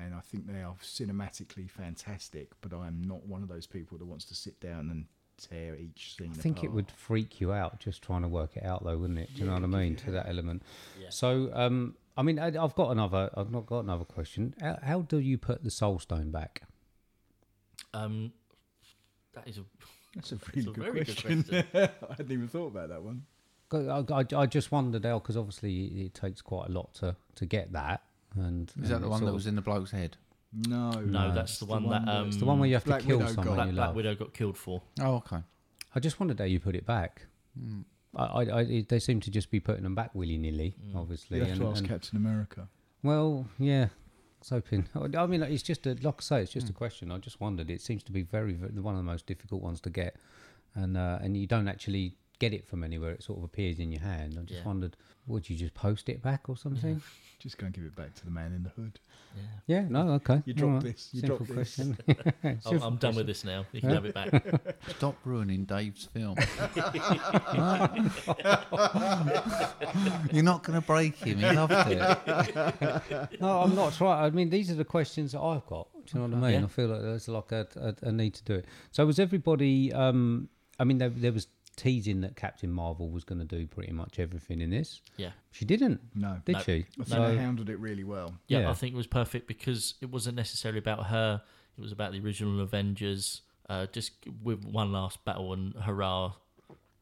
Speaker 4: And I think they are cinematically fantastic, but I am not one of those people that wants to sit down and tear each scene.
Speaker 2: I think it
Speaker 4: apart.
Speaker 2: would freak you out just trying to work it out, though, wouldn't it? Do you know what I mean? To that element. So, um, I mean, I, I've got another. I've not got another question. How, how do you put the Soul Stone back?
Speaker 3: um, that is a
Speaker 4: That's a really
Speaker 3: a
Speaker 4: good,
Speaker 3: very good
Speaker 4: question.
Speaker 3: question.
Speaker 4: *laughs* I hadn't even thought about that one.
Speaker 2: I, I- I just wondered how, because obviously it takes quite a lot to, to get that. And
Speaker 1: Is that
Speaker 2: and
Speaker 1: the
Speaker 2: it
Speaker 1: one
Speaker 2: sort
Speaker 1: that
Speaker 2: of-
Speaker 1: was in the bloke's head?
Speaker 4: No,
Speaker 3: no. That's the one, that um,
Speaker 2: It's the one where you have
Speaker 4: Black
Speaker 2: to kill
Speaker 4: Widow
Speaker 2: someone
Speaker 4: got-
Speaker 2: you
Speaker 3: Black, Black
Speaker 2: love.
Speaker 3: Widow got killed for.
Speaker 1: Oh, okay.
Speaker 2: I just wondered how you put it back.
Speaker 1: Hmm.
Speaker 2: I, I, I, it- they seem to just be putting them back willy nilly, obviously.
Speaker 4: you have
Speaker 2: and-
Speaker 4: to ask
Speaker 2: and-
Speaker 4: Captain America.
Speaker 2: well, yeah, it's open. I mean, like, it's just a like I say, it's just
Speaker 3: Hmm.
Speaker 2: a question. I just wondered. It seems to be very, very one of the most difficult ones to get, and uh, and you don't actually get it from anywhere. It sort of appears in your hand. I just
Speaker 3: Yeah.
Speaker 2: wondered, would you just post it back or something?
Speaker 4: Just go and give it back to the man in the hood.
Speaker 2: Yeah, no, okay.
Speaker 4: You dropped
Speaker 2: All
Speaker 4: this, you
Speaker 2: Simple
Speaker 4: dropped this.
Speaker 2: question.
Speaker 3: I'm, I'm done with this now. You can have it back.
Speaker 1: Stop ruining Dave's
Speaker 4: *laughs*
Speaker 1: film. *laughs* You're not going to break him. He loved it.
Speaker 2: No, I'm not trying. I mean, these are the questions that I've got. Do you know what I mean?
Speaker 3: Yeah.
Speaker 2: I feel like there's like a, a, a need to do it. So was everybody? Um, I mean, there, there was teasing that Captain Marvel was going to do pretty much everything in this.
Speaker 3: Yeah.
Speaker 2: She didn't,
Speaker 4: No.
Speaker 2: did
Speaker 3: No.
Speaker 2: she?
Speaker 4: I think
Speaker 2: So-
Speaker 4: they handled it really well.
Speaker 3: yeah,
Speaker 2: Yeah.
Speaker 3: I think it was perfect because it wasn't necessarily about her. It was about the original Avengers, uh, just with one last battle and hurrah,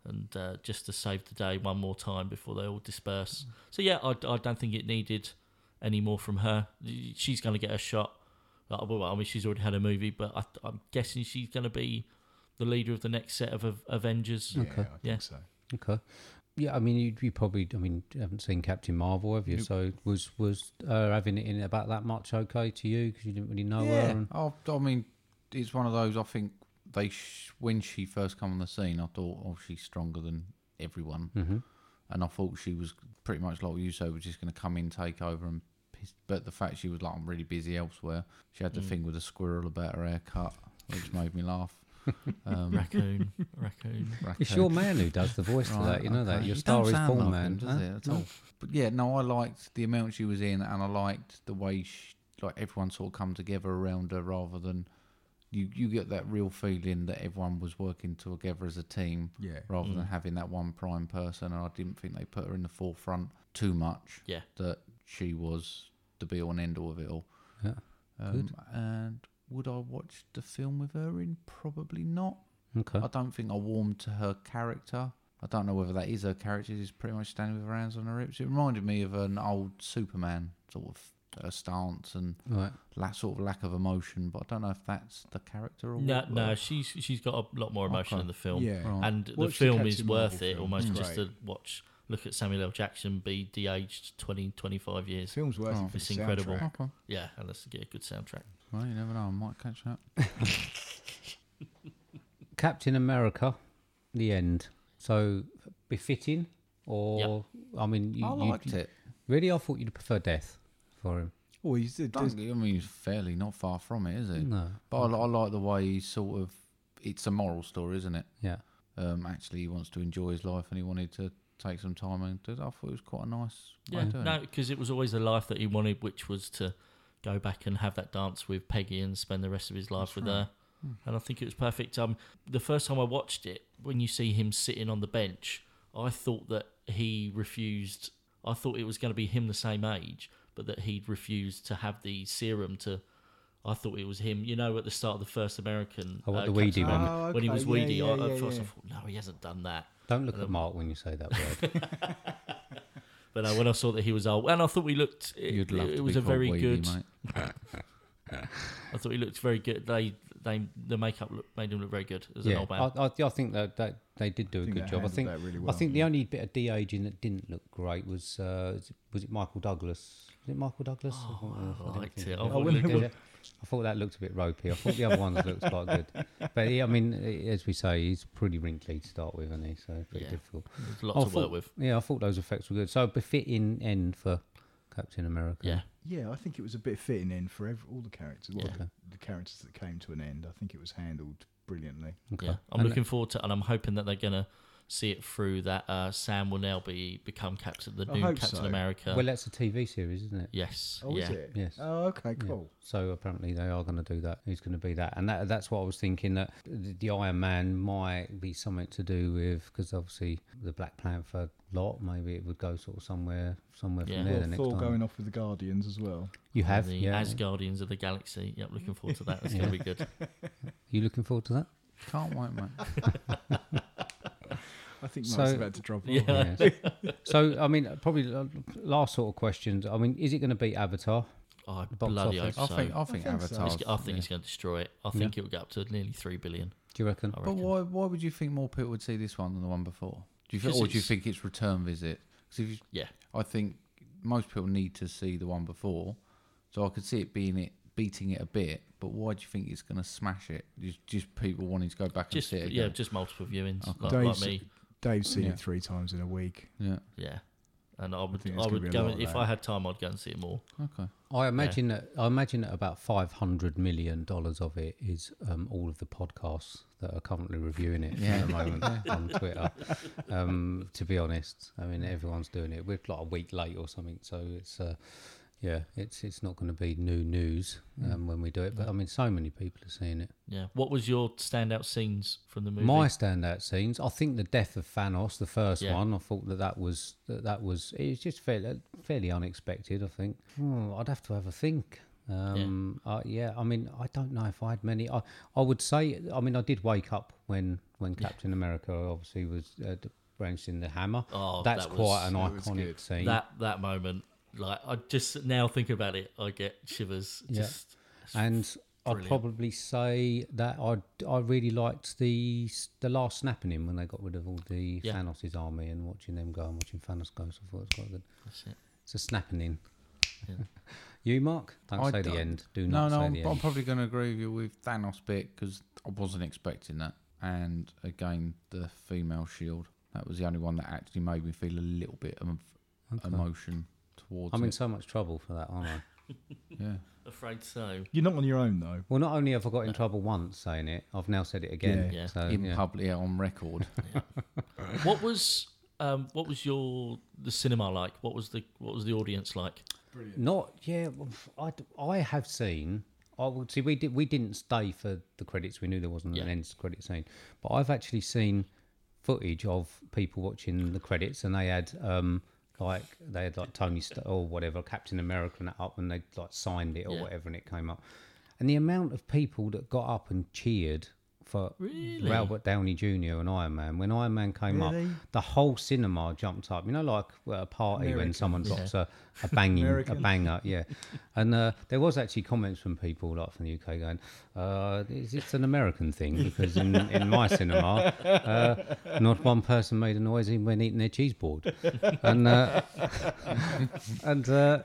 Speaker 3: and uh, just to save the day one more time before they all disperse. So yeah, I, I don't think it needed any more from her. She's going to get a shot. Like, well, I mean, she's already had a movie, but I, I'm guessing she's going to be the leader of the next set of Av- Avengers.
Speaker 4: Yeah, I think
Speaker 3: Yeah.
Speaker 4: so.
Speaker 2: okay. Yeah, I mean, you, you probably, I mean, you haven't seen Captain Marvel, have you? So was was uh, having it in about that much okay to you because you didn't really know her? And,
Speaker 1: Oh, I mean, it's one of those. I think they sh- when she first come on the scene, I thought, oh, she's stronger than everyone, mm-hmm. and I thought she was pretty much like you said, was just going to come in, take over, and piss. But the fact she was like, I'm really busy elsewhere. She had the
Speaker 2: Mm.
Speaker 1: thing with the squirrel about her haircut, which made me laugh. Um,
Speaker 3: Uh, Raccoon, *laughs* raccoon.
Speaker 2: it's
Speaker 1: raccoon.
Speaker 2: your man who does the voice for
Speaker 1: Right,
Speaker 2: that. You know that
Speaker 1: okay.
Speaker 2: your
Speaker 1: It
Speaker 2: star
Speaker 1: don't
Speaker 2: is
Speaker 1: sound
Speaker 2: born
Speaker 1: like
Speaker 2: man.
Speaker 1: him, does
Speaker 2: huh?
Speaker 1: it, at
Speaker 2: No.
Speaker 1: all? But yeah, no, I liked the amount she was in, and I liked the way she, like everyone sort of come together around her, rather than you you get that real feeling that everyone was working together as a team,
Speaker 4: Yeah.
Speaker 1: rather
Speaker 2: Mm.
Speaker 1: than having that one prime person. And I didn't think they put her in the forefront too much.
Speaker 3: Yeah.
Speaker 1: that she was the be all and end all of it all.
Speaker 2: Yeah.
Speaker 1: Um, and would I watch the film with her in? Probably not.
Speaker 2: Okay.
Speaker 1: I don't think I warmed to her character. I don't know whether that is her character. She's pretty much standing with her hands on her hips. It reminded me of an old Superman sort of uh, stance and
Speaker 2: Right.
Speaker 1: that sort of lack of emotion. But I don't know if that's the character or
Speaker 3: No,
Speaker 1: what.
Speaker 3: no, she's she's got a lot more emotion
Speaker 1: Okay.
Speaker 3: in the film,
Speaker 4: Yeah. Right.
Speaker 3: and the
Speaker 4: Watch the
Speaker 3: film
Speaker 4: Captain
Speaker 3: is
Speaker 4: Marvel
Speaker 3: worth it
Speaker 4: film.
Speaker 3: almost
Speaker 4: Mm.
Speaker 3: just
Speaker 4: Right.
Speaker 3: to watch. Look at Samuel L. Jackson be de-aged 20, 25
Speaker 4: The
Speaker 3: years.
Speaker 4: film's worth
Speaker 1: Oh,
Speaker 4: it for
Speaker 3: it's
Speaker 4: the
Speaker 3: incredible.
Speaker 4: soundtrack.
Speaker 1: Okay.
Speaker 3: Yeah, and let's get a good soundtrack.
Speaker 1: Well, you never know. I might catch that.
Speaker 2: Captain America, the end. So befitting, or I mean, you,
Speaker 1: I
Speaker 2: you-
Speaker 1: liked it.
Speaker 2: Really, I thought you'd prefer death for him.
Speaker 4: Oh, he's the,
Speaker 1: Don't get- I mean, he's fairly not far from it, is it?
Speaker 2: No.
Speaker 1: But I, li- I like the way he sort of. It's a moral story, isn't it?
Speaker 2: Yeah.
Speaker 1: Um, actually, he wants to enjoy his life and he wanted to take some time and do that. I thought it was quite a nice way
Speaker 3: Yeah,
Speaker 1: of doing
Speaker 3: no,
Speaker 1: it.
Speaker 3: because it was always the life that he wanted, which was to go back and have that dance with Peggy and spend the rest of his life with her.
Speaker 2: Hmm.
Speaker 3: And I think it was perfect. Um, the first time I watched it, when you see him sitting on the bench, I thought that he refused. I thought it was going to be him the same age, but that he'd refused to have the serum to. I thought it was him. You know, at the start of the first American, uh,
Speaker 2: Oh, what, the weedy
Speaker 3: Captain
Speaker 2: one?
Speaker 3: America, when he
Speaker 4: Oh,
Speaker 3: was
Speaker 4: okay.
Speaker 3: weedy,
Speaker 4: Yeah,
Speaker 3: I,
Speaker 4: yeah,
Speaker 3: at
Speaker 4: yeah,
Speaker 3: first I
Speaker 4: yeah.
Speaker 3: thought, no, he hasn't done that.
Speaker 2: Don't look at Mark when you say *laughs* that word.
Speaker 3: But uh, when I saw that he was old, and I thought we looked, it,
Speaker 1: You'd love
Speaker 3: it,
Speaker 1: to
Speaker 3: was
Speaker 1: be
Speaker 3: a
Speaker 1: called
Speaker 3: very
Speaker 1: Weedy,
Speaker 3: good.
Speaker 1: mate.
Speaker 3: I thought he looked very good. They they the makeup look, made him look very good as an
Speaker 2: yeah,
Speaker 3: old man.
Speaker 2: I, I, I think that, that they did do a
Speaker 4: think
Speaker 2: good
Speaker 4: they
Speaker 2: job. I
Speaker 4: handled
Speaker 2: think
Speaker 4: that really
Speaker 2: I
Speaker 4: well,
Speaker 2: think the only bit of de aging that didn't look great was uh, is it- was it Michael Douglas? Was it Michael Douglas? Oh,
Speaker 3: I liked it. I
Speaker 2: I,
Speaker 3: thought it
Speaker 2: didn't think-
Speaker 3: looked
Speaker 2: yeah. I thought that looked a bit ropey. I thought the other ones looked quite
Speaker 3: *laughs*
Speaker 2: good. But yeah, I mean, eh, as we say, he's pretty wrinkly to start with, isn't he? So pretty
Speaker 3: Yeah.
Speaker 2: difficult.
Speaker 3: There's a lot
Speaker 2: I
Speaker 3: to
Speaker 2: thought-
Speaker 3: work with.
Speaker 2: Yeah, I thought those effects were good. So befitting end for Captain America.
Speaker 3: Yeah,
Speaker 4: Yeah, I think it was a bit fitting in for ev all the characters. Well,
Speaker 3: Yeah.
Speaker 4: the, the characters that came to an end, I think it was handled brilliantly.
Speaker 2: Okay.
Speaker 3: yeah. I'm
Speaker 2: And-
Speaker 3: looking forward to, and I'm hoping that they're gonna see it through. That uh, Sam will now be become Captain, the
Speaker 4: I
Speaker 3: new
Speaker 4: hope
Speaker 3: Captain
Speaker 4: so.
Speaker 3: America.
Speaker 2: Well, that's a TV series, isn't it?
Speaker 3: yes.
Speaker 4: Oh,
Speaker 3: yeah.
Speaker 4: is it?
Speaker 2: Yes.
Speaker 4: Oh, okay, cool.
Speaker 2: So apparently they are going to do that. Who's going to be that? And that, that's what I was thinking that the, the Iron Man might be something to do with because obviously the Black Panther lot. Maybe it would go sort of somewhere, somewhere
Speaker 3: Yeah.
Speaker 2: from there
Speaker 4: Well,
Speaker 2: the next
Speaker 4: Thor
Speaker 2: time.
Speaker 4: going off with the Guardians as well.
Speaker 2: You
Speaker 3: And
Speaker 2: have,
Speaker 3: the
Speaker 2: yeah.
Speaker 3: Asgardians of the Galaxy. Yep, looking forward to that. That's
Speaker 2: Yeah.
Speaker 3: gonna
Speaker 2: *laughs*
Speaker 3: be good.
Speaker 2: You looking forward to
Speaker 3: *laughs*
Speaker 2: that?
Speaker 1: Can't wait, mate.
Speaker 4: I think
Speaker 2: So-
Speaker 4: Mike's about to drop
Speaker 2: *laughs*
Speaker 4: off.
Speaker 3: Yeah.
Speaker 2: Yes. so I mean, probably the last sort of questions. I mean, is it going to beat Avatar?
Speaker 3: Oh, I
Speaker 2: box
Speaker 3: bloody
Speaker 2: office.
Speaker 1: *laughs* I
Speaker 3: hope so.
Speaker 1: think I
Speaker 4: think
Speaker 1: think
Speaker 4: so.
Speaker 1: Avatar.
Speaker 3: It's- I think it's going to destroy it. I think it'll go up to nearly three billion.
Speaker 2: Do you reckon?
Speaker 3: I
Speaker 1: But
Speaker 3: reckon.
Speaker 1: why why would you think more people would see this one than the one before? Do you think,
Speaker 3: 'Cause
Speaker 1: or do you
Speaker 3: it's-
Speaker 1: think it's return visit? 'Cause if you,
Speaker 3: Yeah.
Speaker 1: I think most people need to see the one before, so I could see it being it beating it a bit. But why do you think it's going to smash it? Just, just people wanting to go back
Speaker 3: Just
Speaker 1: and see it
Speaker 3: yeah,
Speaker 1: again.
Speaker 3: just multiple viewings like, like
Speaker 4: Dave's,
Speaker 3: me.
Speaker 4: Dave's seen
Speaker 1: Yeah.
Speaker 4: it three times in a week.
Speaker 1: Yeah,
Speaker 3: Yeah. and I would,
Speaker 4: think
Speaker 3: I,
Speaker 4: there's gonna be
Speaker 3: would
Speaker 4: a
Speaker 3: go
Speaker 4: lot
Speaker 3: and-
Speaker 4: of
Speaker 3: if
Speaker 4: that.
Speaker 3: I had time, I'd go and see it more.
Speaker 1: Okay.
Speaker 2: I imagine that I imagine that about five hundred million dollars of it is um, all of the podcasts that are currently reviewing it at the moment on Twitter. Um, to be honest, I mean everyone's doing it. We're like a week late or something, so it's uh, yeah, it's it's not going to be new news um, when we do it. But I mean, so many people are seeing it.
Speaker 3: Yeah. What was your standout scenes from the movie?
Speaker 2: My standout scenes, I think the death of Thanos, the first
Speaker 3: Yeah.
Speaker 2: one, I thought that that was that, that was it's just fairly fairly unexpected. I think Hmm, I'd have to have a think. Um, yeah. Uh, yeah, I mean, I don't know if I had many. I I would say, I mean, I did wake up when when Captain America obviously was uh, branching the hammer.
Speaker 3: Oh,
Speaker 2: that's
Speaker 3: that
Speaker 2: quite
Speaker 3: was-
Speaker 2: an
Speaker 4: was
Speaker 2: iconic
Speaker 4: good.
Speaker 2: scene.
Speaker 3: that that moment, like I just now think about it, I get shivers.
Speaker 2: Yeah.
Speaker 3: Just
Speaker 2: and I'd
Speaker 3: brilliant.
Speaker 2: probably say that I I really liked the s- the last snapping in when they got rid of all the
Speaker 3: Yeah.
Speaker 2: Thanos' army and watching them go and watching Thanos go. So I thought it was quite good.
Speaker 3: that's it.
Speaker 2: It's a snapping in.
Speaker 3: Yeah.
Speaker 2: *laughs* you, Mark, don't
Speaker 1: I
Speaker 2: say the
Speaker 1: don't-
Speaker 2: end. Do
Speaker 1: No,
Speaker 2: not
Speaker 1: no,
Speaker 2: say
Speaker 1: I'm,
Speaker 2: the
Speaker 1: I'm
Speaker 2: end.
Speaker 1: probably going to agree with you with Thanos bit because I wasn't expecting that. And again, the female shield. That was the only one that actually made me feel a little bit of emotion towards
Speaker 2: I'm in
Speaker 1: it.
Speaker 2: so much trouble for that,
Speaker 1: *laughs*
Speaker 2: aren't I?
Speaker 1: Yeah.
Speaker 3: Afraid so.
Speaker 4: You're not on your own though.
Speaker 2: Well, not only have I got in trouble once saying it, I've now said it again.
Speaker 3: Yeah. Yeah.
Speaker 2: So,
Speaker 1: in
Speaker 2: uh, yeah.
Speaker 1: public, yeah, on
Speaker 2: *laughs*
Speaker 1: record.
Speaker 3: What was um what was your the cinema like? What was the what was the audience like?
Speaker 2: Not yeah. well, f- I, d- I have seen. I would see. We did. We didn't stay for the credits. We knew there wasn't an
Speaker 3: Yeah.
Speaker 2: end credit scene. But I've actually seen footage of people watching the credits, and they had um like they had like Tony St- or whatever Captain America and that up, and they like signed it or
Speaker 3: Yeah.
Speaker 2: whatever, and it came up. And the amount of people that got up and cheered for
Speaker 3: Really?
Speaker 2: Robert Downey Jr. and Iron Man. When Iron Man came up, the whole cinema jumped up. You know, like at a party when someone drops a, a banging a banger, yeah. *laughs* And uh, there was actually comments from people like from the UK going, uh, "Is this an American thing?" Because in, in my cinema, uh, not one person made a noise even when eating their cheese
Speaker 3: *laughs*
Speaker 2: board. And uh, and uh,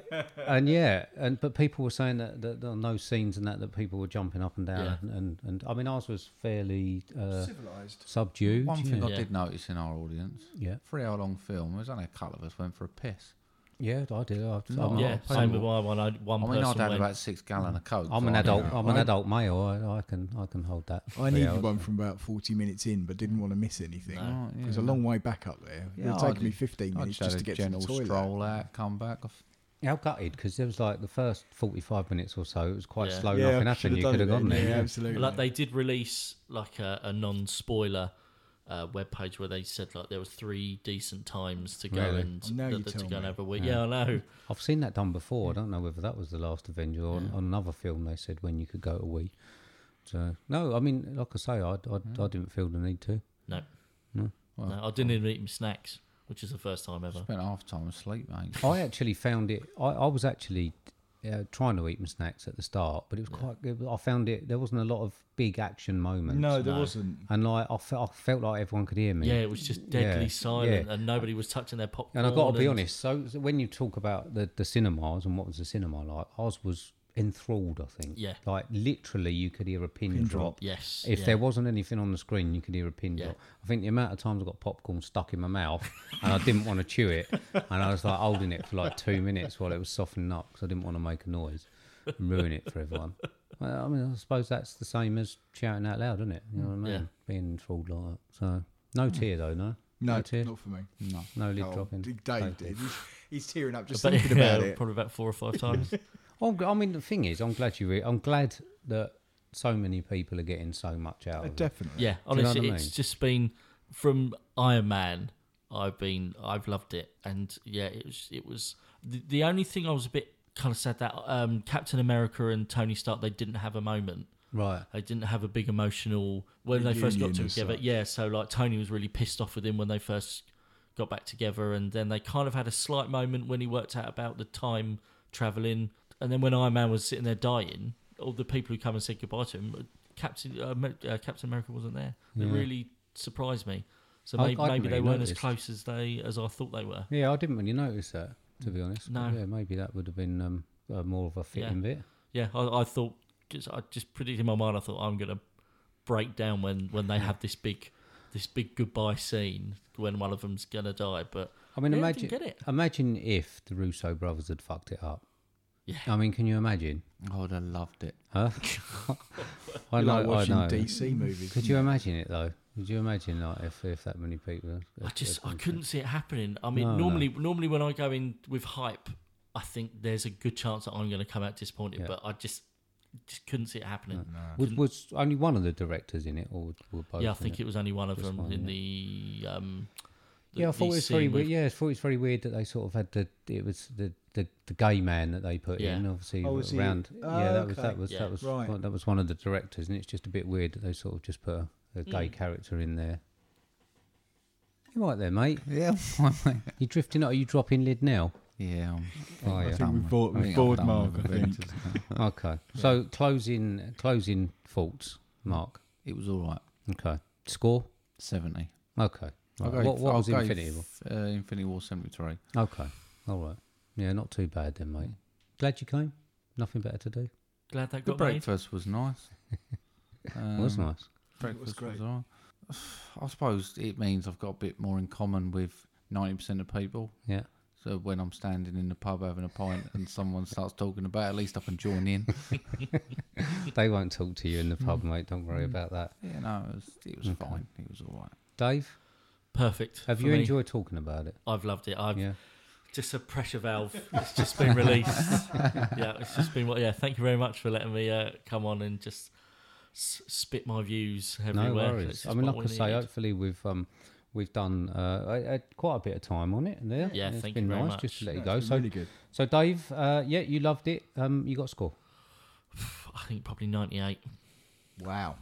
Speaker 2: and yeah, and but people were saying that, that on those scenes and that that people were jumping up and down,
Speaker 3: Yeah.
Speaker 2: and, and and I mean ours was fairly uh,
Speaker 4: Civilized.
Speaker 2: subdued.
Speaker 1: One thing
Speaker 2: yeah.
Speaker 1: I
Speaker 3: Yeah.
Speaker 1: did notice in our audience,
Speaker 2: Yeah.
Speaker 1: three hour long film, there's only a couple of us went for a piss.
Speaker 2: yeah, I did. I,
Speaker 1: No,
Speaker 2: I'm,
Speaker 3: yeah,
Speaker 1: I-
Speaker 3: same with my one. I, one
Speaker 1: I mean, I'd
Speaker 3: person
Speaker 1: had
Speaker 3: went.
Speaker 1: about six gallon of coke.
Speaker 2: Mm. I'm
Speaker 1: so
Speaker 2: an
Speaker 1: I
Speaker 2: adult.
Speaker 1: didn't-
Speaker 2: I'm an adult male. I, I can I can hold that. for
Speaker 4: I
Speaker 2: three
Speaker 4: needed
Speaker 2: hours.
Speaker 4: one from about 40 minutes in, but didn't want to miss anything.
Speaker 1: No.
Speaker 4: It was a long way back up there. It
Speaker 1: Yeah,
Speaker 4: would
Speaker 1: I
Speaker 4: take me
Speaker 1: did-
Speaker 4: 15
Speaker 1: I
Speaker 4: minutes
Speaker 1: just had
Speaker 4: just
Speaker 1: a
Speaker 4: to get to the
Speaker 1: general
Speaker 4: toilet.
Speaker 1: stroll out, come back. I f-
Speaker 2: Yeah, I'm gutted because it was like the first 45 minutes or so. It was quite
Speaker 3: Yeah.
Speaker 2: slow
Speaker 4: Yeah,
Speaker 2: knocking
Speaker 4: I
Speaker 2: up, and you
Speaker 4: should've
Speaker 2: could have
Speaker 4: done it
Speaker 2: gone
Speaker 4: then.
Speaker 2: there.
Speaker 4: Yeah,
Speaker 2: yeah.
Speaker 4: absolutely.
Speaker 3: Like they did release like a, a non-spoiler uh, webpage where they said like there was three decent times to go
Speaker 2: Really?
Speaker 3: and
Speaker 4: Now
Speaker 3: th-
Speaker 4: you
Speaker 3: th- to
Speaker 4: tell
Speaker 3: go and
Speaker 4: me.
Speaker 3: have a week. Yeah, I know.
Speaker 2: I've seen that done
Speaker 4: Hmm.
Speaker 2: before. I don't know whether that was the last Avenger or on another film. They said when you could go away. So no, I mean, like I say, I I, I didn't feel the need to.
Speaker 3: No. no, I didn't even eat my snacks, which is the first time ever.
Speaker 1: spent half time asleep, mate.
Speaker 2: I actually found it. I, I was actually uh, trying to eat my snacks at the start, but it was quite. It, was- I found it. There wasn't a lot of big action moments.
Speaker 4: No, there wasn't.
Speaker 2: and like I, fe- I felt like everyone could hear me.
Speaker 3: Yeah, it was just deadly
Speaker 2: Yeah,
Speaker 3: silent,
Speaker 2: yeah.
Speaker 3: and nobody was touching their popcorn.
Speaker 2: And I've got to be
Speaker 3: and-
Speaker 2: honest. So, so when you talk about the, the cinemas and what was the cinema like, ours was enthralled. I think.
Speaker 3: Yeah.
Speaker 2: Like literally, you could hear a pin, drop.
Speaker 3: Yes,
Speaker 2: If
Speaker 3: yeah.
Speaker 2: there wasn't anything on the screen, you could hear a pin
Speaker 3: Yeah.
Speaker 2: drop. I think the amount of times I got popcorn stuck in my mouth and I didn't want to chew it, and I was like holding it for like two minutes while it was softening up because I didn't want to make a noise and ruin it for everyone. Well, I mean, I suppose that's the same as shouting out loud, isn't it? You know what I mean?
Speaker 3: Yeah. Mm.
Speaker 2: Being enthralled like that. So, no tear though, no?
Speaker 4: No,
Speaker 2: tear?
Speaker 4: not for me.
Speaker 1: No.
Speaker 2: No lid
Speaker 4: Oh,
Speaker 2: dropping.
Speaker 4: D- Dave
Speaker 2: Totally.
Speaker 4: did. He's, he's tearing up just
Speaker 3: But, *laughs*
Speaker 4: thinking
Speaker 3: yeah,
Speaker 4: about it.
Speaker 3: probably about four or five times.
Speaker 2: I'm gl- I mean, the thing is, I'm glad you. Re- I'm glad that so many people are getting so much out
Speaker 4: Uh,
Speaker 2: of it.
Speaker 4: Definitely.
Speaker 3: yeah,
Speaker 2: Do you know
Speaker 3: honestly,
Speaker 2: what I
Speaker 3: it's
Speaker 2: mean?
Speaker 3: just been from Iron Man. I've been, I've loved it, and yeah, it was, it was the, the only thing I was a bit kind of sad that um, Captain America and Tony Stark they didn't have a moment.
Speaker 2: Right.
Speaker 3: They didn't have a big emotional when they first got
Speaker 4: Reunion as
Speaker 3: together.
Speaker 4: such.
Speaker 3: Yeah, so like Tony was really pissed off with him when they first got back together, and then they kind of had a slight moment when he worked out about the time traveling, and then when Iron Man was sitting there dying, all the people who come and said goodbye to him, Captain uh, Amer- uh, Captain America wasn't there. It really surprised me. So
Speaker 2: I-
Speaker 3: maybe,
Speaker 2: I hadn't
Speaker 3: maybe they
Speaker 2: really
Speaker 3: weren't as
Speaker 2: noticed.
Speaker 3: close as they as I thought they were.
Speaker 2: Yeah, I didn't really notice that, to be honest.
Speaker 3: No.
Speaker 2: But yeah, maybe that would have been um, uh, more of a fitting bit.
Speaker 3: Yeah, I, I thought just I just predicted in my mind. I thought I'm gonna break down when when they have this big this big goodbye scene when one of them's gonna die. But
Speaker 2: I mean,
Speaker 3: Yeah, I
Speaker 2: imagine
Speaker 3: didn't get it.
Speaker 2: imagine if the Russo brothers had fucked it up.
Speaker 3: Yeah.
Speaker 2: I mean, can you imagine?
Speaker 1: I would have loved it.
Speaker 2: Huh?
Speaker 3: *laughs*
Speaker 2: I
Speaker 4: You're
Speaker 2: know.
Speaker 4: like watching
Speaker 2: I know.
Speaker 4: DC movies.
Speaker 2: Could you imagine it though? Could you imagine like if, if that many people? had-
Speaker 3: I
Speaker 2: had
Speaker 3: just I
Speaker 2: done
Speaker 3: couldn't see it happening. I mean,
Speaker 2: No, no.
Speaker 3: normally normally when I go in with hype, I think there's a good chance that I'm going to come out disappointed.
Speaker 2: Yeah.
Speaker 3: But I just just couldn't see it happening.
Speaker 2: that? Was, was only one of the directors in it, or were both?
Speaker 3: Yeah, I
Speaker 2: in
Speaker 3: think
Speaker 2: it?
Speaker 3: it was only one of
Speaker 2: Just
Speaker 3: them
Speaker 2: one,
Speaker 3: in the. Um, the-
Speaker 2: yeah, I
Speaker 3: the
Speaker 2: thought it was
Speaker 3: scene
Speaker 2: very weird.
Speaker 3: with-
Speaker 2: Yeah, I thought it was very weird that they sort of had the it was the the, the gay man that they put
Speaker 3: Yeah.
Speaker 2: in obviously
Speaker 4: Oh, was he-
Speaker 2: around.
Speaker 4: Oh,
Speaker 2: yeah, that was
Speaker 4: okay.
Speaker 2: that was
Speaker 3: Yeah.
Speaker 2: that was
Speaker 4: Right.
Speaker 2: one- that was one of the directors, and it's just a bit weird that they sort of just put a, a gay
Speaker 3: Hmm.
Speaker 2: character in there. You right there, mate?
Speaker 4: *laughs*
Speaker 1: Yeah.
Speaker 2: You drifting? Are you dropping lid now?
Speaker 1: yeah. I'm
Speaker 2: Oh, yeah.
Speaker 4: I think we've bored,
Speaker 1: I
Speaker 4: we've
Speaker 1: think
Speaker 4: bored
Speaker 1: I'm done
Speaker 4: Mark.
Speaker 1: with
Speaker 4: I think.
Speaker 1: Avengers.
Speaker 2: Okay. So closing closing faults, Mark.
Speaker 1: It was all right.
Speaker 2: Okay. Score.
Speaker 1: 70.
Speaker 2: Okay.
Speaker 1: I'll
Speaker 2: Right.
Speaker 1: go-
Speaker 2: what what
Speaker 1: I'll
Speaker 2: was
Speaker 1: go
Speaker 2: Infinity War?
Speaker 1: f- Uh, Infinity War 73.
Speaker 2: Okay. All right. Yeah, not too bad then, mate. Glad you came. Nothing better to do.
Speaker 3: Glad that
Speaker 1: The
Speaker 3: got made.
Speaker 1: breakfast was nice. Um,
Speaker 2: was nice.
Speaker 1: Breakfast was,
Speaker 4: great.
Speaker 1: all right. *sighs* I suppose it means I've got a bit more in common with 90% of people.
Speaker 2: Yeah.
Speaker 1: So when I'm standing in the pub having a pint and someone starts talking about it, at least I can join in.
Speaker 2: They won't talk to you in the
Speaker 3: Mm.
Speaker 2: pub, mate. Don't worry about that.
Speaker 1: Yeah, no, it was, it was
Speaker 2: Okay.
Speaker 1: fine. It was all right.
Speaker 2: Dave,
Speaker 3: Perfect.
Speaker 2: have
Speaker 3: for
Speaker 2: you
Speaker 3: me.
Speaker 2: enjoyed talking about it?
Speaker 3: I've loved it. I've
Speaker 2: Yeah.
Speaker 3: just a pressure valve. It's just been released. yeah, it's just been. Yeah, thank you very much for letting me uh, come on and just s- spit my views
Speaker 2: No
Speaker 3: everywhere. It's
Speaker 2: worries.
Speaker 3: just
Speaker 2: I mean,
Speaker 3: what
Speaker 2: like I
Speaker 3: we
Speaker 2: say,
Speaker 3: needed.
Speaker 2: hopefully we've um we've done uh, a, a- quite a bit of time on it there.
Speaker 3: Yeah,
Speaker 2: It's
Speaker 3: thank you
Speaker 2: been
Speaker 3: very
Speaker 2: nice
Speaker 3: much.
Speaker 2: just to let it
Speaker 4: No, it's
Speaker 2: go.
Speaker 4: been
Speaker 2: So,
Speaker 4: really good.
Speaker 2: so Dave, uh, yeah, you loved it. Um, you got a score.
Speaker 3: I think probably 98.
Speaker 4: Wow.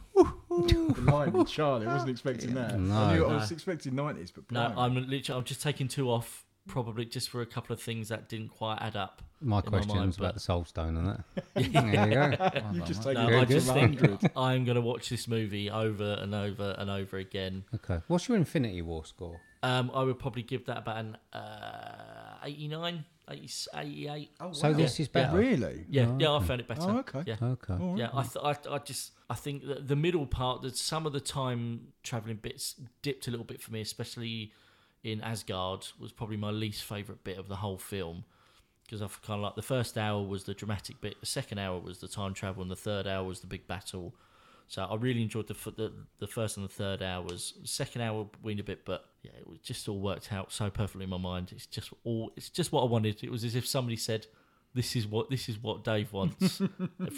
Speaker 4: Blimey, Charlie, I wasn't expecting that. I, knew I was expecting 90s, but
Speaker 3: No,
Speaker 4: blimey.
Speaker 3: I'm literally. I'm just taking two off, probably just for a couple of things that didn't quite add up.
Speaker 2: My
Speaker 3: in
Speaker 2: question
Speaker 3: mind,
Speaker 2: was about
Speaker 3: but-
Speaker 2: the Soul Stone and
Speaker 3: *laughs*
Speaker 2: that. there you go.
Speaker 4: You've just taken
Speaker 3: No,
Speaker 4: it
Speaker 3: I
Speaker 4: to
Speaker 3: just think
Speaker 4: 100.
Speaker 3: I'm going to watch this movie over and over and over again.
Speaker 2: Okay. What's your Infinity War score?
Speaker 3: Um, I would probably give that about an uh, 89, 80, 88.
Speaker 2: so this is better.
Speaker 4: Really?
Speaker 3: Yeah, yeah, I found it better.
Speaker 4: Oh, okay.
Speaker 3: Yeah.
Speaker 2: Okay.
Speaker 3: Yeah, I, th- I, I just I think that the middle part, that some of the time traveling bits dipped a little bit for me, especially in Asgard, was probably my least favorite bit of the whole film because I kind of like the first hour was the dramatic bit, the second hour was the time travel, and the third hour was the big battle. So I really enjoyed the f- the, the first and the third hours. Second hour weaned a bit, but yeah, it was just all worked out so perfectly in my mind. It's just all it's just what I wanted. It was as if somebody said, "This is what this is what Dave wants *laughs*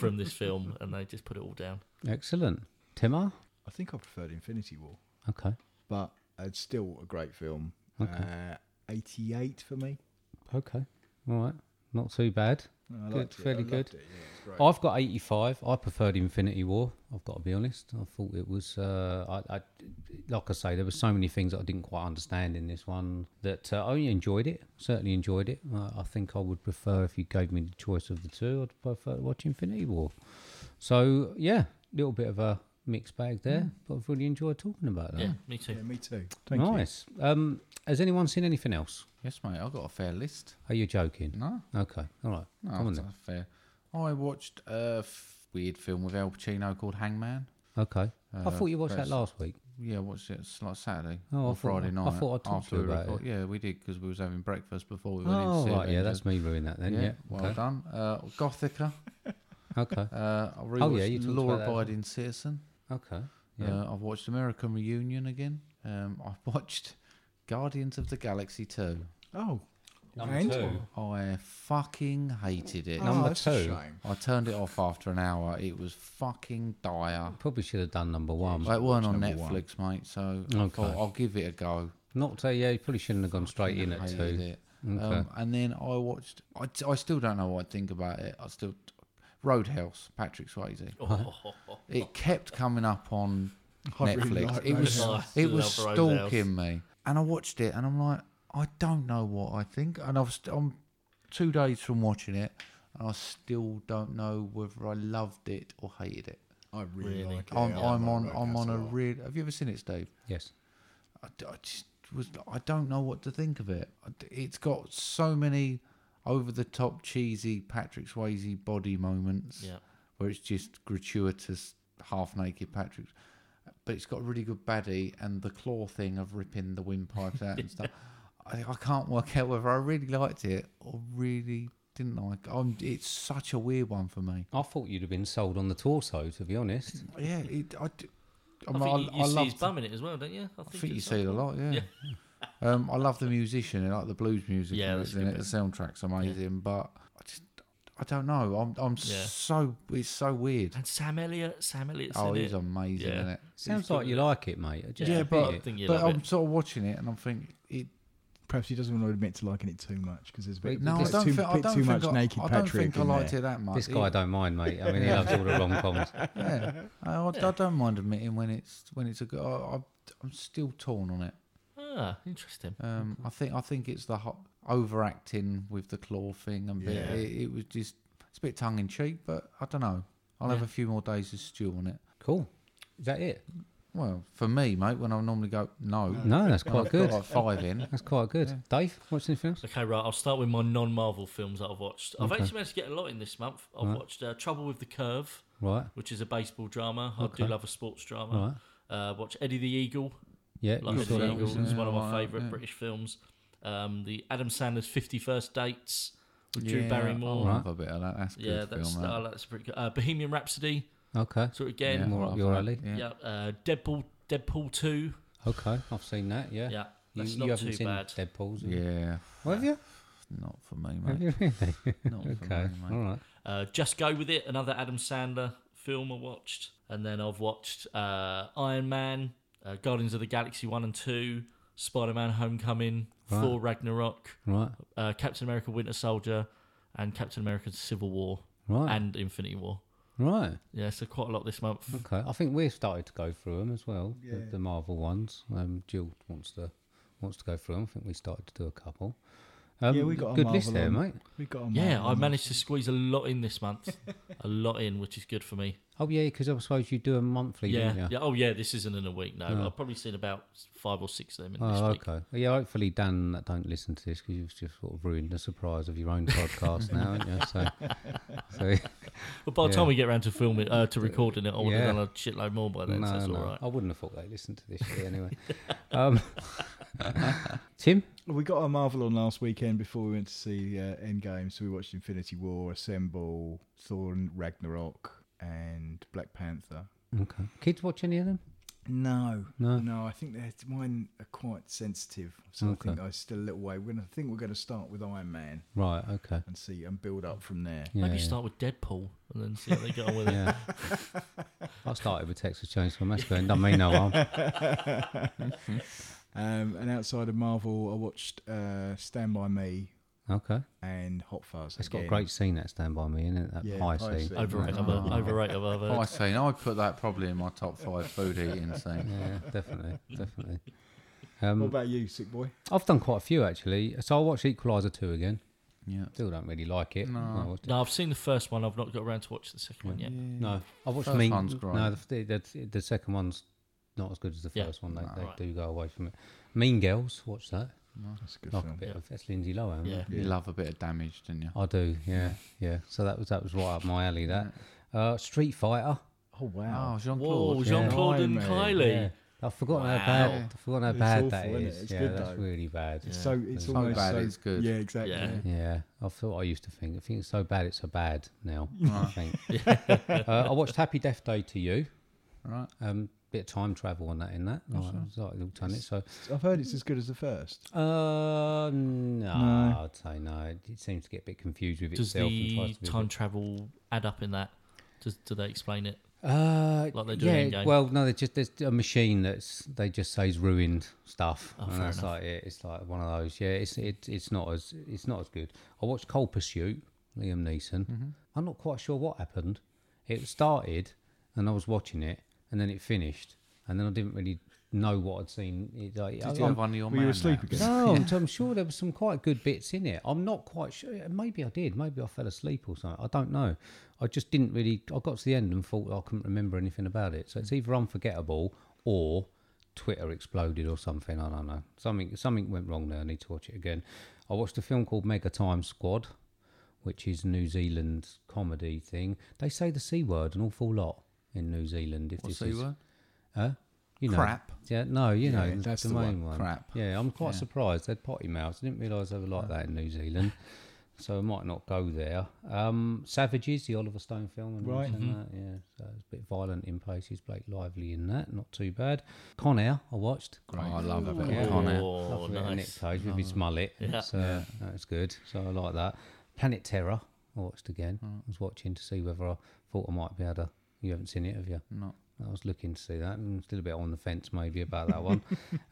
Speaker 3: from this film," and they just put it all down.
Speaker 2: Excellent. Timar?
Speaker 4: I think I preferred Infinity War,
Speaker 2: Okay.
Speaker 4: but it's still a great film. Uh, 88 for me.
Speaker 2: Okay. All right. Not too bad.
Speaker 4: No, I
Speaker 2: Good,
Speaker 4: liked it. I
Speaker 2: fairly
Speaker 4: loved
Speaker 2: good.
Speaker 4: it. Yeah, it's great.
Speaker 2: I've got 85. I preferred Infinity War. I've got to be honest. I thought it was, uh, I, I, like I say, there were so many things that I didn't quite understand in this one that uh, I only enjoyed it. Certainly enjoyed it. Uh, I think I would prefer if you gave me the choice of the two. I'd prefer to watch Infinity War. So yeah, little bit of a mixed bag there, but I've really enjoyed talking about that.
Speaker 3: Yeah, me too.
Speaker 4: Mm. Yeah, me too. Thank you.
Speaker 2: nice. Um, has anyone seen anything else?
Speaker 1: Yes, mate, I've got a fair list.
Speaker 2: Are you joking?
Speaker 1: No,
Speaker 2: Okay. All right.
Speaker 1: no,
Speaker 2: Come on
Speaker 1: that's
Speaker 2: then.
Speaker 1: not fair. I watched a f- weird film with Al Pacino called Hangman.
Speaker 2: Okay. I
Speaker 1: Uh,
Speaker 2: thought you watched that
Speaker 1: that's-
Speaker 2: last week.
Speaker 1: Yeah, I watched it s- like Saturday
Speaker 2: Oh, I
Speaker 1: or
Speaker 2: thought- I
Speaker 1: Friday night.
Speaker 2: thought I talked
Speaker 1: after
Speaker 2: to you
Speaker 1: we
Speaker 2: about
Speaker 1: record- Yeah, we did because we was having breakfast before we went in.
Speaker 2: Oh
Speaker 1: to see
Speaker 2: right, yeah,
Speaker 1: Avengers.
Speaker 2: that's me ruining that then. Yeah.
Speaker 1: well
Speaker 2: okay.
Speaker 1: done. Uh, Gothica.
Speaker 2: okay.
Speaker 1: Uh, I rewatched
Speaker 2: *laughs* Oh, yeah, you talked
Speaker 1: Law
Speaker 2: about that as well.
Speaker 1: Abiding Citizen.
Speaker 2: Okay. Yeah.
Speaker 1: Uh, I've watched American Reunion again. Um, *laughs* I've watched Guardians of the Galaxy 2.
Speaker 4: Oh,
Speaker 2: *laughs* Number
Speaker 4: and-
Speaker 2: two.
Speaker 1: I fucking hated it.
Speaker 2: Number
Speaker 4: oh, that's a
Speaker 2: two.
Speaker 4: shame.
Speaker 1: I turned it off after an hour. It was fucking dire.
Speaker 2: Probably should have done number one.
Speaker 1: Well, it weren't on
Speaker 4: number one.
Speaker 1: Netflix, mate, so I
Speaker 2: Okay.
Speaker 1: thought I'll give it a go.
Speaker 2: Not to, yeah, you probably shouldn't have gone straight in at
Speaker 1: Hated
Speaker 2: two.
Speaker 1: it.
Speaker 2: Okay.
Speaker 1: Um, and then I watched. I, t- I still don't know what I think about it. I still Roadhouse, Patrick Swayze. It kept coming up on
Speaker 4: *laughs* I
Speaker 1: Netflix.
Speaker 4: really like
Speaker 1: it was
Speaker 3: Roadhouse. I
Speaker 1: it was
Speaker 3: love Roadhouse.
Speaker 1: stalking me, and I watched it, and I'm like, I don't know what I think, and I've st- I'm two days from watching it, and I still don't know whether I loved it or hated it.
Speaker 4: I really,
Speaker 3: Really?
Speaker 4: like it.
Speaker 1: I'm,
Speaker 4: I
Speaker 1: I'm
Speaker 4: like
Speaker 1: on
Speaker 4: Roadhouse
Speaker 1: I'm on a
Speaker 4: lot.
Speaker 1: real. Have you ever seen it, Steve?
Speaker 2: Yes.
Speaker 1: I, d- I just was I don't know what to think of it. I d- It's got so many over the top cheesy Patrick Swayze body moments
Speaker 3: Yeah.
Speaker 1: where it's just gratuitous half naked Patrick.
Speaker 3: *laughs*
Speaker 1: But it's got a really good baddie and the claw thing of ripping the windpipes out and stuff. I, I, I can't work out whether I really liked it or really didn't like. it. I'm, it's such a weird one for me.
Speaker 2: I thought you'd have been sold on the torso, to be
Speaker 1: *laughs*
Speaker 2: honest.
Speaker 1: Yeah, it, I, d- I
Speaker 3: I
Speaker 1: mean,
Speaker 3: think
Speaker 1: I-
Speaker 3: you, you
Speaker 1: I
Speaker 3: see his
Speaker 1: loved-
Speaker 3: bum in it as well, don't you? I
Speaker 1: I think you
Speaker 3: it's-
Speaker 1: see it a lot, yeah. *laughs* um, I love the musician, I like the blues music.
Speaker 3: Yeah,
Speaker 1: in
Speaker 3: that's
Speaker 1: it,
Speaker 3: a
Speaker 1: and
Speaker 3: good
Speaker 1: it. The soundtrack's amazing, but I just, I don't know. I'm, I'm
Speaker 3: Yeah.
Speaker 1: so, it's so weird.
Speaker 3: And Sam Elliott, Sam Elliott's
Speaker 1: Oh,
Speaker 3: in
Speaker 1: he's
Speaker 3: it.
Speaker 1: amazing
Speaker 3: Yeah.
Speaker 1: in it.
Speaker 2: Sounds like you like it, mate. Just
Speaker 1: Yeah,
Speaker 2: a
Speaker 1: but,
Speaker 3: I
Speaker 2: bit.
Speaker 3: think you
Speaker 1: but
Speaker 3: love
Speaker 1: I'm
Speaker 3: it.
Speaker 1: sort of watching it and I'm thinking, it,
Speaker 4: Perhaps he doesn't want to admit to liking it too much because there's a bit,
Speaker 1: no, I
Speaker 4: there's
Speaker 1: don't,
Speaker 4: too,
Speaker 1: think, I
Speaker 4: bit
Speaker 1: don't
Speaker 4: too
Speaker 1: think
Speaker 4: much
Speaker 1: I,
Speaker 4: naked
Speaker 1: I don't
Speaker 4: Patrick
Speaker 1: think I
Speaker 4: in
Speaker 1: liked
Speaker 4: there.
Speaker 1: it that much.
Speaker 2: This
Speaker 1: It-
Speaker 2: guy don't mind, mate. I mean, he loves all the rom coms.
Speaker 1: yeah. I, I, I don't mind admitting when it's when it's a good. I, I, I'm still torn on it.
Speaker 3: Ah, interesting.
Speaker 1: Um, I think I think it's the hot overacting with the claw thing and bit.
Speaker 4: Yeah.
Speaker 1: It, it was just it's a bit tongue in cheek, but I don't know. I'll have a few more days to stew on it.
Speaker 2: Cool. Is that it?
Speaker 1: Well, for me, mate, when I normally go no,
Speaker 2: No, that's
Speaker 1: When
Speaker 2: quite
Speaker 1: I've
Speaker 2: good.
Speaker 1: Got like five
Speaker 4: *laughs*
Speaker 1: in.
Speaker 2: That's quite good. Dave, what's anything else?
Speaker 3: Okay, right. I'll start with my non-Marvel films that I've watched. I've actually managed to get a lot in this month. I've watched uh, Trouble with the Curve,
Speaker 2: Right.
Speaker 3: which is a baseball drama. I do love a sports drama. Uh, watch Eddie the Eagle.
Speaker 2: Yeah.
Speaker 3: Like
Speaker 2: you
Speaker 3: Eddie
Speaker 2: saw
Speaker 3: the
Speaker 2: that
Speaker 3: Eagle
Speaker 2: was,
Speaker 3: is one of
Speaker 1: Yeah,
Speaker 3: my
Speaker 1: I like
Speaker 3: favourite
Speaker 1: that.
Speaker 3: British films. Um, the Adam Sandler's Fifty First Dates with
Speaker 1: Yeah,
Speaker 3: Drew Barrymore.
Speaker 1: I'll have a bit of that. That's good.
Speaker 3: Yeah, that's
Speaker 1: film, that.
Speaker 3: uh, that's pretty good. Uh, Bohemian Rhapsody.
Speaker 2: okay.
Speaker 3: So again,
Speaker 1: I'll
Speaker 2: More
Speaker 1: have
Speaker 2: up your
Speaker 1: that,
Speaker 2: alley.
Speaker 1: Yeah.
Speaker 3: yeah. Uh, Deadpool, Deadpool Two.
Speaker 2: Okay. I've seen that. Yeah.
Speaker 3: Yeah,
Speaker 2: You,
Speaker 3: that's
Speaker 2: you
Speaker 3: not
Speaker 2: haven't
Speaker 3: too
Speaker 2: seen
Speaker 3: bad.
Speaker 2: Deadpool's. have you?
Speaker 1: yeah,
Speaker 2: Well, have you?
Speaker 1: not for me, mate.
Speaker 2: Have you really? *laughs*
Speaker 1: Not for
Speaker 2: okay.
Speaker 1: me,
Speaker 2: All
Speaker 1: mate.
Speaker 2: right.
Speaker 3: Uh, Just Go With It, another Adam Sandler film I watched. And then I've watched uh, Iron Man, uh, Guardians of the Galaxy 1 and 2, Spider Man Homecoming, Thor Ragnarok,
Speaker 2: Right.
Speaker 3: uh, Captain America Winter Soldier, and Captain America Civil War,
Speaker 2: Right.
Speaker 3: and Infinity War.
Speaker 2: right.
Speaker 3: Yeah, so quite a lot this month.
Speaker 2: Okay. I think we've started to go through them as well. The, the Marvel ones. Um, Jill wants to wants to go through them. I think we started to do a couple. Um,
Speaker 4: Yeah, we got a
Speaker 2: good list
Speaker 4: Marvel
Speaker 2: there,
Speaker 4: on.
Speaker 2: mate.
Speaker 4: We got a
Speaker 3: Yeah,
Speaker 4: Marvel
Speaker 3: I
Speaker 4: on
Speaker 3: managed to squeeze a lot in this month. a lot in, which is good for me.
Speaker 2: Oh yeah, because I suppose you do them monthly,
Speaker 3: Yeah,
Speaker 2: don't you?
Speaker 3: yeah. Oh, yeah, this isn't in a week, no. I've probably seen about five or six of them in this
Speaker 2: Oh,
Speaker 3: week.
Speaker 2: okay. Yeah, hopefully Dan that don't listen to this because you've just sort of ruined the surprise of your own *laughs* podcast now, haven't you? So,
Speaker 4: *laughs*
Speaker 2: so
Speaker 3: But by the
Speaker 2: Yeah.
Speaker 3: time we get around to filming, uh, to recording it, I would
Speaker 2: Yeah.
Speaker 3: have done a shitload more by then. so
Speaker 2: no,
Speaker 3: it's
Speaker 2: no, Oh,
Speaker 3: all right.
Speaker 2: I wouldn't have thought they listened to this shit anyway. um, *laughs* Tim,
Speaker 4: We got a Marvel on last weekend before we went to see uh, Endgame, so we watched Infinity War, Assemble, Thor and Ragnarok, and Black Panther.
Speaker 2: okay. Kids watch any of them?
Speaker 4: No,
Speaker 2: No.
Speaker 4: no. I think that mine are quite sensitive, so
Speaker 2: Okay.
Speaker 4: I think I still a little way. We're gonna I think we're gonna start with Iron Man
Speaker 2: Right. Okay.
Speaker 4: and see and build up from
Speaker 2: *laughs*
Speaker 4: there. *laughs*
Speaker 2: Yeah,
Speaker 3: Maybe
Speaker 2: yeah.
Speaker 3: start with Deadpool and then see how they get on with
Speaker 2: *laughs*
Speaker 3: it.
Speaker 2: Yeah.
Speaker 3: *laughs*
Speaker 2: I started with Texas Chainsaw Massacre and done me no harm.
Speaker 4: Um, and outside of Marvel, I watched uh, Stand by Me
Speaker 2: Okay.
Speaker 4: and Hot Fuzz.
Speaker 2: It's got a
Speaker 4: again.
Speaker 2: great scene that Stand By Me, isn't it? That
Speaker 4: Yeah,
Speaker 2: pie,
Speaker 4: pie
Speaker 2: scene.
Speaker 4: scene.
Speaker 3: Overrated,
Speaker 1: Oh.
Speaker 3: above, overrated, above.
Speaker 1: I seen. I put that probably in my top five food eating scene.
Speaker 2: Yeah,
Speaker 3: *laughs*
Speaker 2: definitely, definitely.
Speaker 4: What
Speaker 2: Um,
Speaker 4: about you, sick boy?
Speaker 2: I've done quite a few actually. So I watched Equalizer 2 again.
Speaker 1: Yeah.
Speaker 2: Still don't really like it. I watched it.
Speaker 3: No, I've seen the first one. I've not got around to watch the second one yet.
Speaker 2: No, I watched
Speaker 1: First
Speaker 2: the main.
Speaker 1: one's great.
Speaker 2: No, the, the, the, the second one's not as good as the
Speaker 3: Yeah.
Speaker 2: first one. They, they
Speaker 3: Right.
Speaker 2: do go away from it. Mean Girls, watch that.
Speaker 4: That's a good
Speaker 2: Like a
Speaker 4: film.
Speaker 2: bit of that's Lindsay Lohan. isn't
Speaker 3: Yeah.
Speaker 2: it?
Speaker 1: You love a bit of damage, didn't you?
Speaker 2: I do. Yeah, yeah. So that was that was right up my alley. That uh, Street Fighter.
Speaker 4: Oh wow,
Speaker 1: Oh, Jean
Speaker 3: Whoa,
Speaker 1: Claude.
Speaker 3: Jean Claude and
Speaker 4: Blimey.
Speaker 3: Kylie.
Speaker 2: Yeah. I've forgotten how bad.
Speaker 3: Wow.
Speaker 2: I've forgotten how
Speaker 4: It's
Speaker 2: bad
Speaker 4: awful,
Speaker 2: that
Speaker 4: isn't it?
Speaker 2: is.
Speaker 4: It's
Speaker 2: yeah,
Speaker 4: good,
Speaker 2: that's
Speaker 4: though.
Speaker 2: really bad.
Speaker 4: it's so it's
Speaker 1: So
Speaker 4: almost
Speaker 1: bad it's good.
Speaker 4: Yeah, exactly.
Speaker 3: Yeah.
Speaker 2: Yeah, I thought I used to think. I think it's so bad, it's so bad now. I
Speaker 3: *laughs*
Speaker 2: think. uh, I watched Happy Death Day to You.
Speaker 1: Right.
Speaker 2: Um, bit of time travel on that in that. Like, it's like they've done it. So,
Speaker 4: I've heard it's as good as the first.
Speaker 2: uh, no, I'd say no. It, it seems to get a bit confused with
Speaker 3: Does
Speaker 2: itself. and
Speaker 3: the
Speaker 2: tries to be a
Speaker 3: time
Speaker 2: bit-
Speaker 3: travel add up in that? Does, do they explain it?
Speaker 2: Uh,
Speaker 3: like they do
Speaker 2: yeah,
Speaker 3: in Endgame?
Speaker 2: Well, no, they just there's a machine that's they just says ruined stuff, and
Speaker 3: Oh, fair
Speaker 2: that's
Speaker 3: enough.
Speaker 2: like it. It's like one of those. Yeah, it's it, it's not as it's not as good. I watched Cold Pursuit, Liam Neeson.
Speaker 3: Mm-hmm.
Speaker 2: I'm not quite sure what happened. It started, and I was watching it, and then it finished, and then I didn't really know what I'd seen. It, like, I-
Speaker 1: Did you
Speaker 2: I'm-
Speaker 1: have one of your
Speaker 4: Were you
Speaker 1: man
Speaker 4: asleep
Speaker 1: naps?
Speaker 4: again?
Speaker 2: no, I'm, I'm sure there were some quite good bits in it. I'm not quite sure. Maybe I did. Maybe I fell asleep or something. I don't know. I just didn't really. I got to the end and thought "Oh, I couldn't remember anything about it. So it's either unforgettable or Twitter exploded or something. I don't know. Something something went wrong there. I need to watch it again. I watched a film called Mega Time Squad, which is New Zealand comedy thing. They say the c word an awful lot in New Zealand. If
Speaker 1: What
Speaker 2: this
Speaker 1: C
Speaker 2: is-
Speaker 1: word?
Speaker 2: Huh? you know,
Speaker 1: Crap.
Speaker 2: Yeah, no, you
Speaker 4: Yeah,
Speaker 2: know,
Speaker 4: that's
Speaker 2: the,
Speaker 4: the
Speaker 2: main
Speaker 4: one.
Speaker 2: one.
Speaker 1: Crap.
Speaker 2: Yeah, I'm quite
Speaker 1: Yeah.
Speaker 2: surprised. They had potty mouths. I didn't realise they were like that in New
Speaker 4: *laughs*
Speaker 2: Zealand. So I might not go there. Um, Savages, the Oliver Stone film, and
Speaker 4: Right. Mm-hmm.
Speaker 2: right. that. yeah. So it's a bit violent in places. Blake Lively in that, not too bad. Con Air, I watched.
Speaker 1: Oh, I love a bit
Speaker 2: Yeah.
Speaker 1: of Con Air.
Speaker 3: Oh,
Speaker 2: Lovely little
Speaker 3: nice.
Speaker 2: Nick Cage with his mullet.
Speaker 3: Yeah.
Speaker 2: So that's uh, good. So I like that. Planet Terror, I watched again.
Speaker 1: Mm.
Speaker 2: I was watching to see whether I thought I might be able to. You haven't seen it, have you?
Speaker 1: No.
Speaker 2: I was looking to see that. I'm still a bit on the fence maybe about
Speaker 1: *laughs*
Speaker 2: that one.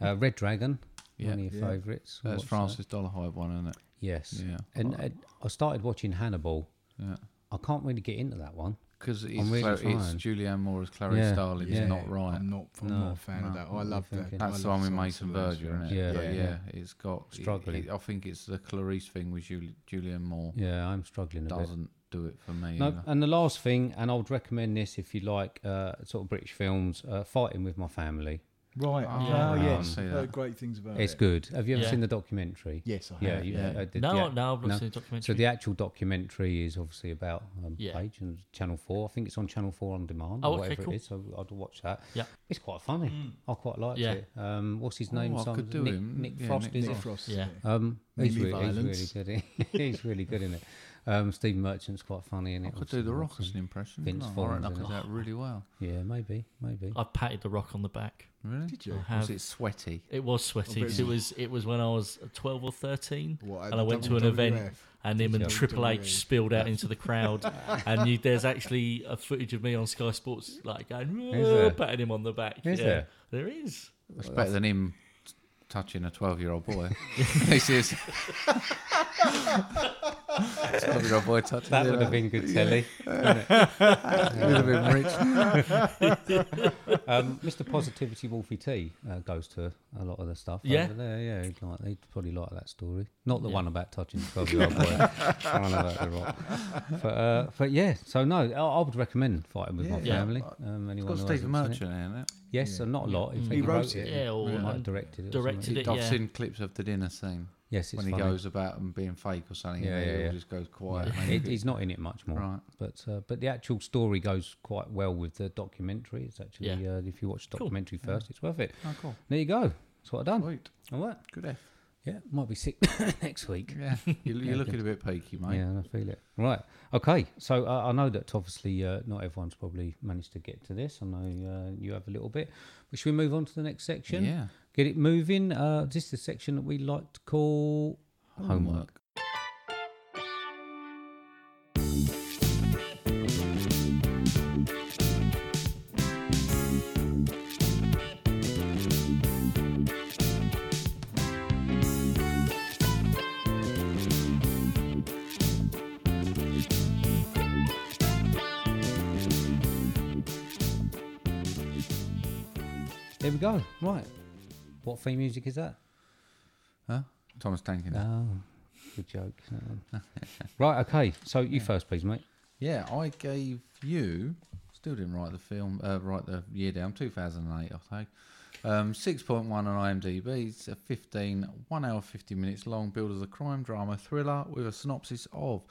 Speaker 2: uh, Red Dragon,
Speaker 1: Yeah.
Speaker 2: one of your favourites. I
Speaker 1: That's
Speaker 2: watched
Speaker 1: Francis Dollahide one, isn't it?
Speaker 2: that. Yes.
Speaker 1: Yeah.
Speaker 2: And uh, I started watching Hannibal.
Speaker 1: Yeah.
Speaker 2: I can't really get into that one.
Speaker 1: Because it's,
Speaker 2: really
Speaker 1: Cla- it's
Speaker 2: trying.
Speaker 1: Julianne Moore as Clarice
Speaker 2: Yeah,
Speaker 1: Starling.
Speaker 2: yeah.
Speaker 1: It's not right.
Speaker 4: I'm not, I'm not a fan of that. I love that. I
Speaker 1: That's the one
Speaker 4: love
Speaker 1: with
Speaker 4: Silence
Speaker 1: Mason
Speaker 4: of the Lambs,
Speaker 1: Verger, isn't it?
Speaker 2: Yeah,
Speaker 1: But
Speaker 2: yeah.
Speaker 1: yeah. It's got it-
Speaker 2: Struggling.
Speaker 1: it- I think it's the Clarice thing with Jul- Julianne Moore
Speaker 2: Yeah, I'm struggling a bit.
Speaker 1: doesn't do it for me.
Speaker 2: No,
Speaker 1: either.
Speaker 2: and the last thing, and I would recommend this if you like uh, sort of British films, uh, Fighting with My Family.
Speaker 4: Right.
Speaker 1: Oh,
Speaker 4: Oh,
Speaker 1: yeah.
Speaker 4: yes.
Speaker 1: I see
Speaker 4: Heard
Speaker 1: that.
Speaker 4: great things about
Speaker 2: It's
Speaker 4: it.
Speaker 2: good. Have you ever
Speaker 3: Yeah.
Speaker 2: seen the documentary?
Speaker 4: Yes, I
Speaker 2: Yeah,
Speaker 4: have.
Speaker 2: you,
Speaker 1: yeah.
Speaker 2: uh, did-
Speaker 3: No,
Speaker 2: yeah.
Speaker 3: no, I've not seen the documentary.
Speaker 2: So the actual documentary is obviously about um,
Speaker 3: Yeah.
Speaker 2: Page and Channel Four. I think it's on Channel Four on demand
Speaker 3: Oh,
Speaker 2: or
Speaker 3: okay,
Speaker 2: whatever
Speaker 3: cool.
Speaker 2: it is. So I'd watch that.
Speaker 3: Yeah. Mm.
Speaker 2: it's quite funny. I quite liked
Speaker 3: Yeah.
Speaker 2: it. Um, what's his name?
Speaker 1: Oh, I
Speaker 2: Simon?
Speaker 1: could do
Speaker 2: Nick,
Speaker 1: him.
Speaker 2: Nick
Speaker 1: Yeah,
Speaker 2: Frost
Speaker 1: Nick
Speaker 2: is
Speaker 4: Nick
Speaker 2: it?
Speaker 4: Frost.
Speaker 3: Yeah.
Speaker 2: Um, he's,
Speaker 4: Mainly
Speaker 2: really,
Speaker 4: violence.
Speaker 2: he's really good. In, *laughs* he's really good in it. Um, Steve Merchant's quite funny in
Speaker 1: I
Speaker 2: it.
Speaker 1: could do The
Speaker 2: obviously.
Speaker 1: Rock as an impression. couldn't
Speaker 2: Vince
Speaker 1: I? I
Speaker 2: Vaughn's
Speaker 1: reckon I
Speaker 2: in
Speaker 1: could do
Speaker 2: it.
Speaker 1: that really well.
Speaker 2: Yeah, maybe, maybe.
Speaker 3: I patted the rock on the back.
Speaker 1: Really?
Speaker 4: Did you?
Speaker 2: Ah.
Speaker 3: I
Speaker 1: Was
Speaker 3: have.
Speaker 1: it sweaty?
Speaker 3: It was sweaty. 'cause It was it was when I was twelve or thirteen,
Speaker 4: What, at
Speaker 3: and I
Speaker 4: the
Speaker 3: went to an event,
Speaker 4: WWF?
Speaker 3: and him and
Speaker 4: Did you?
Speaker 3: Triple
Speaker 4: WWE.
Speaker 3: H spilled out into the crowd, and you, there's actually a footage of me on Sky Sports like going
Speaker 2: Is
Speaker 3: "Whoa,"
Speaker 2: there?
Speaker 3: patting him on the back.
Speaker 2: Is
Speaker 3: yeah,
Speaker 2: there?
Speaker 3: There is.
Speaker 1: It's better than him t- touching a 12 year old
Speaker 2: *laughs*
Speaker 1: boy. *laughs* this is. *laughs* 12 year old boy touching
Speaker 2: That
Speaker 1: him.
Speaker 2: would have been good,
Speaker 1: *laughs*
Speaker 2: Telly.
Speaker 1: would have been rich.
Speaker 2: *laughs* um, Mr. Positivity Wolfie T uh, goes to a lot of the stuff.
Speaker 3: Yeah.
Speaker 2: over there, yeah. He'd, like, he'd probably like that story. Not the one about
Speaker 3: *laughs*
Speaker 2: touching the twelve-year-old boy. I don't know about the rock. But, uh, but yeah, so no, I, I would recommend fighting with my
Speaker 4: Yeah.
Speaker 2: family. Um,
Speaker 1: It's
Speaker 2: anyone
Speaker 1: got
Speaker 2: who
Speaker 1: Stephen
Speaker 2: hasn't seen it.
Speaker 1: Merchant in it.
Speaker 2: Yes, and not a lot. In fact,
Speaker 4: He wrote it.
Speaker 3: Yeah, or
Speaker 2: Might have
Speaker 3: and
Speaker 2: directed it. or
Speaker 3: directed
Speaker 2: something.
Speaker 3: it.
Speaker 1: I've
Speaker 3: yeah.
Speaker 1: seen clips of the dinner scene
Speaker 2: Yes, it's
Speaker 1: when he
Speaker 2: funny.
Speaker 1: goes about and being fake or something.
Speaker 2: Yeah,
Speaker 1: and
Speaker 2: yeah,
Speaker 1: he
Speaker 2: yeah.
Speaker 1: just goes quiet.
Speaker 2: Yeah.
Speaker 1: and
Speaker 2: It, he's not in it much more,
Speaker 1: Right.
Speaker 2: but uh, but the actual story goes quite well with the documentary. It's actually
Speaker 3: Yeah.
Speaker 2: uh, if you watch the
Speaker 3: Cool.
Speaker 2: documentary first, it's worth it.
Speaker 1: Oh, cool.
Speaker 2: There you go. That's what I've done.
Speaker 1: Sweet.
Speaker 2: All right.
Speaker 1: Good F.
Speaker 2: Yeah, might be sick *laughs* next week.
Speaker 1: *laughs* Yeah. You're, you're looking a bit peaky, mate.
Speaker 2: Yeah, I feel it. Right. Okay. So uh, I know that obviously uh, not everyone's probably managed to get to this. I know uh, you have a little bit. But should we move on to the next section?
Speaker 1: Yeah.
Speaker 2: Get it moving. Uh, this is the section that we like to call homework. There we go. Right. What theme music is that?
Speaker 1: Huh? Thomas Tankin.
Speaker 2: Oh, good joke. *laughs* that one. right. Okay. So you first, please, mate.
Speaker 1: Yeah, I gave you. Still didn't write the film. Uh, write the year down. Two thousand and eight. I think. Um, Six point one on IMDb. It's a 15, one hour fifty minutes long. Billed as a crime drama thriller with a synopsis of,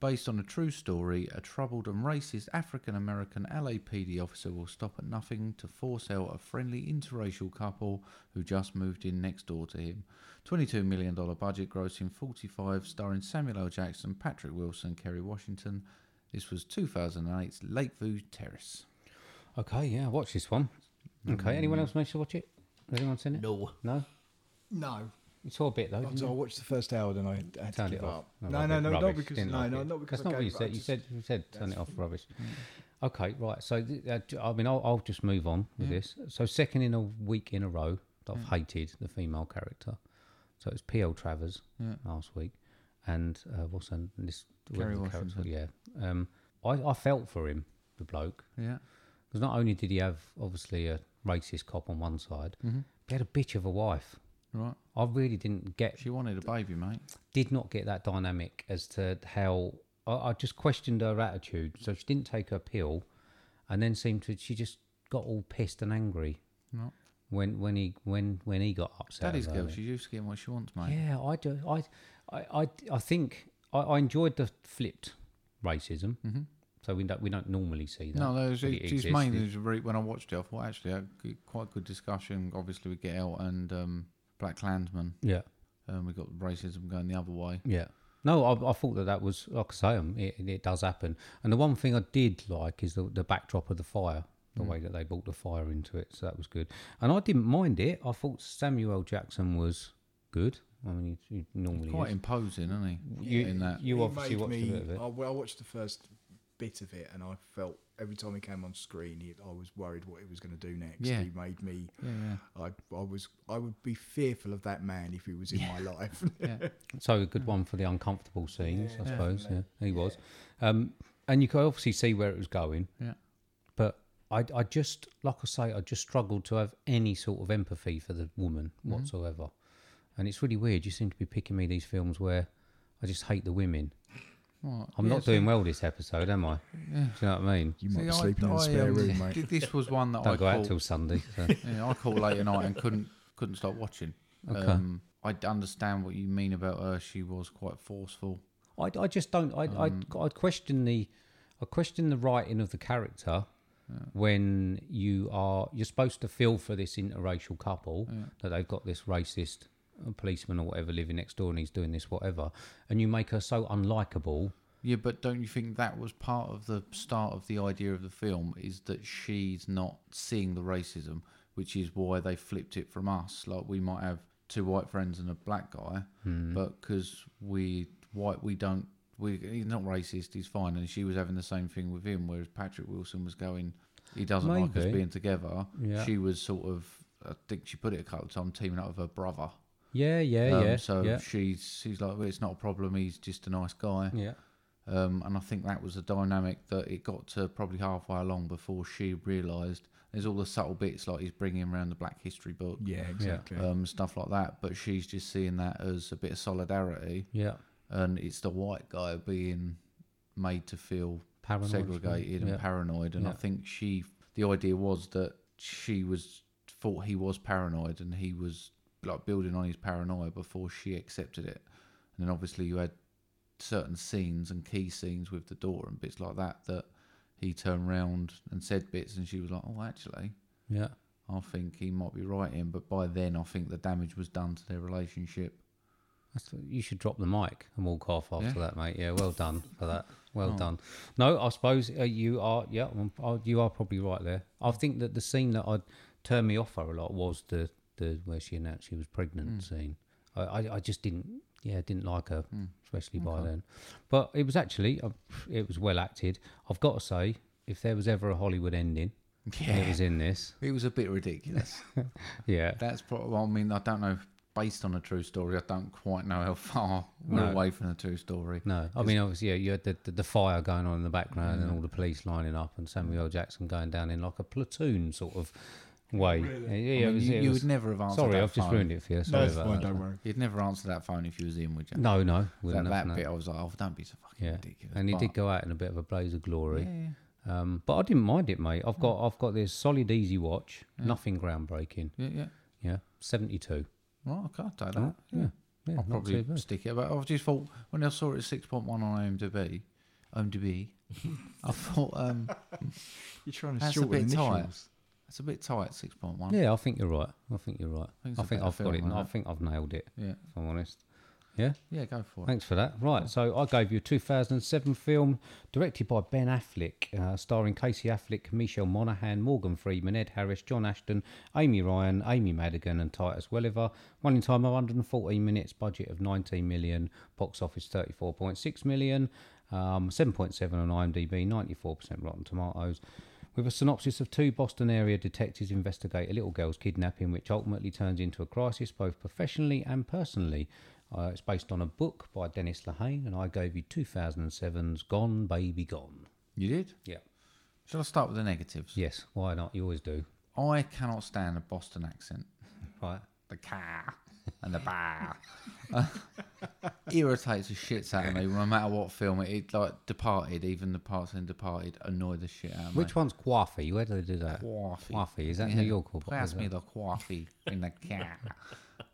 Speaker 1: based on a true story, a troubled and racist African American LAPD officer will stop at nothing to force out a friendly interracial couple who just moved in next door to him. $22 million budget, grossing 45, starring Samuel L. Jackson, Patrick Wilson, Kerry Washington. This was 2008's Lakeview Terrace.
Speaker 2: Okay. Yeah. Watch this one. Okay. Anyone else managed to watch it? Anyone seen it?
Speaker 3: No.
Speaker 2: No.
Speaker 4: No.
Speaker 2: You saw a bit though. didn't
Speaker 4: So I
Speaker 2: you?
Speaker 4: watched the first hour and I had to
Speaker 2: Turn
Speaker 4: give
Speaker 2: it off.
Speaker 4: up. No, no, no, not
Speaker 2: rubbish.
Speaker 4: because
Speaker 2: Didn't
Speaker 4: no,
Speaker 2: like
Speaker 4: no,
Speaker 2: it.
Speaker 4: not because
Speaker 2: That's
Speaker 4: I
Speaker 2: not what you
Speaker 4: gave up,
Speaker 2: said. You
Speaker 4: just-
Speaker 2: said you said turn it off, rubbish. Okay, right. So th- uh, j- I mean, I'll, I'll just move on with this. So second in a week in a row that
Speaker 4: Mm.
Speaker 2: I've hated the female character. So it's P.L. Travers last week, and uh, what's her this
Speaker 1: Kerry
Speaker 2: the character-
Speaker 1: Washington.
Speaker 2: Yeah, um, I I felt for him, the bloke,
Speaker 1: Yeah.
Speaker 2: because not only did he have obviously a racist cop on one side,
Speaker 4: Mm-hmm.
Speaker 2: he had a bitch of a wife.
Speaker 1: Right.
Speaker 2: I really didn't get
Speaker 1: She wanted a baby, mate.
Speaker 2: did not get that dynamic as to how I, I just questioned her attitude. So she didn't take her pill, and then seemed to she just got all pissed and angry
Speaker 1: Right.
Speaker 2: when when he when when he got upset.
Speaker 1: Daddy's
Speaker 2: about
Speaker 1: girl.
Speaker 2: it.
Speaker 1: She's used to getting what she wants, mate.
Speaker 2: Yeah, I do. I I I, I think I, I enjoyed the flipped racism So we don't we don't normally see that.
Speaker 1: Mm-hmm. No, no, it's,
Speaker 2: but it
Speaker 1: it's
Speaker 2: exists.
Speaker 1: mainly just re- when I watched it. I thought actually a good, quite good discussion. Obviously, we get out and um, Black Klansman,
Speaker 2: yeah,
Speaker 1: and we got racism going the other way.
Speaker 2: yeah. No, I, I thought that that was like I say, um, it, it does happen. And the one thing I did like is the, the backdrop of the fire, the
Speaker 1: Mm.
Speaker 2: way that they brought the fire into it. So that was good. And I didn't mind it. I thought Samuel Jackson was good. I mean, he, he normally
Speaker 1: Quite
Speaker 2: is.
Speaker 1: imposing, isn't he?
Speaker 2: You-
Speaker 1: in that,
Speaker 2: you
Speaker 4: It
Speaker 2: obviously
Speaker 4: made
Speaker 2: watched
Speaker 4: me-
Speaker 2: a bit of it.
Speaker 4: I, well, I watched the first bit of it, and I felt every time he came on screen, he, I was worried what he was going to do next.
Speaker 1: Yeah.
Speaker 4: He made me.
Speaker 1: yeah, yeah.
Speaker 4: I, I was. I would be fearful of that man if he was in my
Speaker 2: *laughs*
Speaker 4: life.
Speaker 2: So a good one for the uncomfortable scenes, I suppose. Yeah, he was. Um, and you could obviously see where it was going.
Speaker 1: Yeah.
Speaker 2: But I, I just, like I say, I just struggled to have any sort of empathy for the woman
Speaker 1: Mm-hmm.
Speaker 2: whatsoever. And it's really weird. You seem to be picking me these films where I just hate the women.
Speaker 1: Right.
Speaker 2: I'm
Speaker 1: Yeah,
Speaker 2: not
Speaker 1: so-
Speaker 2: doing well this episode, am I? Do you know what I mean?
Speaker 4: You might be
Speaker 1: See, I-
Speaker 4: sleeping in
Speaker 1: I,
Speaker 4: the spare
Speaker 1: um,
Speaker 4: room, mate.
Speaker 1: th- This was one that
Speaker 2: *laughs* Don't
Speaker 1: I
Speaker 2: go out
Speaker 1: caught,
Speaker 2: till Sunday. So.
Speaker 1: yeah, I caught late at night and couldn't couldn't stop
Speaker 2: *laughs*
Speaker 1: watching. Um, I d- understand what you mean about her. She was quite forceful.
Speaker 2: I, I just don't. I,
Speaker 1: Um,
Speaker 2: I I question the I question the writing of the character when you are you're supposed to feel for this interracial couple that they've got this racist uh, policeman or whatever living next door and he's doing this whatever, and you make her so unlikable.
Speaker 1: Yeah, but don't you think that was part of the start of the idea of the film is that she's not seeing the racism, which is why they flipped it from us. Like we might have two white friends and a black guy,
Speaker 2: Hmm.
Speaker 1: but because we white we don't we he's not racist, he's fine, and she was having the same thing with him. Whereas Patrick Wilson was going, he doesn't like us
Speaker 2: Maybe.
Speaker 1: being together.
Speaker 2: Yeah.
Speaker 1: She was sort of, I think she put it a couple of times, teaming up with her brother.
Speaker 2: Yeah, yeah,
Speaker 1: Um,
Speaker 2: yeah.
Speaker 1: so
Speaker 2: yeah.
Speaker 1: she's she's like, well, it's not a problem. He's just a nice guy.
Speaker 2: yeah.
Speaker 1: Um, and I think that was a dynamic that it got to probably halfway along before she realised. There's all the subtle bits like he's bringing around the Black History book,
Speaker 4: Yeah, exactly.
Speaker 1: um, stuff like that. But she's just seeing that as a bit of solidarity,
Speaker 2: Yeah.
Speaker 1: and it's the white guy being made to feel
Speaker 2: Paranoid,
Speaker 1: segregated
Speaker 2: yeah.
Speaker 1: and paranoid. And I
Speaker 2: Yeah.
Speaker 1: think she, the idea was that she was thought he was paranoid, and he was like building on his paranoia before she accepted it. And then obviously you had certain scenes and key scenes with the daughter and bits like that that he turned round and said bits, and she was like, "Oh, actually."
Speaker 2: Yeah.
Speaker 1: I think he might be right in, but by then I think the damage was done to their relationship.
Speaker 2: That's, you should drop the mic and walk off after
Speaker 1: Yeah.
Speaker 2: that, mate. Yeah, well done for that. Well done. No, I suppose uh, you are. Yeah, um, uh, you are probably right there. I think that the scene that I turned me off her a lot was the the where she announced she was pregnant scene. I, I, I just didn't. Yeah, didn't like her, especially by then. But it was actually uh, it was well acted. I've got to say, if there was ever a Hollywood ending, it was in this.
Speaker 1: It was a bit ridiculous.
Speaker 2: Yeah,
Speaker 1: That's probably. Well, I mean, I don't know. Based on a true story, I don't quite know how far we're
Speaker 2: No.
Speaker 1: away from the true story.
Speaker 2: No, I mean obviously yeah, you had the, the, the fire going on in the background and all the police lining up and Samuel L. Jackson going down in like a platoon sort of way. Yeah,
Speaker 1: I
Speaker 2: yeah, it
Speaker 1: mean,
Speaker 2: was-
Speaker 1: you,
Speaker 2: it
Speaker 1: you
Speaker 2: was-
Speaker 1: would never have answered.
Speaker 2: Sorry,
Speaker 1: that
Speaker 2: I've just
Speaker 1: phone.
Speaker 2: ruined it for you. Sorry about that.
Speaker 4: don't worry.
Speaker 1: You'd never answer that phone if you was in, would you?
Speaker 2: No, no, wouldn't
Speaker 1: That,
Speaker 2: have,
Speaker 1: that
Speaker 2: no.
Speaker 1: bit, I was like, oh, don't be so fucking
Speaker 2: Yeah,
Speaker 1: ridiculous.
Speaker 2: and he
Speaker 1: But-
Speaker 2: did go out in a bit of a blaze of glory. Um, but I didn't mind it, mate. I've
Speaker 1: Mm.
Speaker 2: got I've got this solid, easy watch. Nothing groundbreaking.
Speaker 1: Yeah, yeah.
Speaker 2: Yeah, seventy two.
Speaker 1: Right, okay, I'll take that.
Speaker 2: Oh, Yeah,
Speaker 1: I'll
Speaker 2: yeah, not too
Speaker 1: probably
Speaker 2: bad.
Speaker 1: stick it. But I just thought when I saw it at six point one on IMDb,
Speaker 2: *laughs*
Speaker 1: IMDb, I thought um,
Speaker 4: You're trying to
Speaker 1: That's a
Speaker 4: shorten
Speaker 1: bit tight.
Speaker 4: initials.
Speaker 1: that's a bit tight. Six point one.
Speaker 2: Yeah, I think you're right. I think you're right.
Speaker 1: think it's
Speaker 2: I
Speaker 1: a
Speaker 2: think
Speaker 1: better
Speaker 2: I've got
Speaker 1: film
Speaker 2: it.
Speaker 1: than
Speaker 2: I
Speaker 1: that.
Speaker 2: think I've nailed it.
Speaker 1: yeah,
Speaker 2: If I'm honest. Yeah.
Speaker 1: yeah. Go for it.
Speaker 2: Thanks for that. Right, so I gave you a 2007 film directed by Ben Affleck, uh, starring Casey Affleck, Michelle Monaghan, Morgan Freeman, Ed Harris, John Ashton, Amy Ryan, Amy Madigan, and Titus Welliver. Running time 114 minutes, budget of 19 million, box office 34.6 million, um, 7.7 on IMDb, 94% Rotten Tomatoes. With a synopsis of two Boston area detectives investigate a little girl's kidnapping, which ultimately turns into a crisis both professionally and personally. Uh, it's based on a book by Dennis Lehane, and I gave you 2007's Gone Baby Gone.
Speaker 1: You did.
Speaker 2: Yeah.
Speaker 1: Shall I start with the negatives?
Speaker 2: Yes, why not? You always do.
Speaker 1: I cannot stand a Boston accent.
Speaker 2: Right.
Speaker 1: the car and the bar. Uh, Irritates the shits out of me, no matter what film it, it like Departed, even the parts in Departed annoy the shit out of me.
Speaker 2: Which one's Quaffy? Where do they do that?
Speaker 1: Coffee.
Speaker 2: Quaffy, is that New York or
Speaker 1: Pass
Speaker 2: is that-
Speaker 1: me the coffee in the car.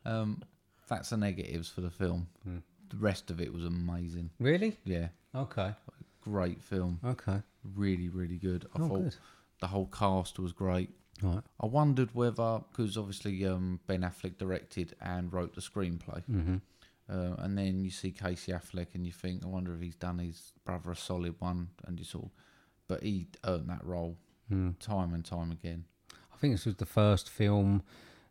Speaker 1: um, that's
Speaker 2: Hmm.
Speaker 1: the negatives for the film. The rest of it was amazing.
Speaker 2: Really?
Speaker 1: Yeah,
Speaker 2: Okay.
Speaker 1: Great film.
Speaker 2: Okay.
Speaker 1: Really, really good. I
Speaker 2: Oh,
Speaker 1: thought
Speaker 2: good.
Speaker 1: the whole cast was great.
Speaker 2: All right.
Speaker 1: I wondered whether, because obviously um, Ben Affleck directed and wrote the screenplay,
Speaker 2: Mm-hmm.
Speaker 1: uh, and then you see Casey Affleck and you think, I wonder if he's done his brother a solid one, and you sort, of- but he earned that role
Speaker 2: Hmm.
Speaker 1: time and time again.
Speaker 2: I think this was the first film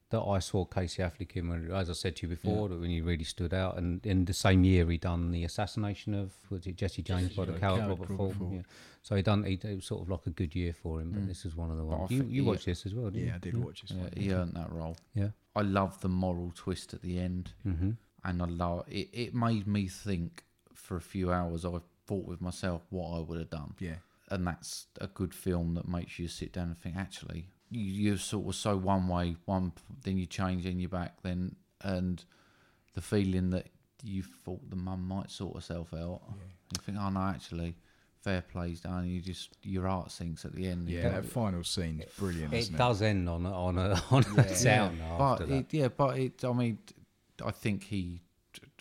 Speaker 2: that I saw Casey Affleck in. When, as I said to you before, that when he really stood out, and in the same year he done the assassination of was it Jesse James by the coward Robert Ford. Yeah. So he done he, it was sort of like a good year for him. But this is one of the ones
Speaker 1: I
Speaker 2: you,
Speaker 1: think
Speaker 2: you
Speaker 1: he-
Speaker 2: watched this as well, didn't
Speaker 4: Yeah, I did watch this.
Speaker 1: Yeah,
Speaker 4: one.
Speaker 1: he earned that role.
Speaker 2: you? Yeah.
Speaker 1: I love the moral twist at the end, mm-hmm. and I love it. It made me think for a few hours. I thought with myself what I would have done.
Speaker 4: Yeah.
Speaker 1: and that's a good film that makes you sit down and think. Actually, you, you're sort of so one way, one p- then you change, then you're back, then and the feeling that you thought the mum might sort herself out. You think, oh no, actually, fair play's done. You just your heart sinks at the end.
Speaker 4: Yeah, that final scene's brilliant,
Speaker 2: It
Speaker 4: isn't it?
Speaker 2: does end on a, on a *laughs* on a down
Speaker 1: but
Speaker 2: after that.
Speaker 1: it, yeah, but it. I mean, I think he.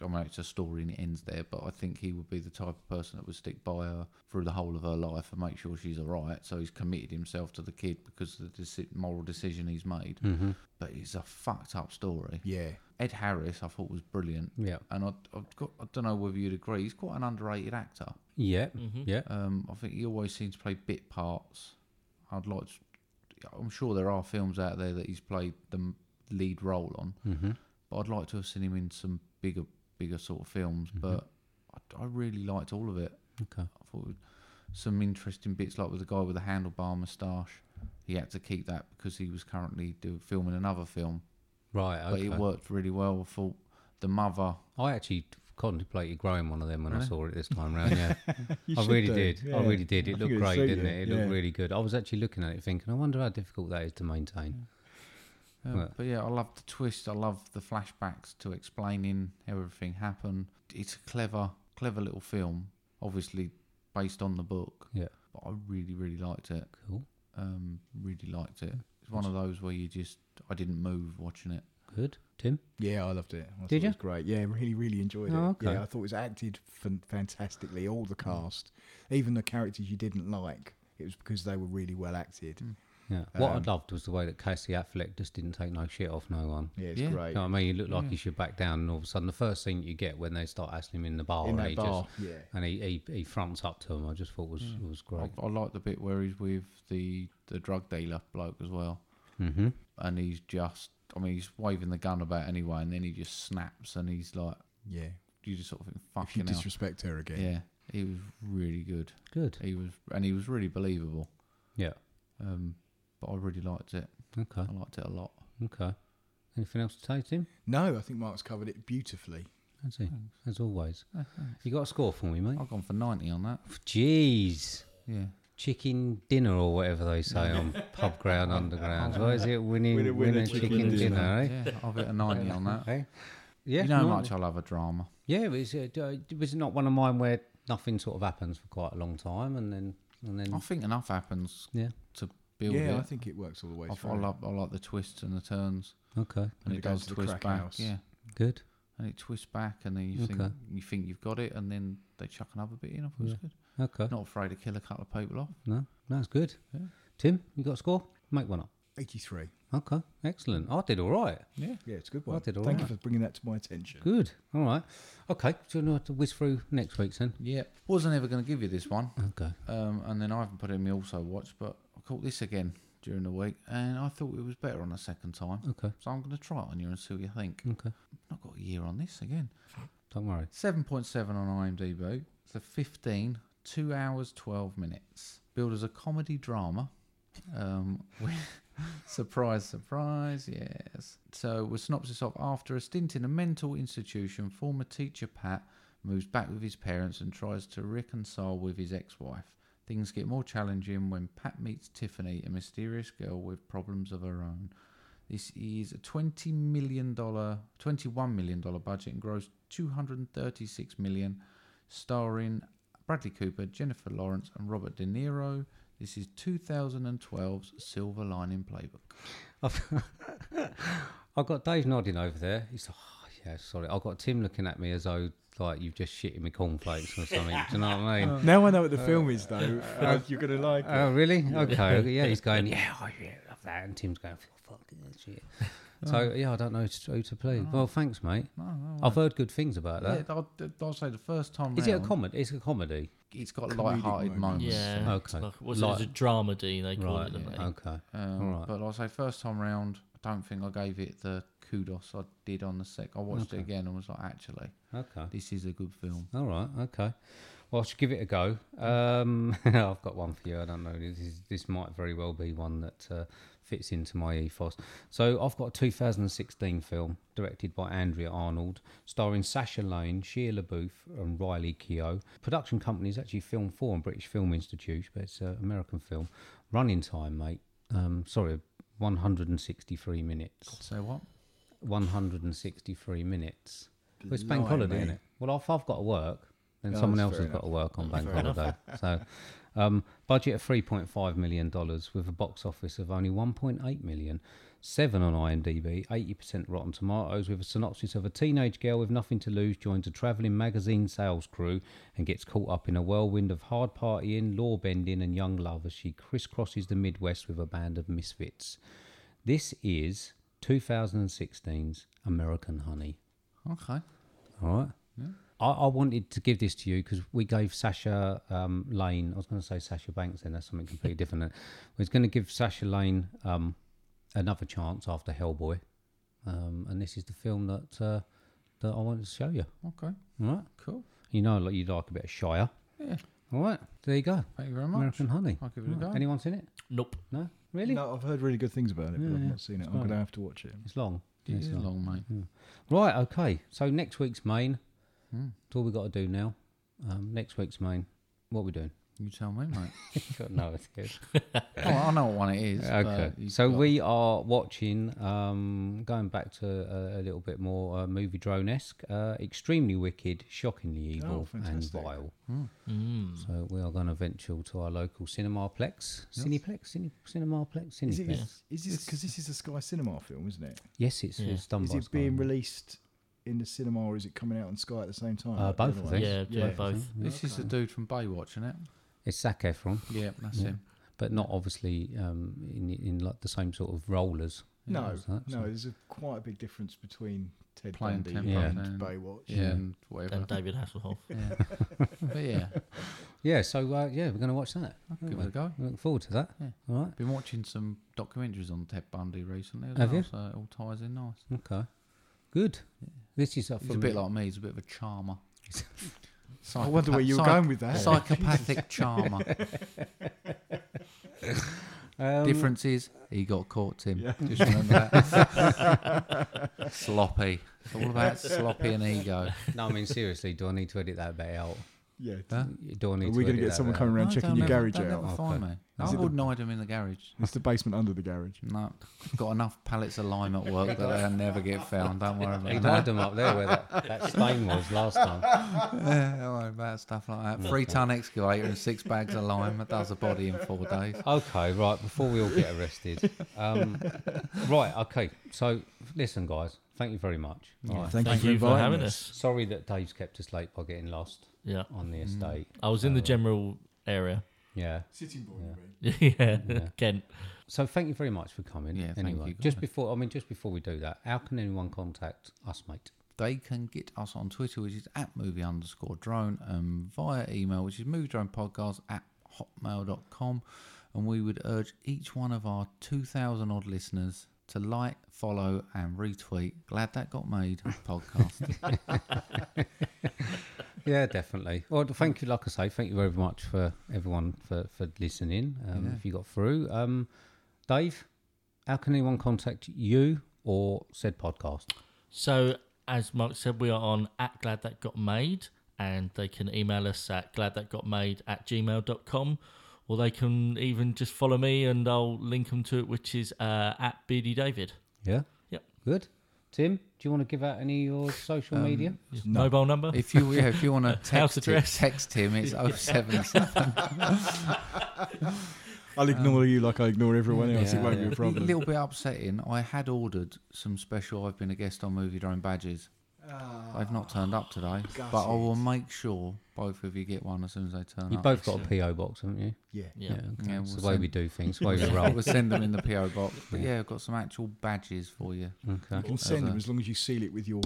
Speaker 1: I mean, it's a story and it ends there, but I think he would be the type of person that would stick by her through the whole of her life and make sure she's all right. So he's committed himself to the kid because of the deci- moral decision he's made.
Speaker 2: Mm-hmm.
Speaker 1: But it's a fucked up story.
Speaker 4: Yeah.
Speaker 1: Ed Harris, I thought was brilliant.
Speaker 2: Yeah.
Speaker 1: and I, I've got, I don't know whether you'd agree. He's quite an underrated actor.
Speaker 2: yeah, yeah.
Speaker 1: Um, I think he always seems to play bit parts. I'd like. To, I'm sure there are films out there that he's played the m- lead role on,
Speaker 2: Mm-hmm.
Speaker 1: but I'd like to have seen him in some bigger, bigger sort of films. But I, I really liked all of it.
Speaker 2: Mm-hmm. Okay.
Speaker 1: I thought it was some interesting bits, like with the guy with the handlebar moustache. He had to keep that because he was currently do, filming another film,
Speaker 2: Right.
Speaker 1: but
Speaker 2: Okay.
Speaker 1: it worked really well. I thought the mother.
Speaker 2: I actually contemplated growing one of them when I saw it this
Speaker 4: *laughs*
Speaker 2: time round. Yeah, I really
Speaker 4: do,
Speaker 2: did. I
Speaker 4: yeah.
Speaker 2: really did.
Speaker 4: I
Speaker 2: It
Speaker 4: think
Speaker 2: looked
Speaker 4: it'd
Speaker 2: great,
Speaker 4: suit
Speaker 2: didn't
Speaker 4: you,
Speaker 2: it? It looked
Speaker 4: yeah.
Speaker 2: really good. I was actually looking at it, thinking, I wonder how difficult that is to maintain.
Speaker 1: Uh,
Speaker 2: Right.
Speaker 1: But yeah, I love the twist. I love the flashbacks to explaining how everything happened. It's a clever, clever little film, obviously based on the book.
Speaker 2: Yeah.
Speaker 1: But I really, really liked it.
Speaker 2: Cool.
Speaker 1: Um, really liked it. It's one of those where you just, I didn't move watching it.
Speaker 2: Good, Tim.
Speaker 4: Yeah, I loved it. I thought
Speaker 2: Did
Speaker 4: It
Speaker 2: you?
Speaker 4: was great. Yeah, really, really enjoyed it.
Speaker 2: Oh, okay. Mm.
Speaker 4: Yeah, I thought it was acted fan- fantastically. All the cast, even the characters you didn't like, it was because they were really well acted.
Speaker 2: Mm. Yeah. What
Speaker 4: Um,
Speaker 2: I loved was the way that Casey Affleck just didn't take no shit off no one.
Speaker 4: Yeah, it's
Speaker 1: Yeah.
Speaker 4: great.
Speaker 2: You know what I mean? You look like you should back down, and all of a sudden, the first thing you get when they start asking him in the bar, and
Speaker 4: In that
Speaker 2: Oh, he
Speaker 4: bar, Mm.
Speaker 2: just
Speaker 4: yeah.
Speaker 2: and he, he he fronts up to him. I just thought was was great.
Speaker 1: I, I like the bit where he's with the, the drug dealer bloke as well.
Speaker 2: Mm-hmm.
Speaker 1: And he's just, I mean, he's waving the gun about anyway, and then he just snaps and he's like,
Speaker 4: yeah,
Speaker 1: you just sort of think,
Speaker 4: if you
Speaker 1: fucking hell.
Speaker 4: disrespect her again,
Speaker 1: Yeah, he was really good.
Speaker 2: Good.
Speaker 1: He was, and he was really believable.
Speaker 2: Yeah.
Speaker 1: Um, but I really liked it.
Speaker 2: Okay.
Speaker 1: I liked it a lot.
Speaker 2: Okay. Anything else to say, Tim?
Speaker 4: no, I think Mark's covered it beautifully.
Speaker 2: As, he, as always.
Speaker 1: Oh,
Speaker 2: You got a score for me, mate?
Speaker 1: I've gone for ninety on that.
Speaker 2: Jeez.
Speaker 1: Yeah.
Speaker 2: Chicken dinner or whatever they
Speaker 1: *laughs*
Speaker 2: say on pub ground underground.
Speaker 1: Oh,
Speaker 2: Why is it winning winner, chicken, dinner, eh?
Speaker 1: Yeah, I've hit a ninety on
Speaker 4: *laughs*
Speaker 1: that.
Speaker 2: Okay. Yeah,
Speaker 1: you know how
Speaker 2: not-
Speaker 1: much I love a drama.
Speaker 2: Yeah, it was, uh, d- uh, it was not one of mine where nothing sort of happens for quite a long time and then and then
Speaker 1: I think enough happens
Speaker 2: yeah.
Speaker 1: to build
Speaker 4: Mm. yeah,
Speaker 1: it.
Speaker 4: I think it works all the way
Speaker 1: I,
Speaker 4: through.
Speaker 1: I love I like the twists and the turns,
Speaker 2: Okay.
Speaker 1: and
Speaker 4: When
Speaker 1: it
Speaker 4: it goes
Speaker 1: does
Speaker 4: to the
Speaker 1: twist
Speaker 4: crack
Speaker 1: back.
Speaker 4: house.
Speaker 1: Yeah,
Speaker 2: Good.
Speaker 1: and it twists back, and then you think
Speaker 2: Okay.
Speaker 1: you think you've got it, and then they chuck another bit in. I thought it was good.
Speaker 2: Okay.
Speaker 1: Not afraid to kill a couple of people off.
Speaker 2: No, that's good. Tim, you got a score? Make one up.
Speaker 4: Eighty-three.
Speaker 2: Okay. Excellent. I did all right.
Speaker 4: Yeah, yeah, it's a good one.
Speaker 2: did all
Speaker 4: Thank
Speaker 2: right.
Speaker 4: you for bringing that to my attention.
Speaker 2: Good. All right. Okay. So you know to whiz through next week's then?
Speaker 1: Yeah, wasn't ever going to give you this one.
Speaker 2: Okay.
Speaker 1: Um, and then I haven't put it in my also watch, but I caught this again during the week, and I thought it was better on the second time.
Speaker 2: Okay.
Speaker 1: So I'm going to try it on you and see what you think.
Speaker 2: Okay.
Speaker 1: I've got a year on this again.
Speaker 2: Don't worry.
Speaker 1: 7.7 on IMDb. So 15, 2 hours, 12 minutes. Billed as a comedy drama. Um, *laughs* with- surprise, surprise, yes. So, with synopsis of after a stint in a mental institution, former teacher Pat moves back with his parents and tries to reconcile with his ex wife. Things get more challenging when Pat meets Tiffany, a mysterious girl with problems of her own. This is a twenty million dollar, twenty-one million dollar budget and grossed two hundred and thirty-six million, starring Bradley Cooper, Jennifer Lawrence, and Robert De Niro. This is 2012's Silver Lining Playbook.
Speaker 2: *laughs* I've, I've got Dave nodding over there. He's like, oh, yeah, sorry. I've got Tim looking at me as though like you've just shit in me cornflakes or something. Do you know what
Speaker 4: *laughs*
Speaker 2: I mean?
Speaker 4: *laughs* Now I know what the film is, though. Uh, *laughs* you're going to like it.
Speaker 2: Oh, really? Okay. Yeah, he's going, yeah, I really love that. And Tim's going, "Oh, fuck that shit. So, yeah, I don't know who to play. Well, thanks, mate. I've heard good things about
Speaker 1: Yeah,
Speaker 2: that.
Speaker 1: I'll, I'll say the first time.
Speaker 2: Is it a
Speaker 1: round,
Speaker 2: comedy? It's a comedy.
Speaker 1: It's got light-hearted moments.
Speaker 3: Yeah.
Speaker 2: Okay.
Speaker 3: It's like, what's
Speaker 2: Like-
Speaker 3: it? It's a dramedy, they call
Speaker 2: Right.
Speaker 3: it, don't they?
Speaker 2: Okay.
Speaker 1: Um,
Speaker 2: All right.
Speaker 1: But I'll say first time round, I don't think I gave it the kudos I did on the sec. I watched it again and was like, actually,
Speaker 2: Okay.
Speaker 1: this is a good film.
Speaker 2: All right, okay. Well, I should give it a go. Um, *laughs* I've got one for you. I don't know. This is, this might very well be one that uh, fits into my ethos. So I've got a 2016 film directed by Andrea Arnold, starring Sasha Lane, Sheila Booth, and Riley Keough. Production company is actually Film Four and British Film Institute, but it's an American film. Running time, mate. Um, sorry, 163 minutes.
Speaker 1: So what?
Speaker 2: 163 minutes. Well, it's bank
Speaker 4: Blimey.
Speaker 2: holiday, isn't it? Well, if I've got to work, then
Speaker 4: No,
Speaker 2: someone
Speaker 4: that's
Speaker 2: else
Speaker 4: fair
Speaker 2: has
Speaker 4: enough.
Speaker 2: got to work on bank holiday. *laughs* so, um, budget of 3.5 million dollars with a box office of only 1.8 million. Seven on IMDb, 80% Rotten Tomatoes, with a synopsis of a teenage girl with nothing to lose joins a travelling magazine sales crew and gets caught up in a whirlwind of hard partying, law bending, and young love as she crisscrosses the Midwest with a band of misfits. This is 2016's American Honey.
Speaker 1: Okay.
Speaker 2: All right. I, I wanted to give this to you because we gave Sasha um, Lane. I was going to say Sasha Banks, then that's
Speaker 1: *laughs*
Speaker 2: something completely different. We're going to give Sasha Lane um, another chance after Hellboy, um, and this is the film that uh, that I wanted to show you.
Speaker 1: Okay.
Speaker 2: All right.
Speaker 1: Cool.
Speaker 2: You know, like you like a bit of Shire.
Speaker 1: Yeah.
Speaker 2: All right. There you go.
Speaker 1: Thank you very much.
Speaker 2: American Honey.
Speaker 1: I'll give it a
Speaker 2: All right.
Speaker 1: go.
Speaker 2: Anyone seen it?
Speaker 3: Nope.
Speaker 2: No. Really?
Speaker 4: No, I've heard really good things about it, but I've
Speaker 2: yeah,
Speaker 4: not seen it.
Speaker 2: it's
Speaker 4: I'm going to
Speaker 2: fine.
Speaker 4: have to watch it.
Speaker 2: It's long.
Speaker 1: It
Speaker 2: It's
Speaker 1: is
Speaker 2: long.
Speaker 1: long, mate.
Speaker 2: Right, okay. So next week's main.
Speaker 4: Hmm.
Speaker 2: That's all we got to do now. Um, next week's main. What are we
Speaker 4: *laughs*
Speaker 2: doing?
Speaker 1: You tell me, mate. *laughs*
Speaker 2: got no *laughs* idea.
Speaker 1: oh, I know what one it is.
Speaker 4: uh,
Speaker 2: okay.
Speaker 1: but you've
Speaker 2: So
Speaker 1: got-
Speaker 2: we are watching, um, going back to a, a little bit more uh, movie drone esque, uh, extremely wicked, shockingly evil, and
Speaker 4: Oh, fantastic.
Speaker 2: vile.
Speaker 3: Mm.
Speaker 2: So we are going to venture to our local Cinemaplex. Cineplex? Cine, Cinemaplex?
Speaker 4: Is it?
Speaker 2: Cineplex?
Speaker 4: Is, is this because this is a Sky Cinema film, isn't it?
Speaker 2: Yes, it's,
Speaker 3: Yeah.
Speaker 2: it's done
Speaker 4: Is
Speaker 2: by
Speaker 4: it being
Speaker 2: Sky.
Speaker 4: released in the cinema or is it coming out on Sky at the same time?
Speaker 2: Uh,
Speaker 4: like the
Speaker 2: both,
Speaker 4: other
Speaker 2: I
Speaker 4: one?
Speaker 2: think.
Speaker 3: Yeah, yeah,
Speaker 4: Yeah.
Speaker 3: both.
Speaker 1: This is the dude from Baywatch, isn't it?
Speaker 2: It's Zac Efron,
Speaker 1: Yeah, that's him.
Speaker 2: but not obviously um, in, in like the same sort of role as
Speaker 4: No,
Speaker 2: Is that
Speaker 4: no.
Speaker 2: so?
Speaker 4: There's a quite a big difference between Ted
Speaker 1: Playing
Speaker 4: Bundy
Speaker 1: Ted
Speaker 2: Yeah.
Speaker 4: and
Speaker 1: Bundy.
Speaker 4: Baywatch.
Speaker 1: Yeah, and whatever.
Speaker 3: And David Hasselhoff.
Speaker 1: Yeah. but yeah,
Speaker 2: Yeah, so uh, yeah, we're going to watch that. aren't
Speaker 1: give
Speaker 2: we?
Speaker 1: it a go.
Speaker 2: Look forward to that.
Speaker 1: Yeah.
Speaker 2: All right.
Speaker 1: Been watching some documentaries on Ted Bundy recently as
Speaker 2: Have
Speaker 1: well,
Speaker 2: you?
Speaker 1: so it all ties in nice.
Speaker 2: Okay. Good. This is up
Speaker 1: He's a bit like me. He's a bit of a charmer.
Speaker 4: I wonder where you were
Speaker 1: Psychopath-
Speaker 4: going with that.
Speaker 1: Psychopathic
Speaker 4: *laughs*
Speaker 1: charmer.
Speaker 4: Um,
Speaker 1: Difference is he got caught, Tim. Just remember that. sloppy. It's all about sloppy and ego.
Speaker 2: No, I mean seriously, do I need to edit that bit out?
Speaker 4: Yeah.
Speaker 1: Huh?
Speaker 2: Do I need
Speaker 4: Are
Speaker 2: to
Speaker 4: we
Speaker 2: edit
Speaker 4: going to get
Speaker 2: that
Speaker 4: someone
Speaker 2: bit
Speaker 4: coming
Speaker 1: No,
Speaker 4: around
Speaker 1: don't
Speaker 4: checking your
Speaker 1: ever-
Speaker 4: garage
Speaker 1: don't ever
Speaker 4: out?
Speaker 1: find me. I
Speaker 4: it the-
Speaker 1: would hide him in the garage.
Speaker 4: It's the basement under the garage.
Speaker 1: No, got enough pallets of lime at work that they'll never get found. Don't worry
Speaker 2: out? He
Speaker 1: about that.
Speaker 2: died them up there where that, that stain was last time.
Speaker 1: Yeah, don't worry about stuff like that. Three ton excavator and six bags of lime. That does a body in four days.
Speaker 2: Okay, right. Before we all get arrested, um, right? Okay. So listen, guys. Thank you very much. All right.
Speaker 4: Thank,
Speaker 3: Thank
Speaker 4: you
Speaker 3: you for having
Speaker 4: us.
Speaker 3: us.
Speaker 2: Sorry that Dave's kept us late by getting lost
Speaker 3: Yeah.
Speaker 2: on the
Speaker 4: Mm.
Speaker 2: estate.
Speaker 3: I was in the general area. *laughs*
Speaker 2: Yeah.
Speaker 4: Sitting boy, you mean?
Speaker 3: yeah. Kent.
Speaker 2: So thank you very much for coming.
Speaker 1: Yeah, thank
Speaker 2: Anyway,
Speaker 1: you,
Speaker 2: just
Speaker 1: guys.
Speaker 2: before I mean, just before we do that, how can anyone contact us, mate?
Speaker 1: They can get us on Twitter, which is at movie underscore drone, and via email, which is movie drone podcast at hotmail.com. And we would urge each one of our 2,000 odd listeners to like, follow, and retweet. Glad that got made
Speaker 3: *laughs*
Speaker 1: podcast.
Speaker 2: Yeah, *laughs* definitely. Well, thank you. Like I say, thank you very much for everyone for, for listening. Um, If you got through, um, Dave, how can anyone contact you or said podcast?
Speaker 3: So, as Mark said, we are on at Glad That Got Made, and they can email us at gladthatgotmade at gmail.com, or they can even just follow me and I'll link them to it, which is uh, at Beardy David.
Speaker 2: Yeah.
Speaker 3: Yep.
Speaker 2: Good. Tim, do you want to give out any of your social
Speaker 1: Um,
Speaker 2: media?
Speaker 3: Mobile number?
Speaker 1: if you yeah, if you want to
Speaker 3: House
Speaker 1: text, him,
Speaker 3: address.
Speaker 1: text him,
Speaker 3: *laughs*
Speaker 1: it's 07.
Speaker 4: I'll ignore you like I ignore everyone else. it won't be a
Speaker 1: A *laughs*
Speaker 4: problem.
Speaker 1: little bit upsetting. I had ordered some special I've been a guest on Movie Drone badges. They've not turned up today,
Speaker 3: Ah,
Speaker 1: but I will make sure both of you get one as soon as they turn
Speaker 2: You
Speaker 1: up.
Speaker 2: both got a PO box, haven't you?
Speaker 4: Yeah.
Speaker 3: Yeah.
Speaker 1: Yeah,
Speaker 2: It's
Speaker 1: we'll
Speaker 2: the way
Speaker 1: send-
Speaker 2: we do things,
Speaker 1: *laughs*
Speaker 2: the way we roll.
Speaker 1: We'll send them in the *laughs* PO box. But yeah, I've got some actual badges for you.
Speaker 4: You can send them as long as you seal it with your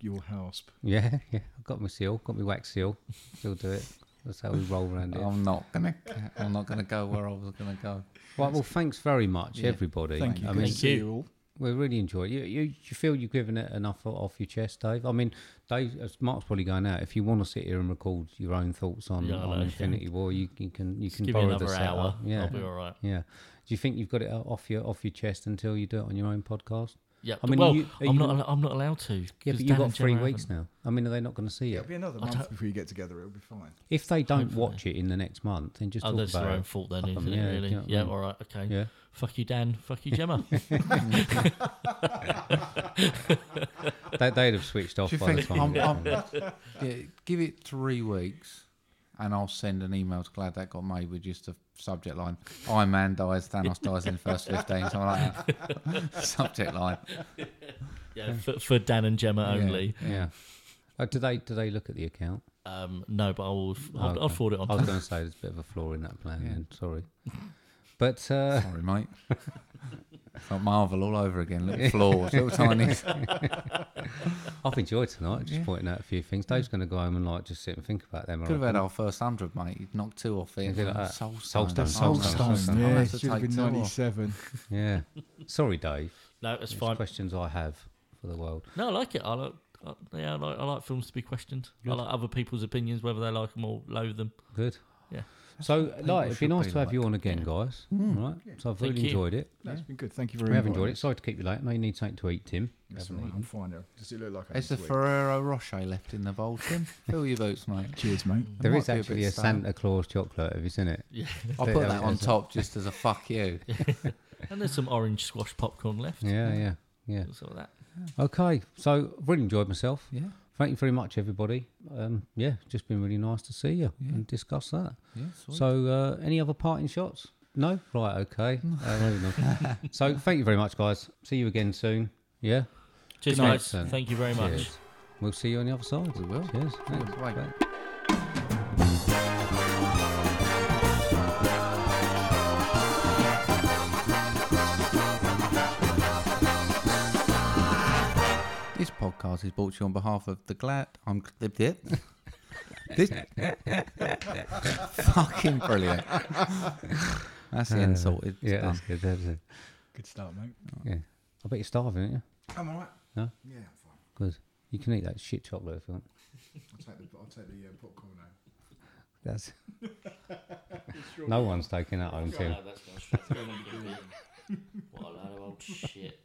Speaker 4: your hasp.
Speaker 2: Yeah, yeah. I've got my seal, got my wax seal. Still do it. That's how we roll around it.
Speaker 1: I'm not gonna. I'm not gonna go where I was gonna go.
Speaker 2: Right, well, thanks very much, everybody.
Speaker 4: Thank you.
Speaker 2: I
Speaker 4: Good
Speaker 2: mean,
Speaker 4: to see you all.
Speaker 2: we really enjoyed it. You, you, you feel you've given it enough o- off your chest, Dave? I mean, Dave, as Mark's probably going out. If you want to sit here and record your own thoughts on,
Speaker 3: Yeah, I
Speaker 2: on
Speaker 3: know.
Speaker 2: Infinity War, you, you can you can
Speaker 3: give me
Speaker 2: borrow
Speaker 3: another
Speaker 2: the
Speaker 3: hour.
Speaker 2: setup. Yeah,
Speaker 3: I'll be all right.
Speaker 2: Yeah. Do you think you've got it o- off your off your chest until you do it on your own podcast?
Speaker 3: Yeah,
Speaker 2: I mean,
Speaker 3: well,
Speaker 2: are you- are
Speaker 3: I'm
Speaker 2: you-
Speaker 3: not. al- I'm not allowed to.
Speaker 2: Yeah,
Speaker 3: 'cause
Speaker 2: but
Speaker 3: Dan
Speaker 2: you've got
Speaker 3: and
Speaker 2: three
Speaker 3: Gemma
Speaker 2: weeks
Speaker 3: haven't.
Speaker 2: now. I mean, are they not going to see it?
Speaker 4: It'll be another month before you get together. It'll be fine.
Speaker 2: If they don't watch it in the next month, then just
Speaker 3: Oh,
Speaker 2: talk
Speaker 3: that's
Speaker 2: about
Speaker 3: their
Speaker 2: it.
Speaker 3: own fault then,
Speaker 2: Fuck 'em,
Speaker 3: isn't
Speaker 2: yeah,
Speaker 3: it? Really?
Speaker 2: do you know what I
Speaker 3: yeah.
Speaker 2: mean?
Speaker 3: All right. Okay.
Speaker 2: Yeah.
Speaker 3: Fuck you, Dan. Fuck
Speaker 2: *laughs*
Speaker 3: you, Gemma.
Speaker 2: They, they'd have switched off
Speaker 1: Do you
Speaker 2: by the
Speaker 1: think?
Speaker 2: time.
Speaker 1: I'm,
Speaker 2: it
Speaker 1: I'm,
Speaker 2: happened.
Speaker 1: *laughs* yeah, give it three weeks, and I'll send an email to Glad that got made with just a subject line: Iron Man dies, Thanos dies in the first fifteen, something like that. *laughs* subject line.
Speaker 3: yeah, for, for Dan and Gemma only.
Speaker 2: yeah. Uh, do they do they look at the account?
Speaker 3: Um, no, but I will. I'll, I'll
Speaker 2: Oh, Okay.
Speaker 3: forward it on.
Speaker 2: I was going to say there's a bit of a flaw in that plan. Then. Sorry, but
Speaker 3: *laughs*
Speaker 2: uh,
Speaker 1: Sorry, mate. It's like Marvel all over again. Little flaws, little tiny. *laughs*
Speaker 2: I've enjoyed tonight. Just pointing out a few things. Dave's going to go home and like just sit and think about them. I
Speaker 1: Could have had
Speaker 2: reckon.
Speaker 1: our first hundred, mate. You'd knocked two off it.
Speaker 2: Something like that.
Speaker 1: Soul
Speaker 2: Soul
Speaker 1: Stone.
Speaker 2: Stone.
Speaker 1: Soul Stone.
Speaker 2: Soul Stone.
Speaker 1: I'll
Speaker 4: Yeah,
Speaker 1: have
Speaker 4: it
Speaker 1: to
Speaker 4: should have
Speaker 1: take
Speaker 4: been
Speaker 1: two off.
Speaker 4: 97.
Speaker 2: Yeah. Sorry, Dave.
Speaker 3: No, that's
Speaker 2: It's
Speaker 3: fine.
Speaker 2: questions I have for the world.
Speaker 3: No, I like it. I like. I, yeah, I like, I like films to be questioned. I like other people's opinions, whether they like them or
Speaker 2: *laughs*
Speaker 3: loathe them.
Speaker 2: Good.
Speaker 3: Yeah. Mm.
Speaker 2: So, like, it'd be
Speaker 1: should
Speaker 2: nice
Speaker 1: be
Speaker 2: to have you
Speaker 1: like.
Speaker 2: on again, guys. All right. So I've
Speaker 3: Thank
Speaker 2: really
Speaker 3: you.
Speaker 2: enjoyed it.
Speaker 4: That's been good. Thank you very
Speaker 2: We
Speaker 4: much.
Speaker 2: have enjoyed it. Sorry to keep you late. No, you need something to eat, Tim.
Speaker 4: That's all right. I'm fine now. Does it look like I
Speaker 1: It's the
Speaker 4: need to eat?
Speaker 1: Ferrero Rocher left in the bowl,
Speaker 2: *laughs*
Speaker 1: Tim. Fill your boots, mate.
Speaker 4: Cheers, mate.
Speaker 1: There
Speaker 2: There
Speaker 1: might
Speaker 2: is
Speaker 1: be a
Speaker 2: actually
Speaker 1: bit
Speaker 2: a,
Speaker 1: of
Speaker 2: Santa Claus chocolate, have you seen it?
Speaker 1: I'll
Speaker 2: Bit
Speaker 1: put
Speaker 2: of
Speaker 1: that
Speaker 2: it
Speaker 1: on
Speaker 2: as a-
Speaker 1: top just as a
Speaker 2: *laughs*
Speaker 1: fuck you.
Speaker 3: And there's some orange squash popcorn left.
Speaker 2: Yeah, yeah, yeah.
Speaker 3: Sort of that.
Speaker 2: Okay, so I've really enjoyed myself.
Speaker 1: Yeah.
Speaker 2: Thank you very much, everybody. Um, yeah, just been really nice to see you and discuss that.
Speaker 1: Yeah,
Speaker 2: So, uh, any other parting shots? No? Right, okay. Uh,
Speaker 1: *laughs*
Speaker 2: moving on. so, thank you very much, guys. See you again soon. Yeah?
Speaker 3: Cheers,
Speaker 2: night,
Speaker 3: guys.
Speaker 2: then.
Speaker 3: Thank you very much.
Speaker 2: Cheers. We'll see you on the other side.
Speaker 1: We will.
Speaker 2: Cheers. Thanks.
Speaker 1: Right.
Speaker 2: Bye.
Speaker 1: This podcast is brought to you on behalf of the glad. I'm the dip.
Speaker 2: *laughs*
Speaker 1: This *laughs* fucking brilliant.
Speaker 2: *laughs*
Speaker 1: That's the end sorted. It's
Speaker 2: Yeah,
Speaker 1: done.
Speaker 2: that's good. That's it.
Speaker 4: Good start, mate.
Speaker 2: Yeah. I bet you're starving, aren't you?
Speaker 4: I'm all right.
Speaker 2: No?
Speaker 4: Yeah, I'm fine.
Speaker 2: Good. You can eat that shit chocolate if you want.
Speaker 4: I'll take the, I'll take the uh, popcorn now.
Speaker 2: That's.
Speaker 1: *laughs*
Speaker 2: no one's taking that home, Tim.
Speaker 3: *laughs* that's what a load of old shit.